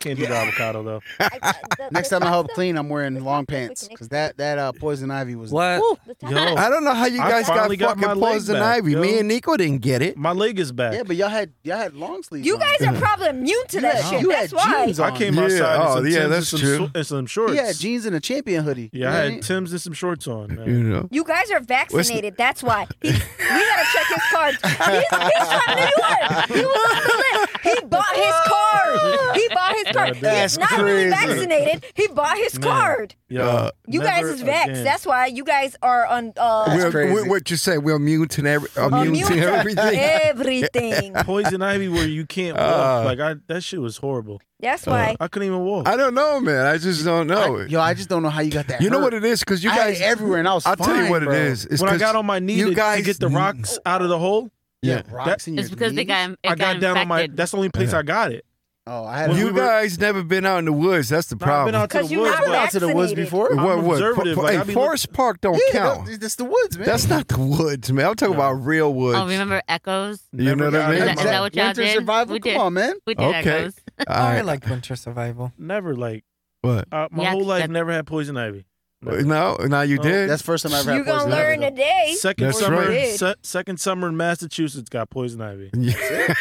[SPEAKER 5] Can't do the avocado though.
[SPEAKER 6] Next time I help clean, I'm wearing long pants because that that uh, poison ivy was.
[SPEAKER 2] What?
[SPEAKER 5] Yo.
[SPEAKER 4] I don't know how you
[SPEAKER 5] Oh, I
[SPEAKER 4] guys got
[SPEAKER 5] finally got
[SPEAKER 4] fucking
[SPEAKER 5] my leg
[SPEAKER 4] poison
[SPEAKER 5] back,
[SPEAKER 4] ivy.
[SPEAKER 5] yo.
[SPEAKER 4] Me and Nico didn't get it.
[SPEAKER 5] My leg is back.
[SPEAKER 6] Yeah, but y'all had y'all had long sleeves.
[SPEAKER 1] You
[SPEAKER 6] on.
[SPEAKER 1] guys are probably immune to
[SPEAKER 6] You
[SPEAKER 1] that
[SPEAKER 6] had-
[SPEAKER 1] shit.
[SPEAKER 6] you
[SPEAKER 1] That's
[SPEAKER 6] had
[SPEAKER 1] why.
[SPEAKER 6] jeans
[SPEAKER 5] I
[SPEAKER 6] on.
[SPEAKER 5] came
[SPEAKER 4] Yeah,
[SPEAKER 5] outside.
[SPEAKER 4] oh,
[SPEAKER 5] in some
[SPEAKER 4] yeah,
[SPEAKER 5] Timbs
[SPEAKER 4] that's
[SPEAKER 5] and some,
[SPEAKER 4] true.
[SPEAKER 5] shor- and some shorts.
[SPEAKER 6] He had jeans and a champion hoodie.
[SPEAKER 5] Yeah, I had
[SPEAKER 6] Right?
[SPEAKER 5] Tim's and some shorts on. Man.
[SPEAKER 4] You know.
[SPEAKER 1] You guys are vaccinated. That's why. He, we gotta check his card. He's, he's from New York. He was on the list. He bought his card. He bought his card.
[SPEAKER 5] That's
[SPEAKER 1] He's not really
[SPEAKER 6] crazy.
[SPEAKER 1] vaccinated. He bought his
[SPEAKER 5] Man.
[SPEAKER 1] card.
[SPEAKER 5] Yo,
[SPEAKER 4] Uh,
[SPEAKER 1] You
[SPEAKER 5] never
[SPEAKER 1] guys is vaxxed.
[SPEAKER 5] again.
[SPEAKER 1] That's why you guys are on uh,
[SPEAKER 4] We're,
[SPEAKER 6] crazy.
[SPEAKER 4] we're- what you say? We're immune to every, immune,
[SPEAKER 1] immune
[SPEAKER 4] to everything.
[SPEAKER 1] everything.
[SPEAKER 5] poison ivy where you can't walk.
[SPEAKER 4] Uh,
[SPEAKER 5] like I, that shit was horrible.
[SPEAKER 1] That's
[SPEAKER 6] Uh,
[SPEAKER 1] why.
[SPEAKER 5] I couldn't even walk.
[SPEAKER 4] I don't know, man. I just don't know.
[SPEAKER 6] I, yo, I just don't know how you got that.
[SPEAKER 4] you know
[SPEAKER 6] hurt.
[SPEAKER 4] what it is? Because you
[SPEAKER 6] I had
[SPEAKER 4] guys
[SPEAKER 6] it everywhere, and I was
[SPEAKER 4] I'll tell you
[SPEAKER 6] fine,
[SPEAKER 4] what
[SPEAKER 6] bro.
[SPEAKER 4] it is. It's
[SPEAKER 5] when I
[SPEAKER 4] 'cause-
[SPEAKER 5] got on my knee
[SPEAKER 4] you
[SPEAKER 5] to, to
[SPEAKER 4] guys
[SPEAKER 5] get the
[SPEAKER 4] need-
[SPEAKER 5] rocks out of the hole,
[SPEAKER 6] Yeah,
[SPEAKER 4] yeah.
[SPEAKER 6] rocks in your
[SPEAKER 3] It's because they
[SPEAKER 6] knees?
[SPEAKER 3] got it
[SPEAKER 5] I got down on my.
[SPEAKER 3] infected.
[SPEAKER 5] That's the only place
[SPEAKER 4] Yeah.
[SPEAKER 5] I got it.
[SPEAKER 6] Oh, I had.
[SPEAKER 5] When
[SPEAKER 4] you
[SPEAKER 5] we were-
[SPEAKER 4] guys never been out in the woods. That's the
[SPEAKER 5] Nah, I've been
[SPEAKER 4] problem.
[SPEAKER 5] out to
[SPEAKER 1] 'Cause
[SPEAKER 5] the
[SPEAKER 1] you're
[SPEAKER 5] woods,
[SPEAKER 1] not
[SPEAKER 6] I've been
[SPEAKER 5] but
[SPEAKER 6] out to the woods
[SPEAKER 1] vaccinated.
[SPEAKER 6] before.
[SPEAKER 5] I'm
[SPEAKER 4] what, what?
[SPEAKER 5] conservative,
[SPEAKER 4] Fo-
[SPEAKER 5] like, I
[SPEAKER 4] hey,
[SPEAKER 5] be
[SPEAKER 4] Forest Park don't
[SPEAKER 6] Yeah,
[SPEAKER 4] count.
[SPEAKER 6] that- that's the woods, man.
[SPEAKER 4] That's not the woods, man. I'm talking
[SPEAKER 5] No.
[SPEAKER 4] about real woods.
[SPEAKER 3] Oh, remember Echoes?
[SPEAKER 4] You know
[SPEAKER 5] Never
[SPEAKER 4] what I
[SPEAKER 5] got
[SPEAKER 4] mean?
[SPEAKER 3] Is
[SPEAKER 5] it.
[SPEAKER 3] that, is that what y'all
[SPEAKER 6] Winter
[SPEAKER 3] did?
[SPEAKER 6] survival.
[SPEAKER 3] We
[SPEAKER 6] Come
[SPEAKER 3] did.
[SPEAKER 6] on, man.
[SPEAKER 3] We did
[SPEAKER 4] Okay.
[SPEAKER 3] Echoes.
[SPEAKER 2] I
[SPEAKER 4] I-
[SPEAKER 2] like winter survival.
[SPEAKER 5] never like
[SPEAKER 4] what?
[SPEAKER 5] uh, my
[SPEAKER 3] Yeah,
[SPEAKER 5] whole life.
[SPEAKER 3] that-
[SPEAKER 5] Never had poison ivy. Never.
[SPEAKER 4] No, now you
[SPEAKER 5] No,
[SPEAKER 4] did.
[SPEAKER 6] That's the first time I ever.
[SPEAKER 1] You're
[SPEAKER 6] had
[SPEAKER 1] gonna
[SPEAKER 6] poison ivy,
[SPEAKER 1] learn
[SPEAKER 6] though.
[SPEAKER 1] today.
[SPEAKER 5] Second
[SPEAKER 4] That's
[SPEAKER 5] summer,
[SPEAKER 1] right.
[SPEAKER 5] se- second summer in Massachusetts got poison ivy.
[SPEAKER 4] Yeah.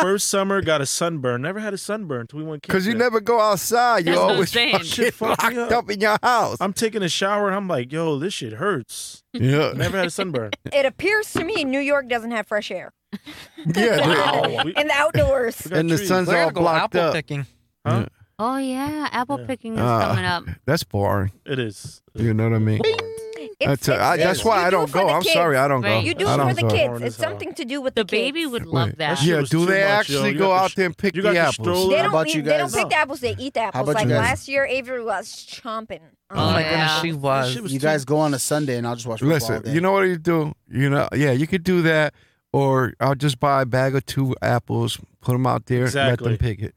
[SPEAKER 5] First summer got a sunburn. Never had a sunburn until we went.
[SPEAKER 4] Cause you
[SPEAKER 5] camping.
[SPEAKER 4] never go outside. You
[SPEAKER 3] That's what I'm
[SPEAKER 4] always
[SPEAKER 3] saying.
[SPEAKER 4] fucking
[SPEAKER 5] Shit fucked
[SPEAKER 4] locked
[SPEAKER 5] me up.
[SPEAKER 4] up in your house.
[SPEAKER 5] I'm taking a shower and I'm like, yo, this shit hurts.
[SPEAKER 4] Yeah,
[SPEAKER 5] Never had a sunburn.
[SPEAKER 1] It appears to me New York doesn't have fresh air
[SPEAKER 4] yeah.
[SPEAKER 5] Wow. We-
[SPEAKER 1] and the outdoors.
[SPEAKER 4] dude.
[SPEAKER 5] we got
[SPEAKER 4] And the
[SPEAKER 5] trees.
[SPEAKER 4] sun's
[SPEAKER 2] We're
[SPEAKER 4] all
[SPEAKER 2] gonna go
[SPEAKER 4] blocked
[SPEAKER 2] apple
[SPEAKER 4] up.
[SPEAKER 2] picking.
[SPEAKER 5] Huh?
[SPEAKER 3] Oh yeah, apple
[SPEAKER 5] Yeah.
[SPEAKER 3] picking is
[SPEAKER 4] Ah.
[SPEAKER 3] coming up.
[SPEAKER 4] That's boring.
[SPEAKER 5] It is.
[SPEAKER 4] You know what I mean? That's, I, that's
[SPEAKER 1] it's-
[SPEAKER 4] why
[SPEAKER 1] you
[SPEAKER 4] I
[SPEAKER 1] do
[SPEAKER 4] don't
[SPEAKER 1] for the
[SPEAKER 4] go. I'm
[SPEAKER 1] kids.
[SPEAKER 4] sorry, I don't go.
[SPEAKER 3] Right.
[SPEAKER 1] You do
[SPEAKER 4] Oh, I
[SPEAKER 1] it
[SPEAKER 4] don't
[SPEAKER 1] for the
[SPEAKER 4] go.
[SPEAKER 1] kids.
[SPEAKER 5] Horn
[SPEAKER 1] It's
[SPEAKER 5] is out.
[SPEAKER 1] something to do with
[SPEAKER 3] The
[SPEAKER 1] the,
[SPEAKER 3] baby
[SPEAKER 1] kids.
[SPEAKER 3] would love
[SPEAKER 4] Right.
[SPEAKER 3] that.
[SPEAKER 5] shit
[SPEAKER 4] Yeah,
[SPEAKER 5] was
[SPEAKER 4] do
[SPEAKER 5] too
[SPEAKER 4] they
[SPEAKER 5] much, yo.
[SPEAKER 4] actually
[SPEAKER 5] You
[SPEAKER 4] go
[SPEAKER 5] got the
[SPEAKER 4] out there and pick
[SPEAKER 5] you got
[SPEAKER 4] the
[SPEAKER 5] the
[SPEAKER 4] apples?
[SPEAKER 5] stroller.
[SPEAKER 1] They
[SPEAKER 6] How
[SPEAKER 1] don't.
[SPEAKER 6] about
[SPEAKER 1] eat-
[SPEAKER 6] you
[SPEAKER 1] They don't
[SPEAKER 6] guys?
[SPEAKER 1] pick the apples. They eat the apples.
[SPEAKER 6] about
[SPEAKER 1] Like
[SPEAKER 6] you guys?
[SPEAKER 1] last year, Avery was chomping.
[SPEAKER 2] Oh,
[SPEAKER 1] on
[SPEAKER 3] Oh,
[SPEAKER 2] my
[SPEAKER 1] it.
[SPEAKER 3] yeah.
[SPEAKER 2] gosh, she
[SPEAKER 5] That
[SPEAKER 2] was.
[SPEAKER 5] shit was
[SPEAKER 6] You
[SPEAKER 5] too
[SPEAKER 6] guys
[SPEAKER 5] much.
[SPEAKER 6] go on a Sunday and I'll just watch football. all
[SPEAKER 4] Listen,
[SPEAKER 6] day.
[SPEAKER 4] you know what you do? You know, yeah, you could do that, or I'll just buy a bag of two apples, put them out there,
[SPEAKER 5] Exactly.
[SPEAKER 4] let them pick it.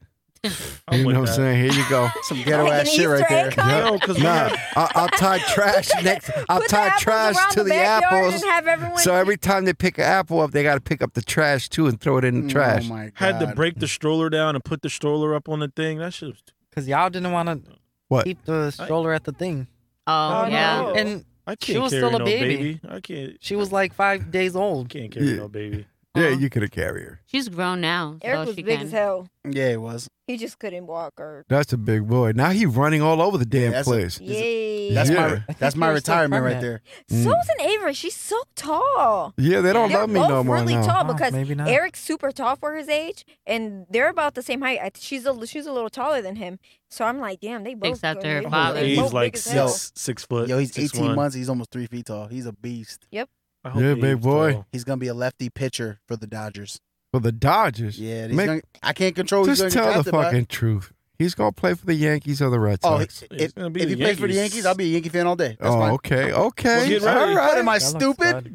[SPEAKER 5] I'm
[SPEAKER 4] you
[SPEAKER 5] with
[SPEAKER 4] know what I'm
[SPEAKER 5] that.
[SPEAKER 4] saying? Here you go.
[SPEAKER 6] some
[SPEAKER 1] Like
[SPEAKER 6] ghetto
[SPEAKER 1] an
[SPEAKER 6] ass shit right
[SPEAKER 1] Easter
[SPEAKER 6] there.
[SPEAKER 1] egg hunt?
[SPEAKER 5] No, because
[SPEAKER 4] Nah, I, I'll tie trash next. I'll
[SPEAKER 1] Put the
[SPEAKER 4] tie
[SPEAKER 1] apples
[SPEAKER 4] trash
[SPEAKER 1] around
[SPEAKER 4] to the,
[SPEAKER 1] backyard
[SPEAKER 4] apples.
[SPEAKER 1] And have everyone
[SPEAKER 4] So every time they pick an apple up, they got to pick up the trash too and throw it in the trash.
[SPEAKER 6] Oh my god.
[SPEAKER 5] had to break the stroller down and put the stroller up on the thing. That shit was too
[SPEAKER 2] Because y'all didn't want to
[SPEAKER 4] What?
[SPEAKER 2] keep the stroller at the thing.
[SPEAKER 3] Oh,
[SPEAKER 5] Oh,
[SPEAKER 3] yeah.
[SPEAKER 5] no.
[SPEAKER 2] And
[SPEAKER 5] I
[SPEAKER 2] She
[SPEAKER 5] can't
[SPEAKER 2] was
[SPEAKER 5] carry
[SPEAKER 2] still a
[SPEAKER 5] no
[SPEAKER 2] baby.
[SPEAKER 5] I can't.
[SPEAKER 2] she was like five days
[SPEAKER 5] I
[SPEAKER 2] old.
[SPEAKER 5] can't carry
[SPEAKER 4] Yeah.
[SPEAKER 5] no baby.
[SPEAKER 4] yeah,
[SPEAKER 3] Uh-huh.
[SPEAKER 4] you could have carried her.
[SPEAKER 3] She's grown now. so
[SPEAKER 1] Eric was
[SPEAKER 3] she
[SPEAKER 1] big
[SPEAKER 3] can.
[SPEAKER 1] as hell.
[SPEAKER 6] Yeah, it was.
[SPEAKER 1] He just couldn't walk or.
[SPEAKER 4] That's a big boy. Now he's running all over the damn
[SPEAKER 6] that's a-
[SPEAKER 4] place.
[SPEAKER 6] Is it-
[SPEAKER 1] Yay.
[SPEAKER 6] That's
[SPEAKER 4] Yeah.
[SPEAKER 6] my that's
[SPEAKER 2] you
[SPEAKER 6] my
[SPEAKER 2] were still
[SPEAKER 6] retirement right
[SPEAKER 2] pregnant.
[SPEAKER 6] there.
[SPEAKER 4] Mm.
[SPEAKER 1] So's an Avery. She's so tall.
[SPEAKER 4] yeah, they don't
[SPEAKER 1] They're
[SPEAKER 4] love me
[SPEAKER 1] both
[SPEAKER 4] no more
[SPEAKER 1] really
[SPEAKER 4] now.
[SPEAKER 1] tall
[SPEAKER 2] Oh,
[SPEAKER 1] because
[SPEAKER 2] maybe not.
[SPEAKER 1] Eric's super tall for his age, and they're about the same height. I- She's a she's a little taller than him, so I'm like, damn, they both.
[SPEAKER 3] Except
[SPEAKER 1] they
[SPEAKER 3] her
[SPEAKER 1] both-
[SPEAKER 3] father.
[SPEAKER 1] they
[SPEAKER 5] He's
[SPEAKER 1] both
[SPEAKER 5] like
[SPEAKER 1] big as
[SPEAKER 5] six
[SPEAKER 1] hell.
[SPEAKER 5] six foot.
[SPEAKER 6] Yo, he's
[SPEAKER 5] six
[SPEAKER 6] 18
[SPEAKER 5] one.
[SPEAKER 6] months. He's almost three feet tall. He's a beast.
[SPEAKER 5] I hope
[SPEAKER 4] Yeah,
[SPEAKER 5] he
[SPEAKER 4] big
[SPEAKER 5] is
[SPEAKER 4] boy.
[SPEAKER 5] tall.
[SPEAKER 6] He's gonna be a lefty pitcher for the Dodgers.
[SPEAKER 4] For the Dodgers.
[SPEAKER 6] Yeah, he's
[SPEAKER 4] Make-
[SPEAKER 6] gonna, I can't control. who he's
[SPEAKER 4] just
[SPEAKER 6] gonna
[SPEAKER 4] tell
[SPEAKER 6] get
[SPEAKER 4] the
[SPEAKER 6] drafted by.
[SPEAKER 4] fucking truth. He's gonna play for the Yankees or the Red
[SPEAKER 6] Oh, he-
[SPEAKER 4] Sox.
[SPEAKER 5] He's
[SPEAKER 6] if,
[SPEAKER 5] gonna be
[SPEAKER 6] if
[SPEAKER 5] the
[SPEAKER 6] he plays for the
[SPEAKER 5] Yankees.
[SPEAKER 6] Yankees, I'll be a Yankee fan all day. That's
[SPEAKER 4] oh,
[SPEAKER 6] fine.
[SPEAKER 4] okay, okay,
[SPEAKER 5] get
[SPEAKER 4] all
[SPEAKER 5] ready.
[SPEAKER 6] What am
[SPEAKER 4] right,
[SPEAKER 6] I
[SPEAKER 2] That looks
[SPEAKER 6] stupid?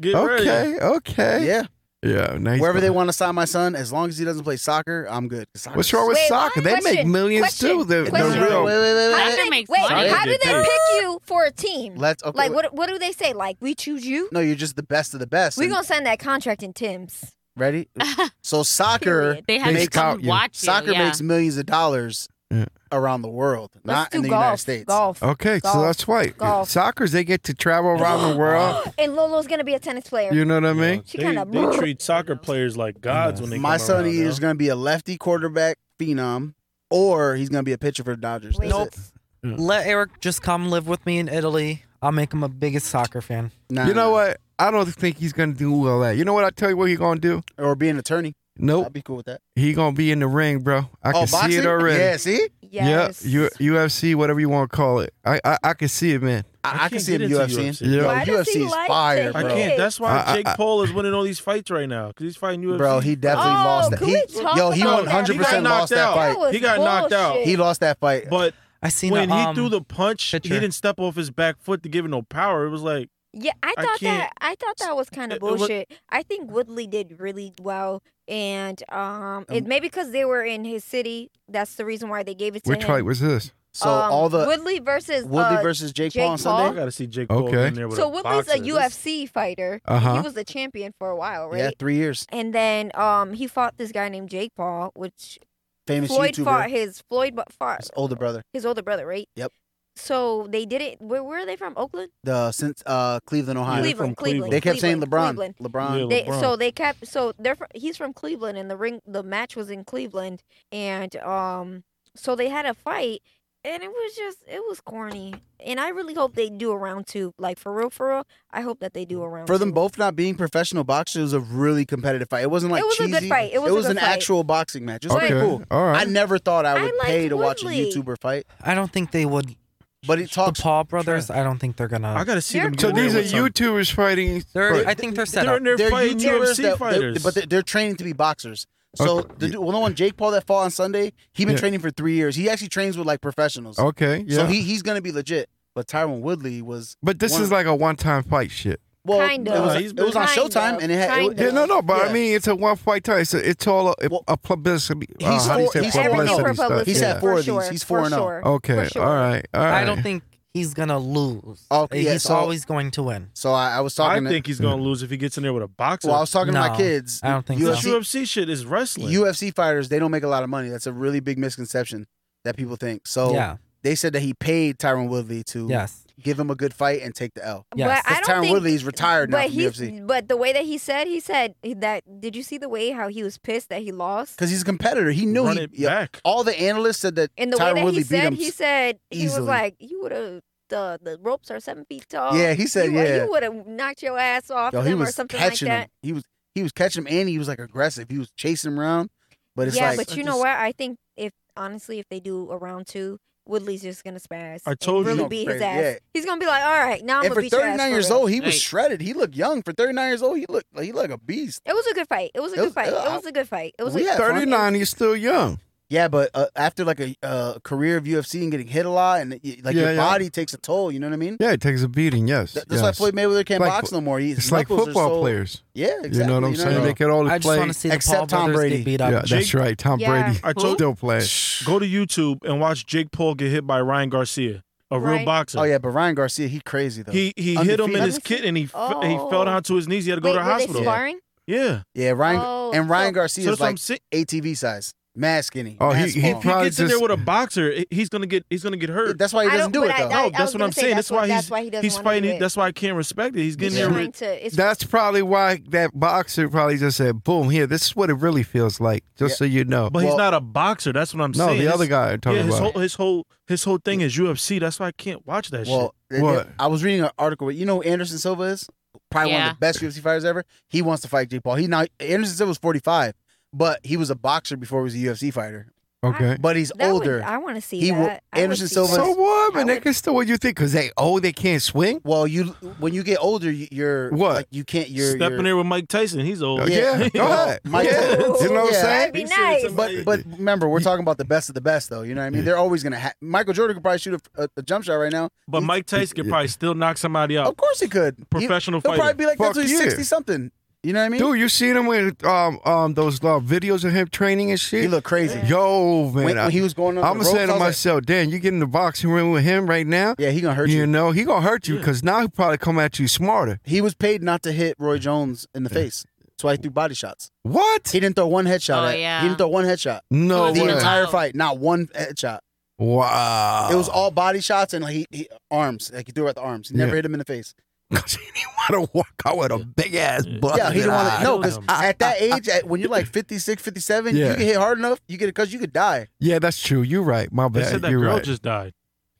[SPEAKER 2] good.
[SPEAKER 5] Get ready.
[SPEAKER 4] okay, okay.
[SPEAKER 6] Yeah,
[SPEAKER 4] yeah. Now he's
[SPEAKER 6] wherever they
[SPEAKER 4] gonna-
[SPEAKER 6] want to sign my son, as long as he doesn't play soccer, I'm good.
[SPEAKER 4] What's wrong with
[SPEAKER 1] Wait,
[SPEAKER 4] soccer?
[SPEAKER 1] why?
[SPEAKER 4] They make
[SPEAKER 1] Question,
[SPEAKER 4] millions
[SPEAKER 1] question,
[SPEAKER 4] too. The, the
[SPEAKER 1] question.
[SPEAKER 6] Wait, wait,
[SPEAKER 4] real.
[SPEAKER 6] wait, wait,
[SPEAKER 1] How
[SPEAKER 6] wait,
[SPEAKER 1] do
[SPEAKER 3] That
[SPEAKER 1] they, wait,
[SPEAKER 3] makes sense.
[SPEAKER 1] how do they
[SPEAKER 5] Yeah.
[SPEAKER 1] pick you for a team?
[SPEAKER 6] Let's okay.
[SPEAKER 1] Like
[SPEAKER 6] wait.
[SPEAKER 1] what what do they say? Like we choose you?
[SPEAKER 6] No, you're just the best of the best.
[SPEAKER 1] We're
[SPEAKER 6] And-
[SPEAKER 1] gonna sign that contract in Tim's.
[SPEAKER 6] ready. So soccer,
[SPEAKER 1] Period.
[SPEAKER 3] They have
[SPEAKER 4] They
[SPEAKER 3] to come
[SPEAKER 4] scout you.
[SPEAKER 3] watch you.
[SPEAKER 6] soccer
[SPEAKER 3] yeah.
[SPEAKER 6] makes millions of dollars
[SPEAKER 4] Yeah.
[SPEAKER 6] around the world,
[SPEAKER 1] Let's
[SPEAKER 6] not
[SPEAKER 1] do
[SPEAKER 6] in the
[SPEAKER 1] golf.
[SPEAKER 6] United States. Oh.
[SPEAKER 1] Golf.
[SPEAKER 4] Okay, so
[SPEAKER 1] Golf.
[SPEAKER 4] that's why
[SPEAKER 1] Golf.
[SPEAKER 4] soccer's they get to travel around the world.
[SPEAKER 1] and Lolo's gonna be a tennis player.
[SPEAKER 4] You know what I
[SPEAKER 5] Yeah,
[SPEAKER 4] mean?
[SPEAKER 1] She
[SPEAKER 5] they-
[SPEAKER 1] kinda-
[SPEAKER 5] they, treat soccer players like gods when they
[SPEAKER 6] My
[SPEAKER 5] come
[SPEAKER 6] son
[SPEAKER 5] around,
[SPEAKER 6] he is
[SPEAKER 5] yo.
[SPEAKER 6] going to be a lefty quarterback phenom, or he's going to be a pitcher for the Dodgers.
[SPEAKER 1] Wait.
[SPEAKER 6] That's
[SPEAKER 1] Nope.
[SPEAKER 6] it.
[SPEAKER 2] Let Eric just come live with me in Italy. I'll make him a biggest soccer fan.
[SPEAKER 6] Nah,
[SPEAKER 4] You know
[SPEAKER 6] nah.
[SPEAKER 4] what? I don't think he's gonna do well at. You know what? I tell you what he's gonna do.
[SPEAKER 6] Or be an attorney. I'd
[SPEAKER 4] Nope,
[SPEAKER 6] be cool with that.
[SPEAKER 4] he gonna be in the ring, bro. I
[SPEAKER 6] Uh, oh,
[SPEAKER 4] can
[SPEAKER 6] boxing?
[SPEAKER 4] see it already.
[SPEAKER 6] Yeah, see,
[SPEAKER 1] Yes.
[SPEAKER 4] Yeah, U- UFC, whatever you want to call it. I I, I can see it, man.
[SPEAKER 6] I, I, can
[SPEAKER 5] can't
[SPEAKER 6] see him
[SPEAKER 5] get into
[SPEAKER 6] UFC.
[SPEAKER 4] Yeah.
[SPEAKER 1] Why does
[SPEAKER 6] UFC
[SPEAKER 1] he
[SPEAKER 6] is
[SPEAKER 1] like
[SPEAKER 6] fire,
[SPEAKER 1] that?
[SPEAKER 5] I
[SPEAKER 6] bro.
[SPEAKER 5] can't. That's why
[SPEAKER 4] I- I-
[SPEAKER 5] Jake
[SPEAKER 4] I-
[SPEAKER 5] Paul is winning all these fights right now because he's fighting UFC.
[SPEAKER 6] Bro, he definitely
[SPEAKER 1] Oh,
[SPEAKER 6] lost. That.
[SPEAKER 1] can
[SPEAKER 6] He,
[SPEAKER 1] we talk
[SPEAKER 6] yo, he
[SPEAKER 1] about
[SPEAKER 6] won
[SPEAKER 1] that?
[SPEAKER 6] 100 percent
[SPEAKER 5] He got
[SPEAKER 6] lost that
[SPEAKER 1] That
[SPEAKER 5] knocked
[SPEAKER 6] fight.
[SPEAKER 5] out.
[SPEAKER 1] was
[SPEAKER 5] He got knocked out.
[SPEAKER 1] bullshit.
[SPEAKER 6] He lost that fight.
[SPEAKER 5] but
[SPEAKER 2] I seen
[SPEAKER 5] when
[SPEAKER 2] a,
[SPEAKER 5] he
[SPEAKER 2] um,
[SPEAKER 5] threw the punch,
[SPEAKER 2] picture.
[SPEAKER 5] he didn't step off his back foot to give it no power. It was like
[SPEAKER 1] Yeah, I
[SPEAKER 5] I
[SPEAKER 1] thought that
[SPEAKER 5] can't-
[SPEAKER 1] I thought that was kind
[SPEAKER 5] It-
[SPEAKER 1] of
[SPEAKER 5] it wa-
[SPEAKER 1] bullshit. I think Woodley did really well, and um, it
[SPEAKER 6] Um,
[SPEAKER 1] maybe because they were in his city, that's the reason why they gave it to
[SPEAKER 4] Which
[SPEAKER 1] him.
[SPEAKER 4] fight was this?
[SPEAKER 6] so
[SPEAKER 1] Um,
[SPEAKER 6] all the
[SPEAKER 1] Woodley versus
[SPEAKER 6] Woodley
[SPEAKER 1] uh,
[SPEAKER 6] versus Jake,
[SPEAKER 1] Jake
[SPEAKER 6] Paul on Sunday.
[SPEAKER 5] I gotta see Jake Paul
[SPEAKER 4] Okay.
[SPEAKER 5] in there with
[SPEAKER 1] so
[SPEAKER 5] a
[SPEAKER 1] Woodley's
[SPEAKER 5] boxer.
[SPEAKER 1] a
[SPEAKER 5] This-
[SPEAKER 1] UFC fighter.
[SPEAKER 4] Uh
[SPEAKER 1] He
[SPEAKER 4] huh.
[SPEAKER 1] was the champion for a while, right?
[SPEAKER 6] Uh-huh. Yeah, three years.
[SPEAKER 1] And then um, he fought this guy named Jake Paul, which
[SPEAKER 6] Famous
[SPEAKER 1] Floyd
[SPEAKER 6] YouTuber.
[SPEAKER 1] fought his Floyd bu- fought
[SPEAKER 6] His older brother.
[SPEAKER 1] his older brother, right?
[SPEAKER 6] Yep.
[SPEAKER 1] So they did it. Where, where are they from? Oakland,
[SPEAKER 6] The since uh, Cleveland, Ohio.
[SPEAKER 5] they're Cleveland. from
[SPEAKER 1] Cleveland.
[SPEAKER 6] They kept saying LeBron.
[SPEAKER 1] Cleveland, Cleveland.
[SPEAKER 6] LeBron.
[SPEAKER 5] Yeah,
[SPEAKER 1] They,
[SPEAKER 5] LeBron.
[SPEAKER 1] so they kept so they're fr- he's from Cleveland and the ring the match was in Cleveland and um so they had a fight and it was just it was corny and I really hope they do a round two like for real for real I hope that they do a round
[SPEAKER 6] For them
[SPEAKER 1] two.
[SPEAKER 6] both not being professional boxers, it was a really competitive fight. It wasn't like
[SPEAKER 1] it was
[SPEAKER 6] cheesy.
[SPEAKER 1] a good fight it was,
[SPEAKER 6] it
[SPEAKER 1] a
[SPEAKER 6] was
[SPEAKER 1] good
[SPEAKER 6] an
[SPEAKER 1] fight.
[SPEAKER 6] actual boxing match. It was
[SPEAKER 4] Okay.
[SPEAKER 6] pretty cool.
[SPEAKER 4] All
[SPEAKER 6] I
[SPEAKER 4] right.
[SPEAKER 6] never thought I
[SPEAKER 1] I
[SPEAKER 6] would
[SPEAKER 1] liked
[SPEAKER 6] pay to watch a
[SPEAKER 1] Woodley.
[SPEAKER 6] YouTuber fight,
[SPEAKER 2] I don't think they would.
[SPEAKER 6] but he
[SPEAKER 2] The
[SPEAKER 6] talks.
[SPEAKER 2] Paul brothers. I don't think they're
[SPEAKER 5] I
[SPEAKER 2] gonna.
[SPEAKER 5] gotta see
[SPEAKER 1] They're
[SPEAKER 5] them.
[SPEAKER 4] so
[SPEAKER 5] get in
[SPEAKER 4] these
[SPEAKER 5] there
[SPEAKER 4] are
[SPEAKER 5] with some-
[SPEAKER 4] YouTubers fighting.
[SPEAKER 2] They're,
[SPEAKER 4] for-
[SPEAKER 2] I think they're set
[SPEAKER 5] They're
[SPEAKER 2] up.
[SPEAKER 5] in there
[SPEAKER 6] They're
[SPEAKER 5] fighting
[SPEAKER 6] YouTubers,
[SPEAKER 5] UFC
[SPEAKER 6] that, they're,
[SPEAKER 5] fighters,
[SPEAKER 6] but they're, they're training to be boxers. So
[SPEAKER 4] Okay.
[SPEAKER 6] the dude, well, the one Jake Paul that fought on Sunday, he been
[SPEAKER 4] Yeah.
[SPEAKER 6] training for three years. He actually trains with like professionals.
[SPEAKER 4] okay. Yeah.
[SPEAKER 6] So he, he's gonna be legit. But Tyron Woodley was
[SPEAKER 4] but this
[SPEAKER 6] one-
[SPEAKER 4] is like a one-time fight shit.
[SPEAKER 6] well,
[SPEAKER 1] Kind
[SPEAKER 6] it
[SPEAKER 1] of.
[SPEAKER 6] was,
[SPEAKER 5] Nah, he's
[SPEAKER 6] it was on
[SPEAKER 1] been-
[SPEAKER 6] Showtime, and it had it,
[SPEAKER 1] Kind
[SPEAKER 6] was-
[SPEAKER 1] of.
[SPEAKER 4] Yeah. No. No. But I
[SPEAKER 6] Yeah.
[SPEAKER 4] mean, it's a one-fight time. It's, it's all a,
[SPEAKER 6] Well,
[SPEAKER 4] a publicity.
[SPEAKER 6] he
[SPEAKER 4] uh, how do you
[SPEAKER 6] scored-
[SPEAKER 4] say
[SPEAKER 6] he scored-
[SPEAKER 1] everything
[SPEAKER 6] no,
[SPEAKER 1] for
[SPEAKER 4] publicity stuff?
[SPEAKER 1] publicity
[SPEAKER 6] He's
[SPEAKER 4] Yeah.
[SPEAKER 6] had four
[SPEAKER 1] for
[SPEAKER 6] of these.
[SPEAKER 1] sure,
[SPEAKER 6] He's
[SPEAKER 1] for
[SPEAKER 6] four and oh.
[SPEAKER 1] sure,
[SPEAKER 4] Okay.
[SPEAKER 1] for sure.
[SPEAKER 4] All right. All right.
[SPEAKER 2] I don't think he's gonna lose.
[SPEAKER 6] Okay, yeah,
[SPEAKER 2] he's
[SPEAKER 6] so-
[SPEAKER 2] always going to win.
[SPEAKER 6] So I, I was talking.
[SPEAKER 5] I
[SPEAKER 6] to-
[SPEAKER 5] think he's gonna lose if he gets in there with a boxer.
[SPEAKER 6] Well, I was talking to my
[SPEAKER 2] No,
[SPEAKER 6] kids.
[SPEAKER 2] I don't think
[SPEAKER 5] This
[SPEAKER 2] so.
[SPEAKER 6] UFC,
[SPEAKER 5] UFC shit is wrestling.
[SPEAKER 6] UFC fighters, they don't make a lot of money. That's a really big misconception that people think. So
[SPEAKER 2] yeah.
[SPEAKER 6] they said that he paid Tyron Woodley to
[SPEAKER 2] Yes.
[SPEAKER 6] give him a good fight and take the L.
[SPEAKER 2] Yes.
[SPEAKER 1] but I
[SPEAKER 6] Because
[SPEAKER 1] don't
[SPEAKER 6] Tyron
[SPEAKER 1] think
[SPEAKER 6] Woodley's retired now
[SPEAKER 1] but
[SPEAKER 6] from the UFC.
[SPEAKER 1] he but the way that he said he said that did you see the way how he was pissed that he lost
[SPEAKER 6] Because he's a competitor. He knew
[SPEAKER 5] Run
[SPEAKER 6] he,
[SPEAKER 5] it
[SPEAKER 6] yeah.
[SPEAKER 5] back.
[SPEAKER 6] all the analysts said that
[SPEAKER 1] And the way
[SPEAKER 6] Tyron
[SPEAKER 1] that
[SPEAKER 6] Woodley
[SPEAKER 1] he
[SPEAKER 6] beat
[SPEAKER 1] said,
[SPEAKER 6] him.
[SPEAKER 1] he said he
[SPEAKER 6] easily.
[SPEAKER 1] was like, "You would have the the ropes are seven feet tall."
[SPEAKER 6] yeah, he said
[SPEAKER 1] Oh, you, wa-
[SPEAKER 6] yeah.
[SPEAKER 1] you would have knocked your ass off
[SPEAKER 6] Yo, he
[SPEAKER 1] them
[SPEAKER 6] was
[SPEAKER 1] or something like
[SPEAKER 6] catching
[SPEAKER 1] that.
[SPEAKER 6] him. He was he was catching him and he was like aggressive. He was chasing him around. But it's
[SPEAKER 1] yeah,
[SPEAKER 6] like
[SPEAKER 1] but you know what? I think if honestly, if they do a round two, Woodley's just gonna spaz.
[SPEAKER 5] I
[SPEAKER 1] and
[SPEAKER 5] told you.
[SPEAKER 1] really
[SPEAKER 5] He's
[SPEAKER 1] beat
[SPEAKER 6] gonna
[SPEAKER 1] his ass.
[SPEAKER 6] crazy, yeah.
[SPEAKER 1] He's gonna be like, all right, now I'm gonna
[SPEAKER 6] and for
[SPEAKER 1] beat your ass
[SPEAKER 6] 39 years
[SPEAKER 1] real."
[SPEAKER 6] old, he was
[SPEAKER 7] Hey.
[SPEAKER 6] shredded. He looked young. For 39 years old, he looked he looked a beast.
[SPEAKER 1] It was a good fight. It was a
[SPEAKER 6] It
[SPEAKER 1] good
[SPEAKER 6] was-
[SPEAKER 1] fight. It
[SPEAKER 6] uh,
[SPEAKER 1] was a good fight. It was
[SPEAKER 6] we
[SPEAKER 1] a
[SPEAKER 6] had fun.
[SPEAKER 4] Thirty nine, he's still young.
[SPEAKER 6] Yeah, but uh, after like a uh, career of UFC and getting hit a lot, and y- like
[SPEAKER 4] Yeah,
[SPEAKER 6] your
[SPEAKER 4] yeah.
[SPEAKER 6] body takes a toll. You know what I mean?
[SPEAKER 4] Yeah, it takes a beating. Yes,
[SPEAKER 6] Th- That's
[SPEAKER 4] yes.
[SPEAKER 6] why Floyd Mayweather can't
[SPEAKER 4] Like
[SPEAKER 6] box
[SPEAKER 4] fo-
[SPEAKER 6] no more. He's
[SPEAKER 4] It's like football players.
[SPEAKER 6] Yeah, exactly.
[SPEAKER 4] You know what I'm saying? They get all the
[SPEAKER 2] I just
[SPEAKER 4] play.
[SPEAKER 2] want to see the
[SPEAKER 6] Except
[SPEAKER 2] Paul
[SPEAKER 6] Tom
[SPEAKER 2] brothers
[SPEAKER 6] Brady.
[SPEAKER 2] get beat
[SPEAKER 4] yeah,
[SPEAKER 2] up.
[SPEAKER 4] that's
[SPEAKER 5] Jake-
[SPEAKER 4] right. Tom
[SPEAKER 1] Yeah.
[SPEAKER 4] Brady
[SPEAKER 5] I told
[SPEAKER 4] still playing.
[SPEAKER 5] Go to YouTube and watch Jake Paul get hit by Ryan Garcia, a real
[SPEAKER 1] Right.
[SPEAKER 5] boxer.
[SPEAKER 6] Oh yeah, but Ryan Garcia, he crazy though.
[SPEAKER 5] He he hit him in
[SPEAKER 6] Undefeated.
[SPEAKER 5] his kit and he fe- he fell
[SPEAKER 1] Oh.
[SPEAKER 5] down to his knees. He had to go
[SPEAKER 1] Wait,
[SPEAKER 5] to the
[SPEAKER 1] were
[SPEAKER 5] hospital.
[SPEAKER 1] they sparring?
[SPEAKER 5] Yeah.
[SPEAKER 6] yeah, Ryan
[SPEAKER 1] Oh,
[SPEAKER 6] and Ryan
[SPEAKER 1] so-
[SPEAKER 5] So
[SPEAKER 6] Garcia
[SPEAKER 5] that's
[SPEAKER 6] is
[SPEAKER 5] what
[SPEAKER 6] like
[SPEAKER 5] I'm saying.
[SPEAKER 6] ATV size, mad skinny.
[SPEAKER 4] Oh,
[SPEAKER 6] mad
[SPEAKER 4] he- he
[SPEAKER 6] small.
[SPEAKER 5] If he
[SPEAKER 4] Probably
[SPEAKER 5] gets in there
[SPEAKER 4] just-
[SPEAKER 5] with a boxer, i- he's gonna get he's gonna get hurt.
[SPEAKER 6] that's why he
[SPEAKER 1] I
[SPEAKER 6] doesn't
[SPEAKER 1] don't-
[SPEAKER 6] do it
[SPEAKER 1] but I-
[SPEAKER 6] though.
[SPEAKER 5] no,
[SPEAKER 1] I
[SPEAKER 5] that's
[SPEAKER 1] was
[SPEAKER 5] what I'm
[SPEAKER 1] gonna say,
[SPEAKER 5] saying.
[SPEAKER 1] that's
[SPEAKER 5] That's why
[SPEAKER 1] what-
[SPEAKER 5] he's
[SPEAKER 1] that's why he doesn't
[SPEAKER 5] he's
[SPEAKER 1] wanna
[SPEAKER 5] fighting.
[SPEAKER 1] do
[SPEAKER 5] it.
[SPEAKER 1] it.
[SPEAKER 5] That's why I can't respect it. He's
[SPEAKER 1] He's
[SPEAKER 5] getting
[SPEAKER 6] Yeah.
[SPEAKER 5] there.
[SPEAKER 1] trying
[SPEAKER 5] With,
[SPEAKER 1] to. It's,
[SPEAKER 4] That's probably why that boxer probably just said, "Boom! Here, this is what it really feels like." Just
[SPEAKER 6] Yeah.
[SPEAKER 4] so you know.
[SPEAKER 5] but he's
[SPEAKER 6] Well-
[SPEAKER 5] not a boxer. That's what I'm
[SPEAKER 4] no,
[SPEAKER 5] saying.
[SPEAKER 4] the
[SPEAKER 5] His-
[SPEAKER 4] other guy I'm talking
[SPEAKER 5] Yeah, his
[SPEAKER 4] about.
[SPEAKER 5] whole his whole his whole thing is UFC. That's why I can't watch that
[SPEAKER 6] Well, th-
[SPEAKER 4] What?
[SPEAKER 6] I was reading an article. Where, you know, who Anderson Silva is probably one
[SPEAKER 7] Yeah.
[SPEAKER 6] of the best UFC fighters ever. He wants to fight Jake Paul. He now Anderson Silva was forty five, but he was a boxer before he was a UFC fighter.
[SPEAKER 4] okay.
[SPEAKER 6] But he's
[SPEAKER 1] that would-
[SPEAKER 6] older.
[SPEAKER 1] I want to see
[SPEAKER 6] He will-
[SPEAKER 1] that. I would
[SPEAKER 6] Anderson
[SPEAKER 1] see
[SPEAKER 6] Silva-
[SPEAKER 1] that.
[SPEAKER 4] so
[SPEAKER 1] I
[SPEAKER 4] what? But they
[SPEAKER 1] would-
[SPEAKER 4] can still what you think? Cause they old, they can't swing.
[SPEAKER 6] well, you when you get older, you, you're
[SPEAKER 4] What?
[SPEAKER 6] like, you can't.
[SPEAKER 5] shit.
[SPEAKER 6] You're
[SPEAKER 5] Stepping
[SPEAKER 6] you're-
[SPEAKER 5] there with Mike Tyson. He's old.
[SPEAKER 4] Oh, Yeah, go
[SPEAKER 6] Well,
[SPEAKER 4] ahead.
[SPEAKER 6] Mike-
[SPEAKER 4] yeah. You know what I'm
[SPEAKER 6] Yeah.
[SPEAKER 4] saying?
[SPEAKER 1] That'd be
[SPEAKER 5] He said it's
[SPEAKER 1] nice.
[SPEAKER 5] amazing.
[SPEAKER 6] But but remember, we're talking about the best of the best, though. You know what I mean? They're always gonna. Ha- Michael Jordan could probably shoot a, a, a jump shot right now.
[SPEAKER 5] But Mike Tyson could probably still knock somebody out.
[SPEAKER 6] Of course he could. He-
[SPEAKER 5] Oh. Professional
[SPEAKER 6] Oh, He'll
[SPEAKER 5] fighter.
[SPEAKER 6] probably be like
[SPEAKER 4] Fuck
[SPEAKER 6] that till he's
[SPEAKER 4] yeah.
[SPEAKER 6] sixty something. You know what I mean?
[SPEAKER 4] Dude, you seen him with um um those uh, videos of him training and shit?
[SPEAKER 6] he looked crazy.
[SPEAKER 4] Yo, man.
[SPEAKER 6] When,
[SPEAKER 4] I,
[SPEAKER 6] when he was going on
[SPEAKER 4] I'm
[SPEAKER 6] the ropes,
[SPEAKER 4] saying to
[SPEAKER 6] I was like,
[SPEAKER 4] myself, Dan, you get in the boxing ring with him right now.
[SPEAKER 6] yeah, he gonna hurt
[SPEAKER 4] you
[SPEAKER 6] you.
[SPEAKER 4] know he gonna hurt you
[SPEAKER 5] Yeah.
[SPEAKER 4] because now he probably come at you smarter.
[SPEAKER 6] He was paid not to hit Roy Jones in the face. That's why he threw body shots.
[SPEAKER 4] What?
[SPEAKER 6] He didn't throw one headshot.
[SPEAKER 7] Oh,
[SPEAKER 6] at-
[SPEAKER 7] yeah.
[SPEAKER 6] He didn't throw one headshot.
[SPEAKER 4] No
[SPEAKER 7] Oh,
[SPEAKER 6] the
[SPEAKER 7] yeah.
[SPEAKER 4] way.
[SPEAKER 6] entire fight, not one headshot.
[SPEAKER 4] Wow.
[SPEAKER 6] It was all body shots and like he, he arms. Like he threw at the arms. He never
[SPEAKER 4] Yeah.
[SPEAKER 6] hit him in the face.
[SPEAKER 4] Cause he didn't want to walk out with a big ass butt.
[SPEAKER 6] yeah, he didn't want to. No, because
[SPEAKER 5] Damn.
[SPEAKER 6] at that age, at, when you're like 56, 57,
[SPEAKER 4] Yeah.
[SPEAKER 6] you get hit hard enough, you get a cuz you could die.
[SPEAKER 4] Yeah, that's true. You're right. My
[SPEAKER 5] They
[SPEAKER 4] bad.
[SPEAKER 5] said that
[SPEAKER 4] You're
[SPEAKER 5] girl
[SPEAKER 4] right.
[SPEAKER 5] just died.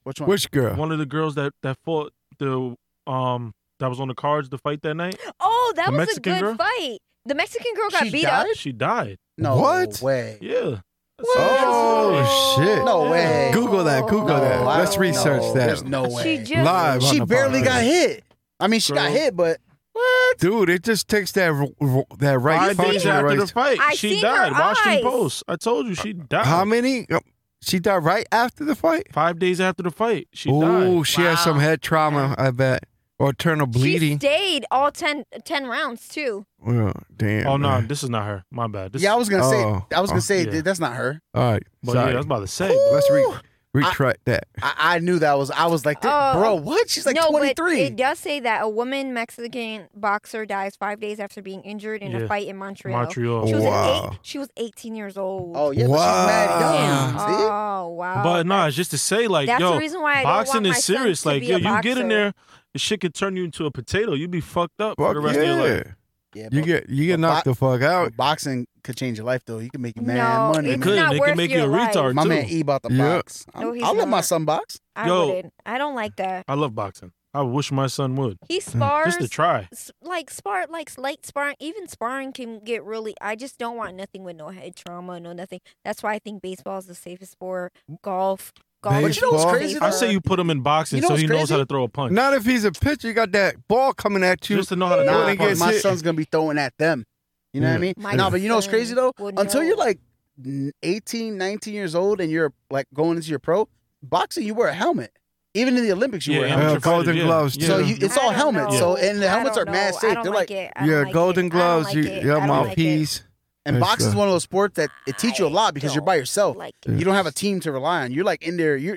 [SPEAKER 6] Which one?
[SPEAKER 4] Which girl?
[SPEAKER 5] One of the girls that that fought the um that was on the cards to fight that night.
[SPEAKER 1] Oh, that
[SPEAKER 5] The
[SPEAKER 1] was
[SPEAKER 5] Mexican
[SPEAKER 1] a good
[SPEAKER 5] girl?
[SPEAKER 1] fight. The Mexican girl got
[SPEAKER 6] She
[SPEAKER 1] beat
[SPEAKER 6] died?
[SPEAKER 1] up.
[SPEAKER 5] She died.
[SPEAKER 6] no
[SPEAKER 4] What?
[SPEAKER 6] way.
[SPEAKER 5] Yeah.
[SPEAKER 6] Oh,
[SPEAKER 5] That's
[SPEAKER 4] What?
[SPEAKER 5] all-
[SPEAKER 4] Oh, shit.
[SPEAKER 6] No way.
[SPEAKER 4] Google that, Google
[SPEAKER 6] No,
[SPEAKER 4] that.
[SPEAKER 6] I
[SPEAKER 4] Let's
[SPEAKER 6] don't
[SPEAKER 4] research
[SPEAKER 6] know.
[SPEAKER 4] that.
[SPEAKER 6] There's no way.
[SPEAKER 1] She just
[SPEAKER 4] Live. on
[SPEAKER 6] She
[SPEAKER 4] the
[SPEAKER 6] barely
[SPEAKER 4] podcast.
[SPEAKER 6] got hit. I mean, she got
[SPEAKER 5] Girl.
[SPEAKER 6] hit, but what?
[SPEAKER 4] Dude, it just takes that r- r- that right
[SPEAKER 5] Five days
[SPEAKER 4] function.
[SPEAKER 5] after
[SPEAKER 4] Right.
[SPEAKER 5] the fight,
[SPEAKER 1] I
[SPEAKER 5] she
[SPEAKER 1] seen her
[SPEAKER 5] died. Washington
[SPEAKER 1] eyes.
[SPEAKER 5] Post. I told you she died.
[SPEAKER 4] How many? Uh, She died right after the fight.
[SPEAKER 5] Five days after the fight, she
[SPEAKER 4] Ooh,
[SPEAKER 5] died.
[SPEAKER 4] she has some
[SPEAKER 7] Wow.
[SPEAKER 4] head trauma. I bet or internal
[SPEAKER 1] She
[SPEAKER 4] bleeding.
[SPEAKER 1] stayed all 10, 10 rounds too.
[SPEAKER 4] Oh, damn.
[SPEAKER 5] Oh no,
[SPEAKER 4] man.
[SPEAKER 5] this is not her. My bad. This,
[SPEAKER 6] Yeah, I was gonna say.
[SPEAKER 4] Oh.
[SPEAKER 6] I was
[SPEAKER 4] Oh,
[SPEAKER 6] gonna say
[SPEAKER 5] yeah.
[SPEAKER 6] dude, that's not her.
[SPEAKER 4] All right.
[SPEAKER 5] but yeah,
[SPEAKER 4] sorry.
[SPEAKER 5] I was about to say. but-
[SPEAKER 4] Let's re-
[SPEAKER 6] Ooh.
[SPEAKER 4] retract that.
[SPEAKER 6] I, I knew that was. I was like,
[SPEAKER 1] Oh.
[SPEAKER 6] bro, what? She's like
[SPEAKER 1] no,
[SPEAKER 6] twenty
[SPEAKER 1] but
[SPEAKER 6] three.
[SPEAKER 1] it does say that a woman Mexican boxer dies five days after being injured in
[SPEAKER 5] Yeah.
[SPEAKER 1] a fight in Montreal.
[SPEAKER 5] Montreal.
[SPEAKER 1] She was an
[SPEAKER 4] Wow.
[SPEAKER 1] eight. She was eighteen years old.
[SPEAKER 6] Oh yeah, but she's mad young.
[SPEAKER 4] Wow.
[SPEAKER 6] See?
[SPEAKER 1] Oh wow.
[SPEAKER 5] But no, it's just to say like,
[SPEAKER 1] that's
[SPEAKER 5] yo,
[SPEAKER 1] the reason why I don't
[SPEAKER 5] boxing
[SPEAKER 1] want my
[SPEAKER 5] is serious.
[SPEAKER 1] Son to
[SPEAKER 5] Like,
[SPEAKER 1] be
[SPEAKER 5] yo,
[SPEAKER 1] a
[SPEAKER 5] you get
[SPEAKER 1] boxer.
[SPEAKER 5] in there, the shit could turn you into a potato. You'd be fucked up for
[SPEAKER 4] Fuck
[SPEAKER 5] the rest
[SPEAKER 4] yeah.
[SPEAKER 5] of your life.
[SPEAKER 6] Yeah,
[SPEAKER 4] You
[SPEAKER 6] but-
[SPEAKER 4] get you get
[SPEAKER 6] But
[SPEAKER 4] knocked the fuck out.
[SPEAKER 6] but boxing could change your life though. You can make you mad
[SPEAKER 1] Oh. No,
[SPEAKER 6] money.
[SPEAKER 1] It
[SPEAKER 5] It
[SPEAKER 6] man.
[SPEAKER 1] It's
[SPEAKER 5] could.
[SPEAKER 1] not
[SPEAKER 5] It could
[SPEAKER 1] worth
[SPEAKER 5] make you a
[SPEAKER 1] your life.
[SPEAKER 5] retard
[SPEAKER 6] My
[SPEAKER 5] too.
[SPEAKER 6] man E about the
[SPEAKER 4] Yeah.
[SPEAKER 6] box. I'm-
[SPEAKER 1] No, he's
[SPEAKER 6] I'll let my
[SPEAKER 1] not.
[SPEAKER 6] son box.
[SPEAKER 1] I
[SPEAKER 5] Yo.
[SPEAKER 1] wouldn't. I don't like that.
[SPEAKER 5] I love boxing. I wish my son would
[SPEAKER 1] He spars.
[SPEAKER 5] just to try.
[SPEAKER 1] s- Like spar, like light sparring, even sparring can get really. I just don't want nothing with no head trauma, no nothing. That's why I think baseball is the safest sport. Golf, golf.
[SPEAKER 4] But
[SPEAKER 1] is
[SPEAKER 4] you know what's
[SPEAKER 1] the
[SPEAKER 6] crazy,
[SPEAKER 1] safer.
[SPEAKER 6] though?
[SPEAKER 5] I say you put him in boxing
[SPEAKER 6] You know
[SPEAKER 5] so
[SPEAKER 6] what's
[SPEAKER 5] he knows
[SPEAKER 6] crazy?
[SPEAKER 5] how to throw a punch.
[SPEAKER 4] Not if he's a pitcher. You got that ball coming at you.
[SPEAKER 5] just to know how to
[SPEAKER 4] Nah,
[SPEAKER 5] throw
[SPEAKER 6] Nah,
[SPEAKER 5] a
[SPEAKER 4] he gets
[SPEAKER 6] my
[SPEAKER 5] punch.
[SPEAKER 4] hit.
[SPEAKER 6] son's gonna be throwing at them. You know what I mean?
[SPEAKER 1] My
[SPEAKER 6] nah, but you know what's
[SPEAKER 1] son
[SPEAKER 6] crazy though?
[SPEAKER 1] would
[SPEAKER 6] Until
[SPEAKER 1] know.
[SPEAKER 6] you're like n- 18, 19 years old and you're like going into your pro boxing, you wear a helmet. Even in the Olympics, you
[SPEAKER 5] Yeah,
[SPEAKER 6] wear a
[SPEAKER 5] yeah,
[SPEAKER 6] helmet.
[SPEAKER 4] Uh,
[SPEAKER 5] amateur fighter,
[SPEAKER 4] golden
[SPEAKER 5] yeah.
[SPEAKER 4] gloves,
[SPEAKER 5] Yeah.
[SPEAKER 6] So you, it's
[SPEAKER 1] I
[SPEAKER 6] all
[SPEAKER 1] don't
[SPEAKER 6] helmets.
[SPEAKER 1] know.
[SPEAKER 6] So and the
[SPEAKER 1] I
[SPEAKER 6] helmets
[SPEAKER 1] don't
[SPEAKER 6] are mad
[SPEAKER 1] know. I
[SPEAKER 6] safe.
[SPEAKER 1] don't
[SPEAKER 6] They're
[SPEAKER 1] like,
[SPEAKER 6] like,
[SPEAKER 1] it. I don't
[SPEAKER 4] yeah,
[SPEAKER 1] like
[SPEAKER 4] golden
[SPEAKER 1] it. I don't
[SPEAKER 4] gloves.
[SPEAKER 1] like
[SPEAKER 4] you,
[SPEAKER 1] it. I
[SPEAKER 4] your
[SPEAKER 1] don't like it.
[SPEAKER 4] mouthpiece.
[SPEAKER 6] and
[SPEAKER 4] It's,
[SPEAKER 6] boxing
[SPEAKER 4] uh,
[SPEAKER 6] is one of those sports that it teaches you a lot because you're by
[SPEAKER 1] don't
[SPEAKER 6] yourself.
[SPEAKER 1] Like it.
[SPEAKER 6] You don't have a team to rely on. You're like in there. You're,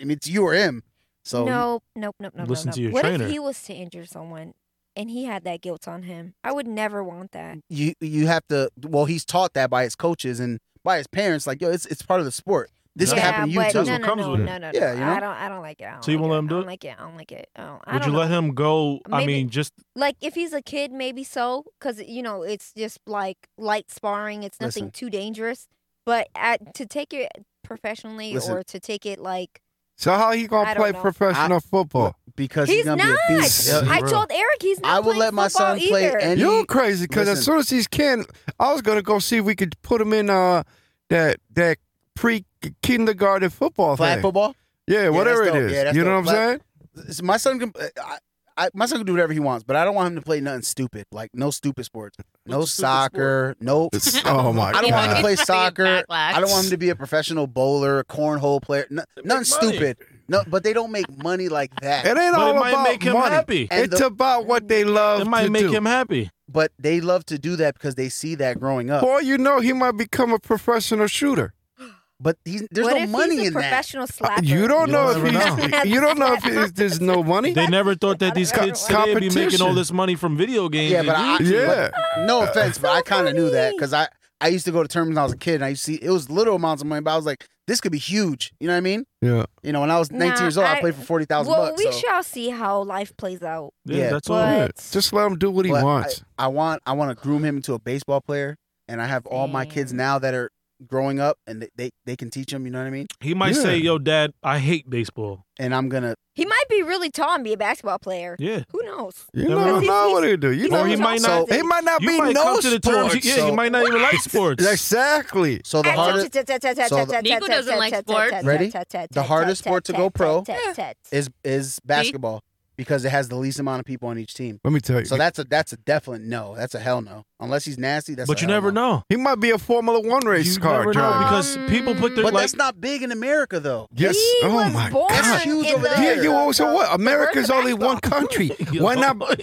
[SPEAKER 6] I mean, it's you or him. So
[SPEAKER 1] no, nope, nope, nope.
[SPEAKER 5] Listen
[SPEAKER 1] nope,
[SPEAKER 5] to
[SPEAKER 1] nope.
[SPEAKER 5] your
[SPEAKER 1] what
[SPEAKER 5] trainer.
[SPEAKER 1] if he was to injure someone and he had that guilt on him? I would never want that.
[SPEAKER 6] you you have to. Well, he's taught that by his coaches and by his parents. Like, yo, it's it's part of the sport. This
[SPEAKER 1] yeah,
[SPEAKER 6] can happen to you
[SPEAKER 1] but
[SPEAKER 6] too.
[SPEAKER 1] No,
[SPEAKER 5] That's what
[SPEAKER 1] no,
[SPEAKER 5] comes
[SPEAKER 1] no,
[SPEAKER 5] with it.
[SPEAKER 1] no, no, no.
[SPEAKER 6] Yeah, you know?
[SPEAKER 1] I don't. I don't like it. I don't
[SPEAKER 5] So you
[SPEAKER 1] like
[SPEAKER 5] won't
[SPEAKER 1] it.
[SPEAKER 5] let him do
[SPEAKER 1] I
[SPEAKER 5] it?
[SPEAKER 1] don't like it. I don't like it. I don't. I
[SPEAKER 5] Would
[SPEAKER 1] don't
[SPEAKER 5] you
[SPEAKER 1] know.
[SPEAKER 5] let him go? I
[SPEAKER 1] Maybe-
[SPEAKER 5] mean, just
[SPEAKER 1] Like if he's a kid, maybe so, because you know it's just like light sparring. It's nothing
[SPEAKER 6] Listen.
[SPEAKER 1] too dangerous. But at, to take it professionally
[SPEAKER 6] Listen.
[SPEAKER 1] or to take it like
[SPEAKER 4] So how he gonna
[SPEAKER 1] I don't
[SPEAKER 4] play
[SPEAKER 1] know.
[SPEAKER 4] professional football?
[SPEAKER 6] because he's,
[SPEAKER 1] he's
[SPEAKER 6] gonna
[SPEAKER 1] not.
[SPEAKER 6] be a beast.
[SPEAKER 5] Yeah,
[SPEAKER 1] I
[SPEAKER 5] bro.
[SPEAKER 1] told Eric he's not.
[SPEAKER 6] I will
[SPEAKER 1] playing
[SPEAKER 6] let my
[SPEAKER 1] football
[SPEAKER 6] son play
[SPEAKER 1] either.
[SPEAKER 6] any-
[SPEAKER 4] You're crazy because as
[SPEAKER 6] listen.
[SPEAKER 4] soon as he's can, I was gonna go see if we could put him in uh that that pre kindergarten football
[SPEAKER 6] Flag
[SPEAKER 4] thing.
[SPEAKER 6] football.
[SPEAKER 4] Yeah, whatever it
[SPEAKER 6] dope.
[SPEAKER 4] is.
[SPEAKER 6] Yeah, that's
[SPEAKER 4] you know
[SPEAKER 6] dope.
[SPEAKER 4] what I'm
[SPEAKER 6] But-
[SPEAKER 4] saying?
[SPEAKER 6] S- My son can. I, I, my son can do whatever he wants, but I don't want him to play nothing stupid, like no stupid sports, no
[SPEAKER 5] What's a stupid
[SPEAKER 6] soccer, no.
[SPEAKER 4] It's- oh my
[SPEAKER 6] I don't want him to
[SPEAKER 4] god.
[SPEAKER 6] play
[SPEAKER 7] Fucking
[SPEAKER 6] soccer.
[SPEAKER 7] backlash.
[SPEAKER 6] I don't want him to be a professional bowler, cornhole player, n-
[SPEAKER 5] They make
[SPEAKER 6] nothing
[SPEAKER 5] money.
[SPEAKER 6] stupid. No, but they don't make money like that.
[SPEAKER 4] It ain't
[SPEAKER 5] But
[SPEAKER 4] all
[SPEAKER 5] it might
[SPEAKER 4] about
[SPEAKER 5] make him
[SPEAKER 4] money.
[SPEAKER 5] happy.
[SPEAKER 6] And
[SPEAKER 4] It's
[SPEAKER 6] the-
[SPEAKER 4] about what they love
[SPEAKER 5] It might
[SPEAKER 4] to
[SPEAKER 5] make
[SPEAKER 4] do.
[SPEAKER 5] him happy.
[SPEAKER 6] but they love to do that because they see that growing up.
[SPEAKER 4] For all you know, he might become a professional shooter.
[SPEAKER 6] But he's, there's
[SPEAKER 1] what
[SPEAKER 6] no
[SPEAKER 1] if
[SPEAKER 6] money
[SPEAKER 1] he's a
[SPEAKER 6] in that.
[SPEAKER 1] professional slapper?
[SPEAKER 4] You don't
[SPEAKER 5] You
[SPEAKER 4] know if
[SPEAKER 5] never
[SPEAKER 4] he's,
[SPEAKER 1] know.
[SPEAKER 4] you don't know if it's- there's no money.
[SPEAKER 5] They never thought that
[SPEAKER 1] I
[SPEAKER 5] these
[SPEAKER 1] don't
[SPEAKER 5] kids
[SPEAKER 1] know.
[SPEAKER 5] today would be making all
[SPEAKER 4] Competition.
[SPEAKER 5] this money from video games.
[SPEAKER 6] Yeah,
[SPEAKER 5] and
[SPEAKER 6] but I,
[SPEAKER 5] YouTube.
[SPEAKER 4] yeah,
[SPEAKER 6] but no offense, but I
[SPEAKER 1] so
[SPEAKER 6] kind of knew that
[SPEAKER 1] funny.
[SPEAKER 6] because I I used to go to terms when I was a kid, and I used to see it was little amounts of money, but I was like, this could be huge. You know what I mean?
[SPEAKER 4] yeah.
[SPEAKER 6] You know, when I was 19
[SPEAKER 1] Nah,
[SPEAKER 6] years old, I,
[SPEAKER 1] I-
[SPEAKER 6] played for forty thousand
[SPEAKER 1] Well,
[SPEAKER 6] bucks.
[SPEAKER 1] we
[SPEAKER 6] so-
[SPEAKER 1] shall see how life plays out.
[SPEAKER 5] yeah,
[SPEAKER 6] yeah,
[SPEAKER 5] that's all.
[SPEAKER 1] but-
[SPEAKER 4] yeah. Just let him do what he
[SPEAKER 6] But
[SPEAKER 4] wants.
[SPEAKER 6] I, I want I want to groom him into a baseball player, and I have all my kids
[SPEAKER 3] Damn.
[SPEAKER 6] now that are growing up, and they they, they can teach them. You know what I mean?
[SPEAKER 5] He might
[SPEAKER 4] Yeah.
[SPEAKER 5] say, "Yo, Dad, I hate baseball."
[SPEAKER 6] And I'm gonna
[SPEAKER 1] He might be really tall and be a basketball player.
[SPEAKER 5] Yeah,
[SPEAKER 1] Who knows?
[SPEAKER 4] you
[SPEAKER 5] Never
[SPEAKER 4] never
[SPEAKER 5] mind.
[SPEAKER 4] know what he do. You
[SPEAKER 1] He's
[SPEAKER 4] know,
[SPEAKER 5] Or he
[SPEAKER 1] always
[SPEAKER 5] might
[SPEAKER 1] all
[SPEAKER 5] not-
[SPEAKER 1] sorry.
[SPEAKER 4] it might not
[SPEAKER 5] you
[SPEAKER 4] be
[SPEAKER 5] might
[SPEAKER 4] no
[SPEAKER 5] come to the terms.
[SPEAKER 4] sports.
[SPEAKER 5] yeah,
[SPEAKER 6] so-
[SPEAKER 5] you might not even like sports.
[SPEAKER 4] Exactly.
[SPEAKER 6] so the
[SPEAKER 1] Ah,
[SPEAKER 6] hardest
[SPEAKER 1] tat, tat, tat, tat,
[SPEAKER 6] so
[SPEAKER 1] tat,
[SPEAKER 6] the-
[SPEAKER 1] tat,
[SPEAKER 7] Nico
[SPEAKER 1] tat,
[SPEAKER 7] doesn't
[SPEAKER 1] tat,
[SPEAKER 7] like
[SPEAKER 1] tat,
[SPEAKER 7] sports.
[SPEAKER 1] tat,
[SPEAKER 6] Ready?
[SPEAKER 1] tat, tat,
[SPEAKER 6] The
[SPEAKER 1] tat,
[SPEAKER 6] hardest
[SPEAKER 1] tat,
[SPEAKER 6] sport to
[SPEAKER 1] tat,
[SPEAKER 6] go
[SPEAKER 1] tat,
[SPEAKER 6] pro.
[SPEAKER 1] tat, tat.
[SPEAKER 6] is is basketball because it has the least amount of people on each team.
[SPEAKER 4] Let me tell you.
[SPEAKER 6] So that's a that's a definite no. That's a hell no. Unless he's nasty. That's
[SPEAKER 5] but
[SPEAKER 6] a
[SPEAKER 5] you
[SPEAKER 6] hell
[SPEAKER 5] never
[SPEAKER 6] no.
[SPEAKER 5] know.
[SPEAKER 4] he might be a Formula One race
[SPEAKER 5] you
[SPEAKER 4] car
[SPEAKER 5] never know
[SPEAKER 4] driver.
[SPEAKER 5] because people put their
[SPEAKER 6] But
[SPEAKER 5] like.
[SPEAKER 6] that's not big in America though.
[SPEAKER 4] Yes.
[SPEAKER 1] He
[SPEAKER 4] oh
[SPEAKER 1] was
[SPEAKER 4] my
[SPEAKER 1] born
[SPEAKER 4] God.
[SPEAKER 6] That's huge
[SPEAKER 1] in
[SPEAKER 6] over
[SPEAKER 1] the-
[SPEAKER 6] there.
[SPEAKER 4] Yeah, you also what?
[SPEAKER 1] the birth
[SPEAKER 4] America's
[SPEAKER 1] of
[SPEAKER 4] only one
[SPEAKER 1] basketball.
[SPEAKER 4] country. Why not? not-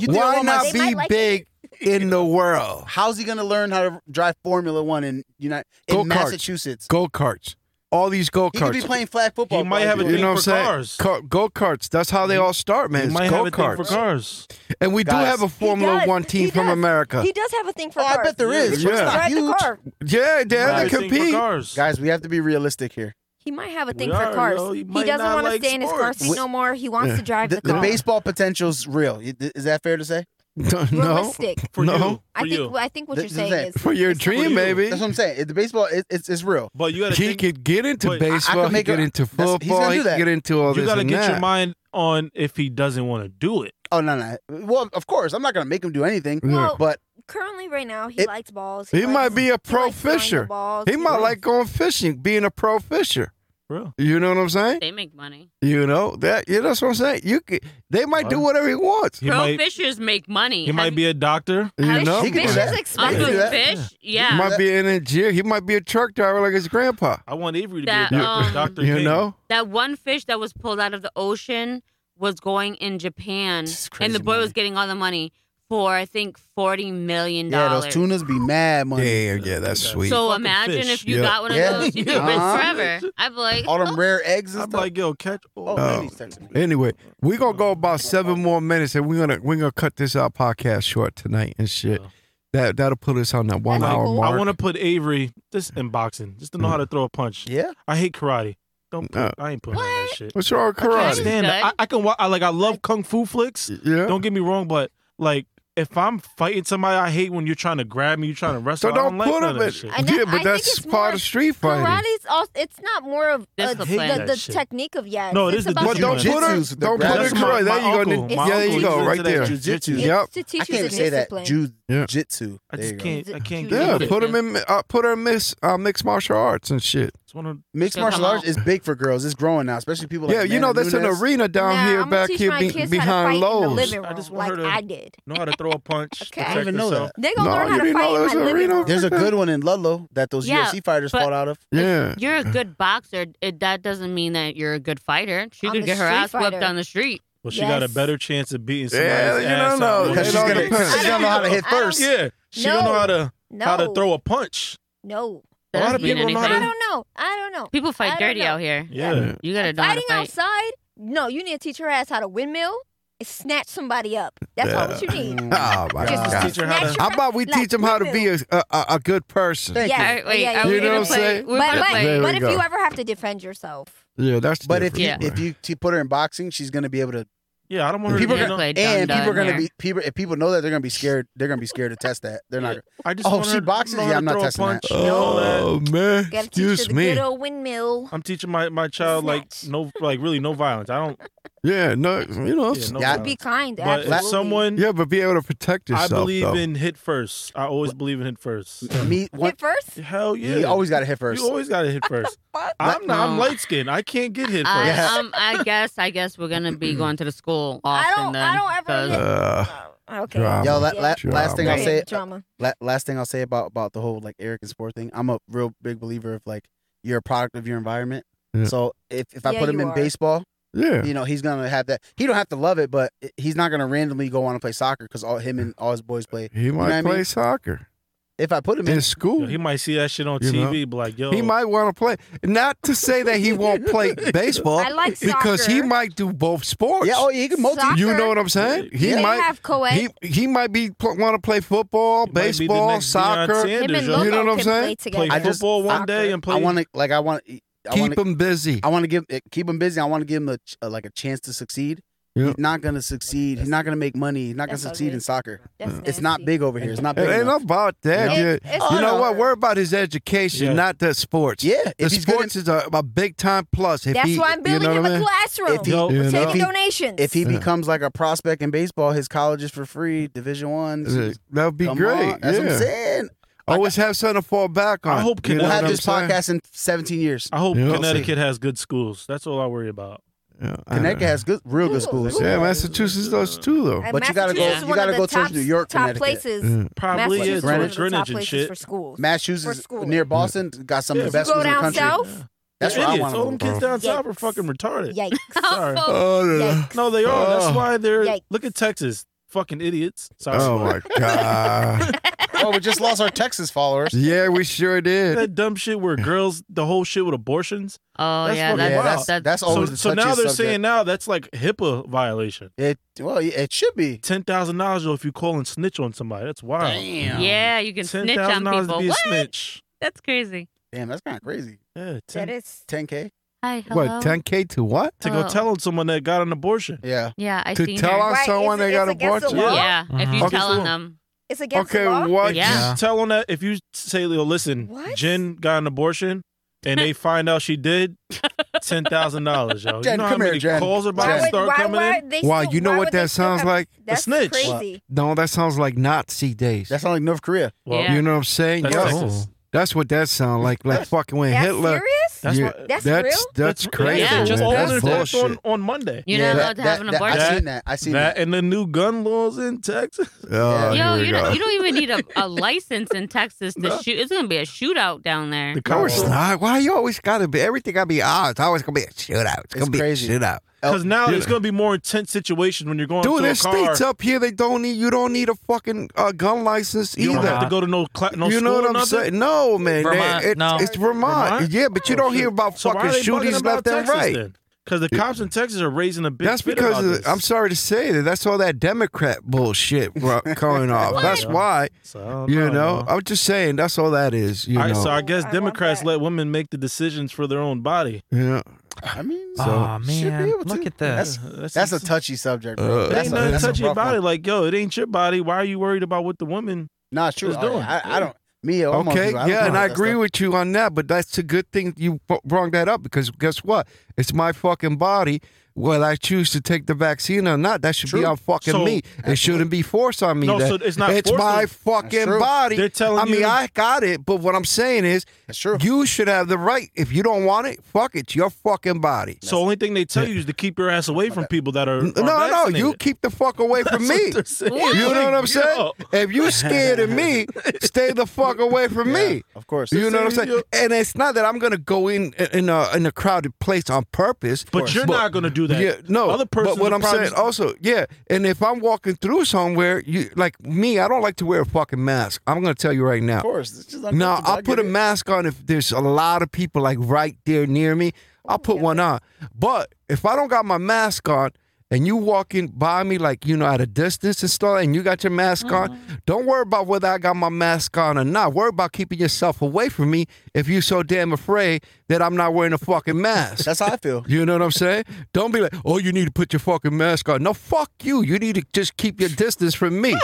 [SPEAKER 6] You think
[SPEAKER 4] why
[SPEAKER 6] all my-
[SPEAKER 4] not
[SPEAKER 1] They
[SPEAKER 4] be
[SPEAKER 1] might like
[SPEAKER 4] big in the world?
[SPEAKER 6] How's he gonna learn how to drive Formula One in United in
[SPEAKER 4] Go-karts.
[SPEAKER 6] Massachusetts?
[SPEAKER 4] Go karts. All these go
[SPEAKER 6] He could be
[SPEAKER 4] karts.
[SPEAKER 6] playing flag football.
[SPEAKER 5] He might
[SPEAKER 6] bro.
[SPEAKER 5] have a
[SPEAKER 4] You
[SPEAKER 5] thing
[SPEAKER 4] know what I'm
[SPEAKER 5] for
[SPEAKER 4] saying?
[SPEAKER 5] cars.
[SPEAKER 4] Go karts. That's how they all start, man.
[SPEAKER 5] you might
[SPEAKER 4] Go
[SPEAKER 5] have a thing for
[SPEAKER 4] karts.
[SPEAKER 5] cars.
[SPEAKER 4] And we do
[SPEAKER 6] Guys.
[SPEAKER 4] have a Formula
[SPEAKER 1] does.
[SPEAKER 4] One
[SPEAKER 1] He
[SPEAKER 4] team from
[SPEAKER 1] does.
[SPEAKER 4] America.
[SPEAKER 1] He does have a thing for
[SPEAKER 6] Oh, I
[SPEAKER 1] cars.
[SPEAKER 6] bet there
[SPEAKER 4] but
[SPEAKER 6] is,
[SPEAKER 1] He
[SPEAKER 4] it's
[SPEAKER 1] can
[SPEAKER 4] not
[SPEAKER 1] drive the
[SPEAKER 6] huge.
[SPEAKER 1] car.
[SPEAKER 4] Yeah,
[SPEAKER 5] Might
[SPEAKER 4] yeah,
[SPEAKER 5] have
[SPEAKER 4] they
[SPEAKER 5] a thing for
[SPEAKER 4] compete.
[SPEAKER 5] cars.
[SPEAKER 6] Guys, we have to be realistic here.
[SPEAKER 1] He might have a
[SPEAKER 5] We
[SPEAKER 1] thing
[SPEAKER 5] are,
[SPEAKER 1] for cars.
[SPEAKER 5] yo. He
[SPEAKER 1] he,
[SPEAKER 5] might
[SPEAKER 1] doesn't
[SPEAKER 5] not
[SPEAKER 1] want to
[SPEAKER 5] like
[SPEAKER 1] stay in his car
[SPEAKER 5] sports.
[SPEAKER 1] seat no more. He wants
[SPEAKER 4] Yeah.
[SPEAKER 1] to drive the,
[SPEAKER 6] The, the
[SPEAKER 1] car.
[SPEAKER 6] baseball potential's real. You- th- Is that fair to say?
[SPEAKER 4] no,
[SPEAKER 1] Realistic.
[SPEAKER 5] For
[SPEAKER 4] No.
[SPEAKER 5] you,
[SPEAKER 4] I
[SPEAKER 5] for
[SPEAKER 1] I think.
[SPEAKER 5] you.
[SPEAKER 1] I think what
[SPEAKER 6] Th-
[SPEAKER 1] you're
[SPEAKER 6] this
[SPEAKER 1] saying
[SPEAKER 6] is it.
[SPEAKER 1] is
[SPEAKER 4] for your
[SPEAKER 1] it's-
[SPEAKER 4] dream,
[SPEAKER 5] you.
[SPEAKER 4] baby.
[SPEAKER 6] That's what I'm saying. The baseball, it, it's it's real.
[SPEAKER 5] But you got to
[SPEAKER 4] He
[SPEAKER 5] think.
[SPEAKER 4] could get into
[SPEAKER 5] But I- I
[SPEAKER 4] baseball.
[SPEAKER 6] could
[SPEAKER 4] he
[SPEAKER 6] make
[SPEAKER 4] could
[SPEAKER 6] a-
[SPEAKER 4] get into
[SPEAKER 6] that's- he's
[SPEAKER 4] football.
[SPEAKER 6] gonna
[SPEAKER 4] He
[SPEAKER 6] do
[SPEAKER 4] could
[SPEAKER 6] that.
[SPEAKER 4] get into all
[SPEAKER 5] You
[SPEAKER 4] this
[SPEAKER 5] got to
[SPEAKER 4] and
[SPEAKER 5] get
[SPEAKER 4] that.
[SPEAKER 5] your mind on if he doesn't want to do it.
[SPEAKER 6] Oh no no. Well, of course, I'm not gonna make him do anything.
[SPEAKER 1] Well,
[SPEAKER 6] But
[SPEAKER 1] currently, right now, he
[SPEAKER 6] It-
[SPEAKER 1] likes balls.
[SPEAKER 4] he might
[SPEAKER 1] likes-
[SPEAKER 4] be a
[SPEAKER 1] he
[SPEAKER 4] pro
[SPEAKER 1] likes throwing the
[SPEAKER 4] fisher.
[SPEAKER 1] balls.
[SPEAKER 4] He might
[SPEAKER 1] likes-
[SPEAKER 4] like going fishing, being a pro fisher.
[SPEAKER 5] Real.
[SPEAKER 4] You know what I'm saying?
[SPEAKER 7] They make money.
[SPEAKER 4] You know that. You know that's what I'm saying. You could. They might do whatever he wants.
[SPEAKER 5] He
[SPEAKER 7] Pro
[SPEAKER 5] might.
[SPEAKER 7] fishers make money.
[SPEAKER 5] He might
[SPEAKER 7] Have
[SPEAKER 5] be a doctor.
[SPEAKER 4] You
[SPEAKER 7] Have
[SPEAKER 4] know,
[SPEAKER 6] He could do
[SPEAKER 1] Fish
[SPEAKER 6] that.
[SPEAKER 1] is
[SPEAKER 7] Uncle
[SPEAKER 5] Yeah.
[SPEAKER 1] expensive.
[SPEAKER 5] Yeah.
[SPEAKER 7] Fish, yeah.
[SPEAKER 4] He might be an engineer. He might be a truck driver like his grandpa.
[SPEAKER 5] I want Avery to
[SPEAKER 7] That,
[SPEAKER 5] be a doctor.
[SPEAKER 7] um,
[SPEAKER 5] Dr.
[SPEAKER 4] You
[SPEAKER 5] King.
[SPEAKER 4] know.
[SPEAKER 7] That one fish that was pulled out of the ocean was going in Japan,
[SPEAKER 6] This is
[SPEAKER 7] and the
[SPEAKER 6] crazy
[SPEAKER 7] boy
[SPEAKER 6] money.
[SPEAKER 7] was getting all the money for I think forty million
[SPEAKER 6] yeah,
[SPEAKER 7] dollars.
[SPEAKER 6] those tunas be mad money.
[SPEAKER 4] Yeah, yeah, that's
[SPEAKER 5] So-
[SPEAKER 4] sweet.
[SPEAKER 7] so
[SPEAKER 5] Fucking
[SPEAKER 7] imagine
[SPEAKER 5] fish.
[SPEAKER 7] if you
[SPEAKER 4] Yeah.
[SPEAKER 7] got one of
[SPEAKER 6] Yeah.
[SPEAKER 7] those, you'd be rich
[SPEAKER 6] Uh-huh.
[SPEAKER 7] forever. I'd be like,
[SPEAKER 6] All
[SPEAKER 7] oh,
[SPEAKER 6] them rare eggs and
[SPEAKER 5] I'm
[SPEAKER 6] stuff.
[SPEAKER 5] like, yo, catch.
[SPEAKER 6] oh,
[SPEAKER 5] Oh,
[SPEAKER 6] Randy's texting me.
[SPEAKER 4] Anyway, we're gonna go about seven more minutes and we're gonna we're gonna cut this our podcast short tonight and Oh, shit.
[SPEAKER 5] Yeah.
[SPEAKER 4] That that'll put us on that one
[SPEAKER 1] That's
[SPEAKER 4] hour
[SPEAKER 1] cool.
[SPEAKER 4] mark. Mm.
[SPEAKER 5] I want to put Avery just in boxing, just to know how to throw a punch.
[SPEAKER 6] Yeah.
[SPEAKER 5] I hate karate. Don't. Put,
[SPEAKER 4] Uh,
[SPEAKER 5] I ain't putting her in that shit.
[SPEAKER 4] What's wrong with
[SPEAKER 5] I
[SPEAKER 7] Karate.
[SPEAKER 4] karate?
[SPEAKER 5] understand that. I, I can. wa- I like. I love kung fu flicks.
[SPEAKER 4] Yeah.
[SPEAKER 5] Don't get me wrong, but like, if I'm fighting somebody, I hate when you're trying to grab me, you're trying to wrestle.
[SPEAKER 4] so don't,
[SPEAKER 5] I don't
[SPEAKER 4] put
[SPEAKER 5] like
[SPEAKER 4] him
[SPEAKER 5] none of
[SPEAKER 4] in.
[SPEAKER 5] that shit.
[SPEAKER 1] I know-
[SPEAKER 4] Yeah,
[SPEAKER 1] I
[SPEAKER 4] but
[SPEAKER 1] think
[SPEAKER 4] that's
[SPEAKER 1] it's
[SPEAKER 4] part
[SPEAKER 1] more
[SPEAKER 4] of street fighting.
[SPEAKER 1] Karate's also, it's not more of uh,
[SPEAKER 7] Discipline.
[SPEAKER 1] the,
[SPEAKER 5] I hate
[SPEAKER 1] the,
[SPEAKER 5] that
[SPEAKER 1] the
[SPEAKER 5] shit.
[SPEAKER 1] technique of yeah.
[SPEAKER 5] No, it
[SPEAKER 1] it's
[SPEAKER 5] is the
[SPEAKER 1] about
[SPEAKER 4] But don't
[SPEAKER 5] Jujitsu.
[SPEAKER 4] put her.
[SPEAKER 6] Jujitsu's the
[SPEAKER 4] Don't put her
[SPEAKER 6] grab.
[SPEAKER 5] That's my-
[SPEAKER 4] karate. There
[SPEAKER 5] my
[SPEAKER 4] you go.
[SPEAKER 5] uncle- my
[SPEAKER 4] Yeah, there
[SPEAKER 5] uncle
[SPEAKER 4] you go.
[SPEAKER 5] used
[SPEAKER 4] Right
[SPEAKER 5] to that
[SPEAKER 4] there.
[SPEAKER 5] jujitsu.
[SPEAKER 1] It's
[SPEAKER 4] Yep.
[SPEAKER 1] to
[SPEAKER 6] I
[SPEAKER 1] teach you
[SPEAKER 6] can't
[SPEAKER 1] the
[SPEAKER 6] even say that.
[SPEAKER 1] discipline.
[SPEAKER 6] Jiu-
[SPEAKER 4] Yeah.
[SPEAKER 6] Jitsu.
[SPEAKER 5] I
[SPEAKER 6] There you
[SPEAKER 5] just
[SPEAKER 6] go.
[SPEAKER 5] can't. I can't. get
[SPEAKER 4] Yeah,
[SPEAKER 5] with it.
[SPEAKER 4] put him in. Uh, put her in mix, uh, mixed martial arts and shit.
[SPEAKER 5] It's one of-
[SPEAKER 6] Mixed
[SPEAKER 7] Should
[SPEAKER 6] martial
[SPEAKER 7] come out.
[SPEAKER 6] arts is big for girls. It's growing now, especially people.
[SPEAKER 4] yeah,
[SPEAKER 6] like
[SPEAKER 4] you know
[SPEAKER 6] Amanda
[SPEAKER 4] that's an
[SPEAKER 6] Nunes.
[SPEAKER 4] arena down
[SPEAKER 1] Nah,
[SPEAKER 4] here
[SPEAKER 1] I'm gonna
[SPEAKER 4] back
[SPEAKER 1] teach
[SPEAKER 4] here
[SPEAKER 1] my
[SPEAKER 4] be-
[SPEAKER 1] kids how
[SPEAKER 4] behind
[SPEAKER 1] to fight in the
[SPEAKER 4] Lowe's.
[SPEAKER 1] living room,
[SPEAKER 5] I just want
[SPEAKER 1] like
[SPEAKER 5] her to-
[SPEAKER 1] I did.
[SPEAKER 5] know how to throw a punch.
[SPEAKER 1] Okay. I
[SPEAKER 5] protect
[SPEAKER 1] didn't
[SPEAKER 6] even know
[SPEAKER 5] herself.
[SPEAKER 1] They gonna
[SPEAKER 4] No,
[SPEAKER 1] learn
[SPEAKER 4] you
[SPEAKER 1] how to
[SPEAKER 4] didn't know
[SPEAKER 1] fight in
[SPEAKER 4] there's
[SPEAKER 1] my
[SPEAKER 4] a
[SPEAKER 1] living
[SPEAKER 4] arena.
[SPEAKER 1] room.
[SPEAKER 6] There's a good one in Ludlow that those
[SPEAKER 7] Yeah,
[SPEAKER 6] UFC fighters
[SPEAKER 7] but-
[SPEAKER 6] fought out of.
[SPEAKER 4] Yeah.
[SPEAKER 7] you're a good boxer. It, that doesn't mean that you're a good fighter. She
[SPEAKER 1] I'm
[SPEAKER 7] could
[SPEAKER 1] a
[SPEAKER 7] get her
[SPEAKER 1] street
[SPEAKER 7] ass
[SPEAKER 1] fighter.
[SPEAKER 7] whipped on the street.
[SPEAKER 5] Well, she got a
[SPEAKER 1] Yes.
[SPEAKER 5] better chance of beating somebody's
[SPEAKER 4] Yeah, you
[SPEAKER 5] ass
[SPEAKER 4] don't
[SPEAKER 5] out
[SPEAKER 4] know. Oh, It
[SPEAKER 5] with a
[SPEAKER 6] Because she's
[SPEAKER 4] all
[SPEAKER 5] straight
[SPEAKER 6] gonna,
[SPEAKER 5] kick.
[SPEAKER 1] depends.
[SPEAKER 6] she's gonna know how to hit
[SPEAKER 1] I don't-
[SPEAKER 6] first.
[SPEAKER 5] Yeah, she don't know
[SPEAKER 1] No.
[SPEAKER 5] how to
[SPEAKER 1] No,
[SPEAKER 5] how to throw a punch.
[SPEAKER 1] no.
[SPEAKER 5] A lot
[SPEAKER 7] That
[SPEAKER 5] of
[SPEAKER 7] doesn't mean
[SPEAKER 5] people don't know how
[SPEAKER 1] I
[SPEAKER 5] to-
[SPEAKER 7] anything.
[SPEAKER 1] don't know. I don't know.
[SPEAKER 7] People
[SPEAKER 1] I
[SPEAKER 7] fight
[SPEAKER 1] don't
[SPEAKER 7] dirty
[SPEAKER 1] know.
[SPEAKER 7] out here.
[SPEAKER 5] Yeah,
[SPEAKER 4] Yeah.
[SPEAKER 7] You gotta know how to
[SPEAKER 1] Fighting
[SPEAKER 7] fight.
[SPEAKER 1] outside? No, you need to teach her ass how to windmill and snatch somebody up. That's all what you need.
[SPEAKER 6] Mm.
[SPEAKER 4] Oh my
[SPEAKER 5] Just
[SPEAKER 4] god.
[SPEAKER 5] teach her how to-
[SPEAKER 1] snatch
[SPEAKER 4] How about we
[SPEAKER 1] like,
[SPEAKER 4] teach them how to be a a, a- a good person?
[SPEAKER 6] Thank
[SPEAKER 1] Yeah.
[SPEAKER 7] All
[SPEAKER 6] you.
[SPEAKER 7] right, wait.
[SPEAKER 1] Yeah, yeah,
[SPEAKER 7] are we
[SPEAKER 4] You know
[SPEAKER 7] gonna
[SPEAKER 4] what I'm
[SPEAKER 7] play-
[SPEAKER 4] saying?
[SPEAKER 7] we're
[SPEAKER 1] But,
[SPEAKER 7] gonna
[SPEAKER 1] but,
[SPEAKER 7] play.
[SPEAKER 4] There
[SPEAKER 1] but
[SPEAKER 4] we
[SPEAKER 1] if
[SPEAKER 4] go.
[SPEAKER 1] you ever have to defend yourself,
[SPEAKER 4] Yeah, that's.
[SPEAKER 6] But if you
[SPEAKER 7] Yeah.
[SPEAKER 6] if you t- put her in boxing, she's gonna be able to.
[SPEAKER 5] yeah. I don't want her.
[SPEAKER 6] People
[SPEAKER 5] to,
[SPEAKER 6] are
[SPEAKER 5] you know,
[SPEAKER 7] play dumb
[SPEAKER 6] And people are
[SPEAKER 7] dumb
[SPEAKER 6] gonna
[SPEAKER 7] here.
[SPEAKER 6] be people. If people know that, they're gonna be scared. They're gonna be scared to test that. They're not.
[SPEAKER 5] I just
[SPEAKER 6] Oh,
[SPEAKER 5] want
[SPEAKER 6] she
[SPEAKER 5] her to
[SPEAKER 6] boxes?
[SPEAKER 5] know how
[SPEAKER 6] Yeah,
[SPEAKER 5] to
[SPEAKER 6] I'm not
[SPEAKER 5] throw a
[SPEAKER 6] testing
[SPEAKER 5] punch,
[SPEAKER 6] that.
[SPEAKER 5] and all that.
[SPEAKER 4] oh man,
[SPEAKER 1] gotta teach her
[SPEAKER 4] excuse
[SPEAKER 1] the
[SPEAKER 4] me.
[SPEAKER 1] good old windmill.
[SPEAKER 5] I'm teaching my my child like
[SPEAKER 1] Snatch.
[SPEAKER 5] no like really no violence. I don't
[SPEAKER 4] Yeah, no, you know. Yeah,
[SPEAKER 5] Yeah, no
[SPEAKER 6] Yeah.
[SPEAKER 1] To
[SPEAKER 5] doubt.
[SPEAKER 1] be kind,
[SPEAKER 5] but if
[SPEAKER 1] absolutely.
[SPEAKER 5] someone,
[SPEAKER 4] but be able to protect
[SPEAKER 5] I
[SPEAKER 4] yourself.
[SPEAKER 5] believe
[SPEAKER 4] though.
[SPEAKER 5] in hit first. I always believe in hit first.
[SPEAKER 6] Me, one,
[SPEAKER 1] hit first.
[SPEAKER 5] Hell yeah!
[SPEAKER 6] you always got to hit first.
[SPEAKER 5] You always got to hit first.
[SPEAKER 1] Fuck.
[SPEAKER 5] I'm not. I'm
[SPEAKER 7] No.
[SPEAKER 5] light skinned. I can't get hit
[SPEAKER 7] I,
[SPEAKER 5] first.
[SPEAKER 6] Yeah.
[SPEAKER 7] um, I guess. I guess we're gonna be going to the school
[SPEAKER 1] I
[SPEAKER 7] often.
[SPEAKER 1] don't-
[SPEAKER 7] Then,
[SPEAKER 1] I don't ever
[SPEAKER 7] 'cause-
[SPEAKER 1] hit-
[SPEAKER 4] Uh,
[SPEAKER 1] Oh, okay.
[SPEAKER 4] Drama.
[SPEAKER 6] Yo, la- la-
[SPEAKER 4] Yeah.
[SPEAKER 6] last thing I'll
[SPEAKER 1] Yeah,
[SPEAKER 6] say,
[SPEAKER 1] drama.
[SPEAKER 6] la- last thing I'll say about about the whole like Eric and sport thing. I'm a real big believer of like you're a product of your environment.
[SPEAKER 4] Yeah.
[SPEAKER 6] So if, if I
[SPEAKER 1] Yeah,
[SPEAKER 6] put him
[SPEAKER 1] you
[SPEAKER 6] in
[SPEAKER 1] are.
[SPEAKER 6] baseball,
[SPEAKER 4] yeah.
[SPEAKER 6] you know he's gonna have that. He don't have to love it, but he's not gonna randomly go on and play soccer because all him and all his boys play.
[SPEAKER 4] He
[SPEAKER 6] what I
[SPEAKER 4] might
[SPEAKER 6] mean?
[SPEAKER 4] play soccer
[SPEAKER 6] If I put him in,
[SPEAKER 4] in school.
[SPEAKER 5] Yo, he might see that shit on
[SPEAKER 4] You know?
[SPEAKER 5] TV, be like, yo,
[SPEAKER 4] He might want to play. Not to say that he won't play baseball
[SPEAKER 1] I like
[SPEAKER 4] because he
[SPEAKER 1] soccer.
[SPEAKER 4] might do both sports.
[SPEAKER 6] yeah, oh yeah, he can multi.
[SPEAKER 1] Soccer.
[SPEAKER 4] you know what I'm saying? He
[SPEAKER 1] They
[SPEAKER 4] might
[SPEAKER 1] have co-ed.
[SPEAKER 4] he he might be pl- want to play football,
[SPEAKER 5] He might be
[SPEAKER 4] Oh,
[SPEAKER 5] the
[SPEAKER 4] baseball,
[SPEAKER 5] next Deion
[SPEAKER 4] soccer.
[SPEAKER 5] Sanders,
[SPEAKER 1] Him and
[SPEAKER 5] yo.
[SPEAKER 1] Loco
[SPEAKER 4] You know what I'm
[SPEAKER 1] can
[SPEAKER 4] saying?
[SPEAKER 1] play
[SPEAKER 5] play
[SPEAKER 1] together.
[SPEAKER 6] I just-
[SPEAKER 5] football one
[SPEAKER 1] Soccer.
[SPEAKER 5] day and play.
[SPEAKER 6] I want to like I want I want
[SPEAKER 4] Keep him busy.
[SPEAKER 6] I want to give eh, keep him busy. I want to give him a, ch- uh like a chance to succeed.
[SPEAKER 4] Yeah.
[SPEAKER 6] He's not gonna succeed. He's not gonna make money. He's not gonna
[SPEAKER 1] That's
[SPEAKER 6] succeed in
[SPEAKER 1] ugly.
[SPEAKER 6] soccer.
[SPEAKER 1] That's
[SPEAKER 6] It's not
[SPEAKER 1] nasty.
[SPEAKER 6] big over here. It's not
[SPEAKER 4] It
[SPEAKER 6] big.
[SPEAKER 4] ain't
[SPEAKER 6] enough.
[SPEAKER 4] about that.
[SPEAKER 1] It-
[SPEAKER 4] dude.
[SPEAKER 1] it's
[SPEAKER 4] you know
[SPEAKER 1] not.
[SPEAKER 4] what? Worry about his education,
[SPEAKER 5] Yeah.
[SPEAKER 4] not the sports.
[SPEAKER 6] Yeah,
[SPEAKER 4] The
[SPEAKER 6] if he's good, in-
[SPEAKER 4] sports is a, a big time plus. If
[SPEAKER 1] That's
[SPEAKER 4] he,
[SPEAKER 1] why I'm building
[SPEAKER 4] you know
[SPEAKER 1] him
[SPEAKER 4] what I
[SPEAKER 1] a
[SPEAKER 4] mean?
[SPEAKER 1] classroom.
[SPEAKER 6] If
[SPEAKER 5] he- Yo,
[SPEAKER 1] We're
[SPEAKER 4] you know?
[SPEAKER 1] taking
[SPEAKER 6] If he-
[SPEAKER 1] donations.
[SPEAKER 6] if he
[SPEAKER 4] Yeah.
[SPEAKER 6] becomes like a prospect in baseball, his college is for free, Division One.
[SPEAKER 4] That would be
[SPEAKER 6] Come
[SPEAKER 4] great.
[SPEAKER 6] on. That's
[SPEAKER 4] yeah.
[SPEAKER 6] what I'm saying.
[SPEAKER 4] Always have something to fall back on.
[SPEAKER 5] I hope
[SPEAKER 4] you
[SPEAKER 5] Ken-
[SPEAKER 4] know
[SPEAKER 6] We'll
[SPEAKER 4] what
[SPEAKER 6] have
[SPEAKER 4] I'm
[SPEAKER 6] this
[SPEAKER 4] saying? Uh,
[SPEAKER 6] podcast in 17 years.
[SPEAKER 5] I hope
[SPEAKER 4] Yeah.
[SPEAKER 5] Connecticut has good schools. That's all I worry about.
[SPEAKER 4] Yeah, I
[SPEAKER 6] Connecticut
[SPEAKER 4] know.
[SPEAKER 6] has good, real good
[SPEAKER 1] Ooh,
[SPEAKER 6] schools.
[SPEAKER 1] ooh.
[SPEAKER 4] Yeah, Massachusetts does too, though.
[SPEAKER 1] And
[SPEAKER 6] but you gotta go-
[SPEAKER 1] Massachusetts is
[SPEAKER 7] you
[SPEAKER 1] one
[SPEAKER 6] gotta
[SPEAKER 1] of the
[SPEAKER 6] go towards
[SPEAKER 1] top,
[SPEAKER 6] New York,
[SPEAKER 1] top
[SPEAKER 6] Connecticut.
[SPEAKER 1] places.
[SPEAKER 4] Yeah.
[SPEAKER 5] Probably
[SPEAKER 1] Massachusetts
[SPEAKER 5] is
[SPEAKER 1] is one of
[SPEAKER 5] Greenwich,
[SPEAKER 1] the top
[SPEAKER 5] Greenwich and
[SPEAKER 1] places
[SPEAKER 5] shit.
[SPEAKER 1] for schools. For
[SPEAKER 6] Massachusetts
[SPEAKER 1] school.
[SPEAKER 6] near Boston got some
[SPEAKER 5] Yeah,
[SPEAKER 6] of the
[SPEAKER 5] if
[SPEAKER 6] best
[SPEAKER 5] you
[SPEAKER 1] go
[SPEAKER 6] schools in the
[SPEAKER 1] down
[SPEAKER 6] country.
[SPEAKER 1] south-
[SPEAKER 6] That's where I
[SPEAKER 5] Idiots.
[SPEAKER 6] want
[SPEAKER 5] All
[SPEAKER 6] to
[SPEAKER 5] them
[SPEAKER 6] live.
[SPEAKER 5] kids down south are
[SPEAKER 1] Yikes.
[SPEAKER 5] fucking retarded.
[SPEAKER 1] Yikes.
[SPEAKER 5] Sorry.
[SPEAKER 4] Oh, no.
[SPEAKER 1] Yikes.
[SPEAKER 5] No, they are.
[SPEAKER 4] Oh.
[SPEAKER 5] That's why they're.
[SPEAKER 1] Yikes.
[SPEAKER 5] Look at Texas. Fucking idiots. Sorry.
[SPEAKER 4] oh my god!
[SPEAKER 6] oh, we just lost our Texas followers.
[SPEAKER 4] yeah, we sure did.
[SPEAKER 5] That dumb shit where girls, the whole shit with abortions.
[SPEAKER 7] Oh
[SPEAKER 5] That's
[SPEAKER 7] yeah,
[SPEAKER 5] fucking
[SPEAKER 7] that's,
[SPEAKER 6] yeah,
[SPEAKER 5] wild.
[SPEAKER 6] that's,
[SPEAKER 7] that's-
[SPEAKER 6] that's
[SPEAKER 5] So,
[SPEAKER 6] always the
[SPEAKER 5] so now
[SPEAKER 6] touchiest
[SPEAKER 5] they're
[SPEAKER 6] subject.
[SPEAKER 5] saying now that's like HIPAA violation.
[SPEAKER 6] it. Well, it should be.
[SPEAKER 5] Ten thousand dollars if you call and snitch on somebody. That's wild.
[SPEAKER 6] Damn.
[SPEAKER 7] yeah. You can
[SPEAKER 5] Ten
[SPEAKER 7] snitch
[SPEAKER 5] thousand
[SPEAKER 7] on
[SPEAKER 5] dollars to
[SPEAKER 7] people.
[SPEAKER 5] be a
[SPEAKER 7] What?
[SPEAKER 5] snitch.
[SPEAKER 7] That's crazy.
[SPEAKER 6] Damn, that's kind of crazy.
[SPEAKER 5] Yeah,
[SPEAKER 1] That
[SPEAKER 5] ten,
[SPEAKER 1] is
[SPEAKER 6] 10k.
[SPEAKER 7] Hi, hello.
[SPEAKER 4] What? 10k to what?
[SPEAKER 5] to go
[SPEAKER 7] Oh.
[SPEAKER 5] tell on someone that got an abortion.
[SPEAKER 6] Yeah.
[SPEAKER 7] Yeah, I
[SPEAKER 4] To
[SPEAKER 7] seen
[SPEAKER 4] tell
[SPEAKER 7] her.
[SPEAKER 4] on
[SPEAKER 1] Right,
[SPEAKER 4] someone
[SPEAKER 1] it's-
[SPEAKER 4] they got
[SPEAKER 1] it's against the law?
[SPEAKER 4] abortion.
[SPEAKER 7] Yeah, if you
[SPEAKER 2] Mhm.
[SPEAKER 5] Okay,
[SPEAKER 7] tell
[SPEAKER 5] cool.
[SPEAKER 7] on them.
[SPEAKER 1] it's against
[SPEAKER 4] Okay,
[SPEAKER 1] the law.
[SPEAKER 4] what?
[SPEAKER 5] If
[SPEAKER 7] Yeah.
[SPEAKER 5] you tell on that if you say, "Yo, listen,
[SPEAKER 1] What?
[SPEAKER 5] Jen got an abortion," and they find out she did, ten thousand dollars, yo.
[SPEAKER 6] Jen,
[SPEAKER 5] you know how
[SPEAKER 6] come here,
[SPEAKER 5] many
[SPEAKER 6] Jen.
[SPEAKER 5] calls are about
[SPEAKER 1] Why
[SPEAKER 5] to
[SPEAKER 1] would,
[SPEAKER 5] start
[SPEAKER 1] why,
[SPEAKER 5] coming
[SPEAKER 1] why,
[SPEAKER 5] in?
[SPEAKER 1] they
[SPEAKER 4] Wow,
[SPEAKER 1] still-
[SPEAKER 4] you know
[SPEAKER 1] why
[SPEAKER 4] what
[SPEAKER 1] would they
[SPEAKER 4] that
[SPEAKER 1] still
[SPEAKER 4] sounds
[SPEAKER 1] have-
[SPEAKER 4] like?
[SPEAKER 1] That's
[SPEAKER 5] snitch.
[SPEAKER 1] crazy.
[SPEAKER 4] No, that sounds like Nazi days.
[SPEAKER 6] That sounds like North Korea.
[SPEAKER 5] Well,
[SPEAKER 7] Yeah.
[SPEAKER 4] You know what I'm saying?
[SPEAKER 5] that's
[SPEAKER 4] Yeah.
[SPEAKER 5] Texas.
[SPEAKER 4] That's what that sounds like. Like fucking when
[SPEAKER 1] That's
[SPEAKER 4] Hitler.
[SPEAKER 1] serious?
[SPEAKER 5] That's
[SPEAKER 4] Yeah,
[SPEAKER 5] what-
[SPEAKER 1] That's
[SPEAKER 4] that's,
[SPEAKER 1] real?
[SPEAKER 4] that's crazy.
[SPEAKER 7] Yeah.
[SPEAKER 5] They just
[SPEAKER 4] man.
[SPEAKER 5] ordered
[SPEAKER 4] That's
[SPEAKER 5] that
[SPEAKER 4] bullshit.
[SPEAKER 5] on, on Monday.
[SPEAKER 7] You're
[SPEAKER 6] Yeah,
[SPEAKER 7] not allowed
[SPEAKER 6] that-
[SPEAKER 7] to have
[SPEAKER 6] that-
[SPEAKER 7] an
[SPEAKER 6] that-
[SPEAKER 7] abortion.
[SPEAKER 6] I
[SPEAKER 5] abortion.
[SPEAKER 6] seen that. I seen
[SPEAKER 5] that
[SPEAKER 6] that.
[SPEAKER 5] and the new gun laws in Texas.
[SPEAKER 4] Oh,
[SPEAKER 7] Yo,
[SPEAKER 4] here we
[SPEAKER 7] you
[SPEAKER 4] go.
[SPEAKER 7] don't, you don't even need a, a license in Texas to
[SPEAKER 5] No.
[SPEAKER 7] shoot. It's gonna be a shootout down there.
[SPEAKER 5] The
[SPEAKER 4] No,
[SPEAKER 5] cops
[SPEAKER 4] it's not. Why you always gotta be everything gotta be odds. Always gonna be a shootout. It's,
[SPEAKER 6] It's
[SPEAKER 4] gonna be
[SPEAKER 6] crazy.
[SPEAKER 4] a shootout.
[SPEAKER 5] Because now
[SPEAKER 4] Oh, Yeah.
[SPEAKER 5] it's going to be more intense situation when you're going
[SPEAKER 4] Dude,
[SPEAKER 5] to a
[SPEAKER 4] there's
[SPEAKER 5] car.
[SPEAKER 4] states up here they don't need you don't need a fucking uh, gun license
[SPEAKER 5] you
[SPEAKER 4] either.
[SPEAKER 5] don't have to go to no cla- no
[SPEAKER 4] you
[SPEAKER 5] school
[SPEAKER 4] know what
[SPEAKER 5] or
[SPEAKER 4] I'm
[SPEAKER 5] nothing.
[SPEAKER 4] saying? No, man. they-
[SPEAKER 2] Vermont,
[SPEAKER 4] it's,
[SPEAKER 2] no.
[SPEAKER 4] it's Vermont.
[SPEAKER 5] Vermont?
[SPEAKER 4] Yeah, but you
[SPEAKER 5] Oh,
[SPEAKER 4] don't
[SPEAKER 5] shit.
[SPEAKER 4] hear about
[SPEAKER 5] So why
[SPEAKER 4] fucking
[SPEAKER 5] are they bugging
[SPEAKER 4] shootings
[SPEAKER 5] about
[SPEAKER 4] left and
[SPEAKER 5] Texas
[SPEAKER 4] right.
[SPEAKER 5] Because the cops in Texas are raising a big
[SPEAKER 4] That's
[SPEAKER 5] fit
[SPEAKER 4] because
[SPEAKER 5] about
[SPEAKER 4] of,
[SPEAKER 5] this.
[SPEAKER 4] I'm sorry to say that that's all that Democrat bullshit bro- going off. That's
[SPEAKER 5] What?
[SPEAKER 4] why.
[SPEAKER 5] So, I don't
[SPEAKER 4] You
[SPEAKER 5] know,
[SPEAKER 4] know, I'm just saying that's all that is. You
[SPEAKER 5] All right, so
[SPEAKER 4] know,
[SPEAKER 5] I guess
[SPEAKER 1] I want
[SPEAKER 5] Democrats
[SPEAKER 1] that.
[SPEAKER 5] let women make the decisions for their own body.
[SPEAKER 4] yeah.
[SPEAKER 6] I mean,
[SPEAKER 4] So-
[SPEAKER 2] Aw,
[SPEAKER 6] should be
[SPEAKER 2] man,
[SPEAKER 6] able to.
[SPEAKER 2] look at this.
[SPEAKER 5] Uh,
[SPEAKER 6] that's a touchy subject,
[SPEAKER 4] Uh,
[SPEAKER 6] bro.
[SPEAKER 4] It
[SPEAKER 5] it ain't
[SPEAKER 6] that's a,
[SPEAKER 5] nothing
[SPEAKER 6] that's a
[SPEAKER 5] touchy
[SPEAKER 6] rough
[SPEAKER 5] about
[SPEAKER 6] one.
[SPEAKER 5] it. Like, yo, it ain't your body. Why are you worried about what the woman?
[SPEAKER 6] Nah, it's true.
[SPEAKER 5] It's
[SPEAKER 6] I,
[SPEAKER 5] doing.
[SPEAKER 6] I, I don't. Me, I'm on
[SPEAKER 4] Okay,
[SPEAKER 6] you. I don't
[SPEAKER 4] yeah,
[SPEAKER 6] know
[SPEAKER 4] and
[SPEAKER 6] about
[SPEAKER 4] I
[SPEAKER 6] that
[SPEAKER 4] agree
[SPEAKER 6] stuff.
[SPEAKER 4] with you on that, but that's a good thing you br- brought that up because guess what? It's my fucking body. Whether I choose to take the vaccine or not, that should be
[SPEAKER 6] True.
[SPEAKER 4] on fucking
[SPEAKER 5] So- uh,
[SPEAKER 4] me. It shouldn't be forced on me.
[SPEAKER 5] No,
[SPEAKER 4] that-
[SPEAKER 5] so it's not
[SPEAKER 4] It's
[SPEAKER 5] forced on-
[SPEAKER 4] my
[SPEAKER 5] That's
[SPEAKER 4] fucking
[SPEAKER 6] true.
[SPEAKER 4] body.
[SPEAKER 5] They're telling
[SPEAKER 4] I mean,
[SPEAKER 5] you-
[SPEAKER 4] I got it, but what I'm saying is,
[SPEAKER 6] That's true.
[SPEAKER 4] you should have the right. If you don't want it, fuck it. It's your fucking body.
[SPEAKER 5] So only thing they tell you is to keep your ass away from people that are.
[SPEAKER 4] N- no, no, you keep the fuck away from me. You know what I'm saying? If you scared of me, stay the fuck away from me.
[SPEAKER 6] Yeah, of course.
[SPEAKER 4] You know what I'm
[SPEAKER 5] Sincere,
[SPEAKER 4] saying? And it's not that I'm gonna go in in a in a crowded place on purpose.
[SPEAKER 5] But you're not going to do that.
[SPEAKER 4] Yeah, no.
[SPEAKER 5] Other
[SPEAKER 4] but
[SPEAKER 5] persons
[SPEAKER 4] what
[SPEAKER 5] are
[SPEAKER 4] I'm
[SPEAKER 5] probably-
[SPEAKER 4] saying oh, also, yeah. And if I'm walking through somewhere, you like me, I don't like to wear a fucking mask. I'm gonna tell you right
[SPEAKER 6] Of
[SPEAKER 4] now.
[SPEAKER 6] course. It's just
[SPEAKER 4] Now
[SPEAKER 6] uncomfortable. I
[SPEAKER 4] I'll put a
[SPEAKER 6] get it.
[SPEAKER 4] mask on if there's a lot of people like right there near me.
[SPEAKER 6] Oh,
[SPEAKER 4] I'll put one on. But if I don't got my mask on and you walking by me like you know at a distance and stuff, and you got your mask
[SPEAKER 6] Uh-huh.
[SPEAKER 4] on, don't worry about whether I got my mask on or not. Worry about keeping yourself away from me if you so damn afraid that I'm not wearing a fucking mask.
[SPEAKER 6] That's how I feel.
[SPEAKER 4] You know what I'm saying? Don't be like, oh, you need to put your fucking mask on. No, fuck you. You need to just keep your distance from me.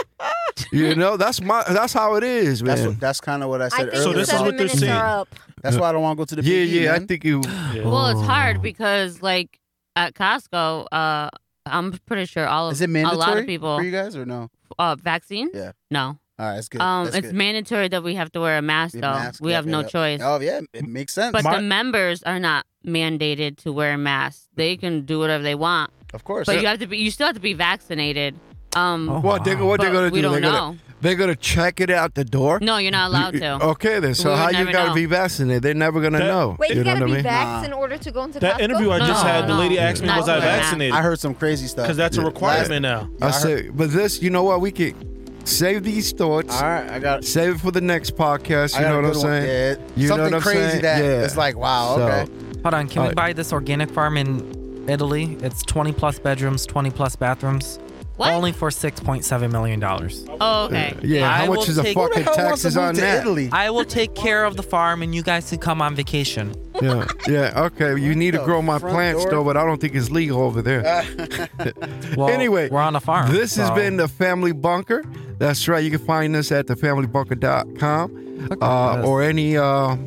[SPEAKER 4] you know, that's my that's how it is, man.
[SPEAKER 6] That's what, that's kind of what I
[SPEAKER 1] I
[SPEAKER 6] said
[SPEAKER 1] think
[SPEAKER 6] earlier.
[SPEAKER 5] So
[SPEAKER 1] the
[SPEAKER 5] this is
[SPEAKER 1] seven
[SPEAKER 5] what
[SPEAKER 6] about-
[SPEAKER 5] they're
[SPEAKER 1] minutes
[SPEAKER 5] saying.
[SPEAKER 1] are up.
[SPEAKER 6] That's why I don't want to go to the
[SPEAKER 4] yeah,
[SPEAKER 6] Big E,
[SPEAKER 4] yeah. I
[SPEAKER 6] man.
[SPEAKER 4] think you.
[SPEAKER 5] Yeah.
[SPEAKER 7] Well, it's
[SPEAKER 2] Oh.
[SPEAKER 7] hard because like at Costco, uh, I'm pretty sure all of
[SPEAKER 6] Is it mandatory
[SPEAKER 7] a lot of people
[SPEAKER 6] for you guys or no?
[SPEAKER 7] uh, vaccine.
[SPEAKER 6] Yeah.
[SPEAKER 7] No.
[SPEAKER 6] All right, that's good.
[SPEAKER 7] Um,
[SPEAKER 6] that's
[SPEAKER 7] it's
[SPEAKER 6] good.
[SPEAKER 7] mandatory that we have to wear a mask
[SPEAKER 6] We
[SPEAKER 7] though.
[SPEAKER 6] have masks,
[SPEAKER 7] we
[SPEAKER 6] yep,
[SPEAKER 7] have no
[SPEAKER 6] yep, yep.
[SPEAKER 7] choice.
[SPEAKER 6] Oh yeah, it makes sense.
[SPEAKER 7] But
[SPEAKER 5] My-
[SPEAKER 7] the members are not mandated to wear masks. They can do whatever they want,
[SPEAKER 6] of course.
[SPEAKER 7] but you have to be. You still have to be vaccinated. Um,
[SPEAKER 2] Oh,
[SPEAKER 4] What they
[SPEAKER 2] wow.
[SPEAKER 4] what
[SPEAKER 7] but
[SPEAKER 4] they're gonna
[SPEAKER 7] we
[SPEAKER 4] do? They're
[SPEAKER 7] don't
[SPEAKER 4] gonna
[SPEAKER 7] know.
[SPEAKER 4] they're gonna check it out the door.
[SPEAKER 7] No, you're not allowed
[SPEAKER 4] You- uh,
[SPEAKER 7] to.
[SPEAKER 4] Okay then. So
[SPEAKER 7] We would
[SPEAKER 4] how you
[SPEAKER 7] never
[SPEAKER 4] gotta
[SPEAKER 7] know.
[SPEAKER 4] be vaccinated? They're never gonna
[SPEAKER 5] That-
[SPEAKER 4] know.
[SPEAKER 1] Wait, you,
[SPEAKER 4] know
[SPEAKER 1] gotta
[SPEAKER 4] what
[SPEAKER 1] be
[SPEAKER 4] I mean?
[SPEAKER 1] vaxxed
[SPEAKER 6] Nah.
[SPEAKER 1] in order to go into
[SPEAKER 5] That
[SPEAKER 1] Costco?
[SPEAKER 5] interview I just
[SPEAKER 7] No,
[SPEAKER 5] had, the
[SPEAKER 7] no.
[SPEAKER 5] lady asked me
[SPEAKER 7] Not
[SPEAKER 5] was I
[SPEAKER 7] doing that.
[SPEAKER 5] vaccinated
[SPEAKER 6] I heard some crazy stuff.
[SPEAKER 5] because that's a
[SPEAKER 4] Yeah.
[SPEAKER 5] requirement now.
[SPEAKER 4] I
[SPEAKER 6] Yeah, I heard-
[SPEAKER 4] say, but this, you know what? We can save these thoughts.
[SPEAKER 6] All right, I got.
[SPEAKER 4] Save it for the next podcast.
[SPEAKER 6] I
[SPEAKER 4] You know
[SPEAKER 6] got a
[SPEAKER 4] what I'm
[SPEAKER 6] good one.
[SPEAKER 4] saying?
[SPEAKER 6] Yeah,
[SPEAKER 4] You know
[SPEAKER 6] something
[SPEAKER 4] what I'm
[SPEAKER 6] crazy
[SPEAKER 4] saying?
[SPEAKER 6] that
[SPEAKER 4] Yeah.
[SPEAKER 6] it's like, wow,
[SPEAKER 4] So-
[SPEAKER 6] okay.
[SPEAKER 2] Hold on, can we
[SPEAKER 4] Alright.
[SPEAKER 2] buy this organic farm in Italy? It's 20 plus bedrooms, 20 plus bathrooms.
[SPEAKER 7] What?
[SPEAKER 2] Only for 6.7 million dollars.
[SPEAKER 7] oh, okay.
[SPEAKER 4] Yeah.
[SPEAKER 2] I
[SPEAKER 4] how
[SPEAKER 2] will
[SPEAKER 4] much is the
[SPEAKER 2] take-
[SPEAKER 4] fucking taxes on that?
[SPEAKER 6] Italy?
[SPEAKER 2] I will take care of the farm and you guys can come on vacation.
[SPEAKER 4] Yeah. Yeah. Okay. You need to
[SPEAKER 6] the
[SPEAKER 4] grow my
[SPEAKER 6] front
[SPEAKER 4] plants
[SPEAKER 6] door?
[SPEAKER 4] though, but I don't think it's legal over there.
[SPEAKER 2] Well,
[SPEAKER 4] Anyway,
[SPEAKER 2] we're on a farm.
[SPEAKER 4] This has
[SPEAKER 2] so-
[SPEAKER 4] been the Family Bunker. That's right. You can find us at thefamilybunker.com
[SPEAKER 2] Fuck
[SPEAKER 4] uh,
[SPEAKER 2] this.
[SPEAKER 4] or any uh,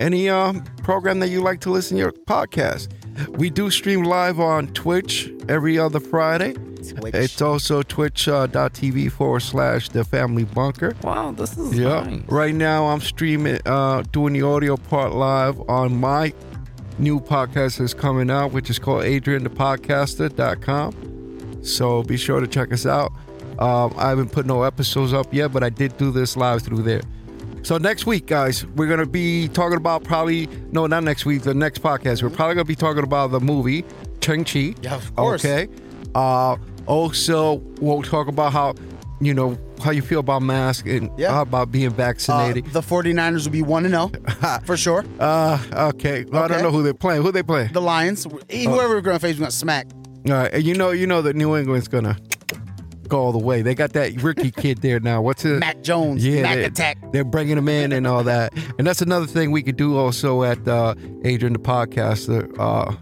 [SPEAKER 4] any um, program that you like to listen to your podcast. We do stream live on Twitch every other Friday. It's also uh, twitch.tv forward slash the family bunker.
[SPEAKER 2] Wow, this is
[SPEAKER 4] Yeah.
[SPEAKER 2] nice.
[SPEAKER 4] Right now, I'm streaming, uh, doing the audio part live on my new podcast that's coming out, which is called AdrianThePodcaster.com. So be sure to check us out. Um, I haven't put no episodes up yet, but I did do this live through there. So next week, guys, we're gonna be talking about probably no, not next week. The next podcast, we're probably gonna be talking about the movie Chang Chi.
[SPEAKER 6] Yeah, of course.
[SPEAKER 4] Okay. Uh, also, we'll talk about how you know how you feel about masks and
[SPEAKER 6] Yeah.
[SPEAKER 4] how about being
[SPEAKER 6] Uh,
[SPEAKER 4] vaccinated.
[SPEAKER 6] the 49ers will be 1 0 for sure.
[SPEAKER 4] Uh, okay. Well, I don't
[SPEAKER 6] Okay.
[SPEAKER 4] know who they're playing. Who they playing?
[SPEAKER 6] The Lions, eh, whoever we're going to face, we're going to smack.
[SPEAKER 4] All right, and you know, you know that New England's gonna go all the way. They got that rookie kid there now. What's his
[SPEAKER 6] Mac Jones,
[SPEAKER 4] Yeah,
[SPEAKER 6] Mac
[SPEAKER 4] they-
[SPEAKER 6] Attack.
[SPEAKER 4] They're bringing him in and all that. And that's another thing we could do also at uh, Adrian the podcast. the, Uh,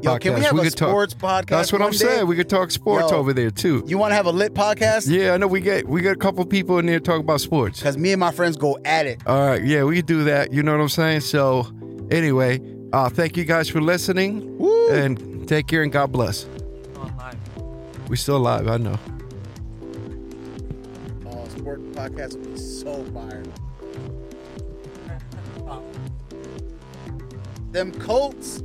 [SPEAKER 6] Yo, can we
[SPEAKER 4] podcast.
[SPEAKER 6] have a
[SPEAKER 4] could talk-
[SPEAKER 6] sports podcast?
[SPEAKER 4] That's what
[SPEAKER 6] one
[SPEAKER 4] I'm
[SPEAKER 6] day?
[SPEAKER 4] saying. We could talk sports
[SPEAKER 6] Yo.
[SPEAKER 4] over there too.
[SPEAKER 6] You want to have a lit podcast?
[SPEAKER 4] Yeah, I know we get we got a couple people in there talking about sports.
[SPEAKER 6] Because me and my friends go at it.
[SPEAKER 4] All right, yeah, we could do that. You know what I'm saying? So, anyway, uh, thank you guys for listening, and take care and God bless. We're still alive, I know.
[SPEAKER 6] Oh, sports podcast would be so fire. Them Colts.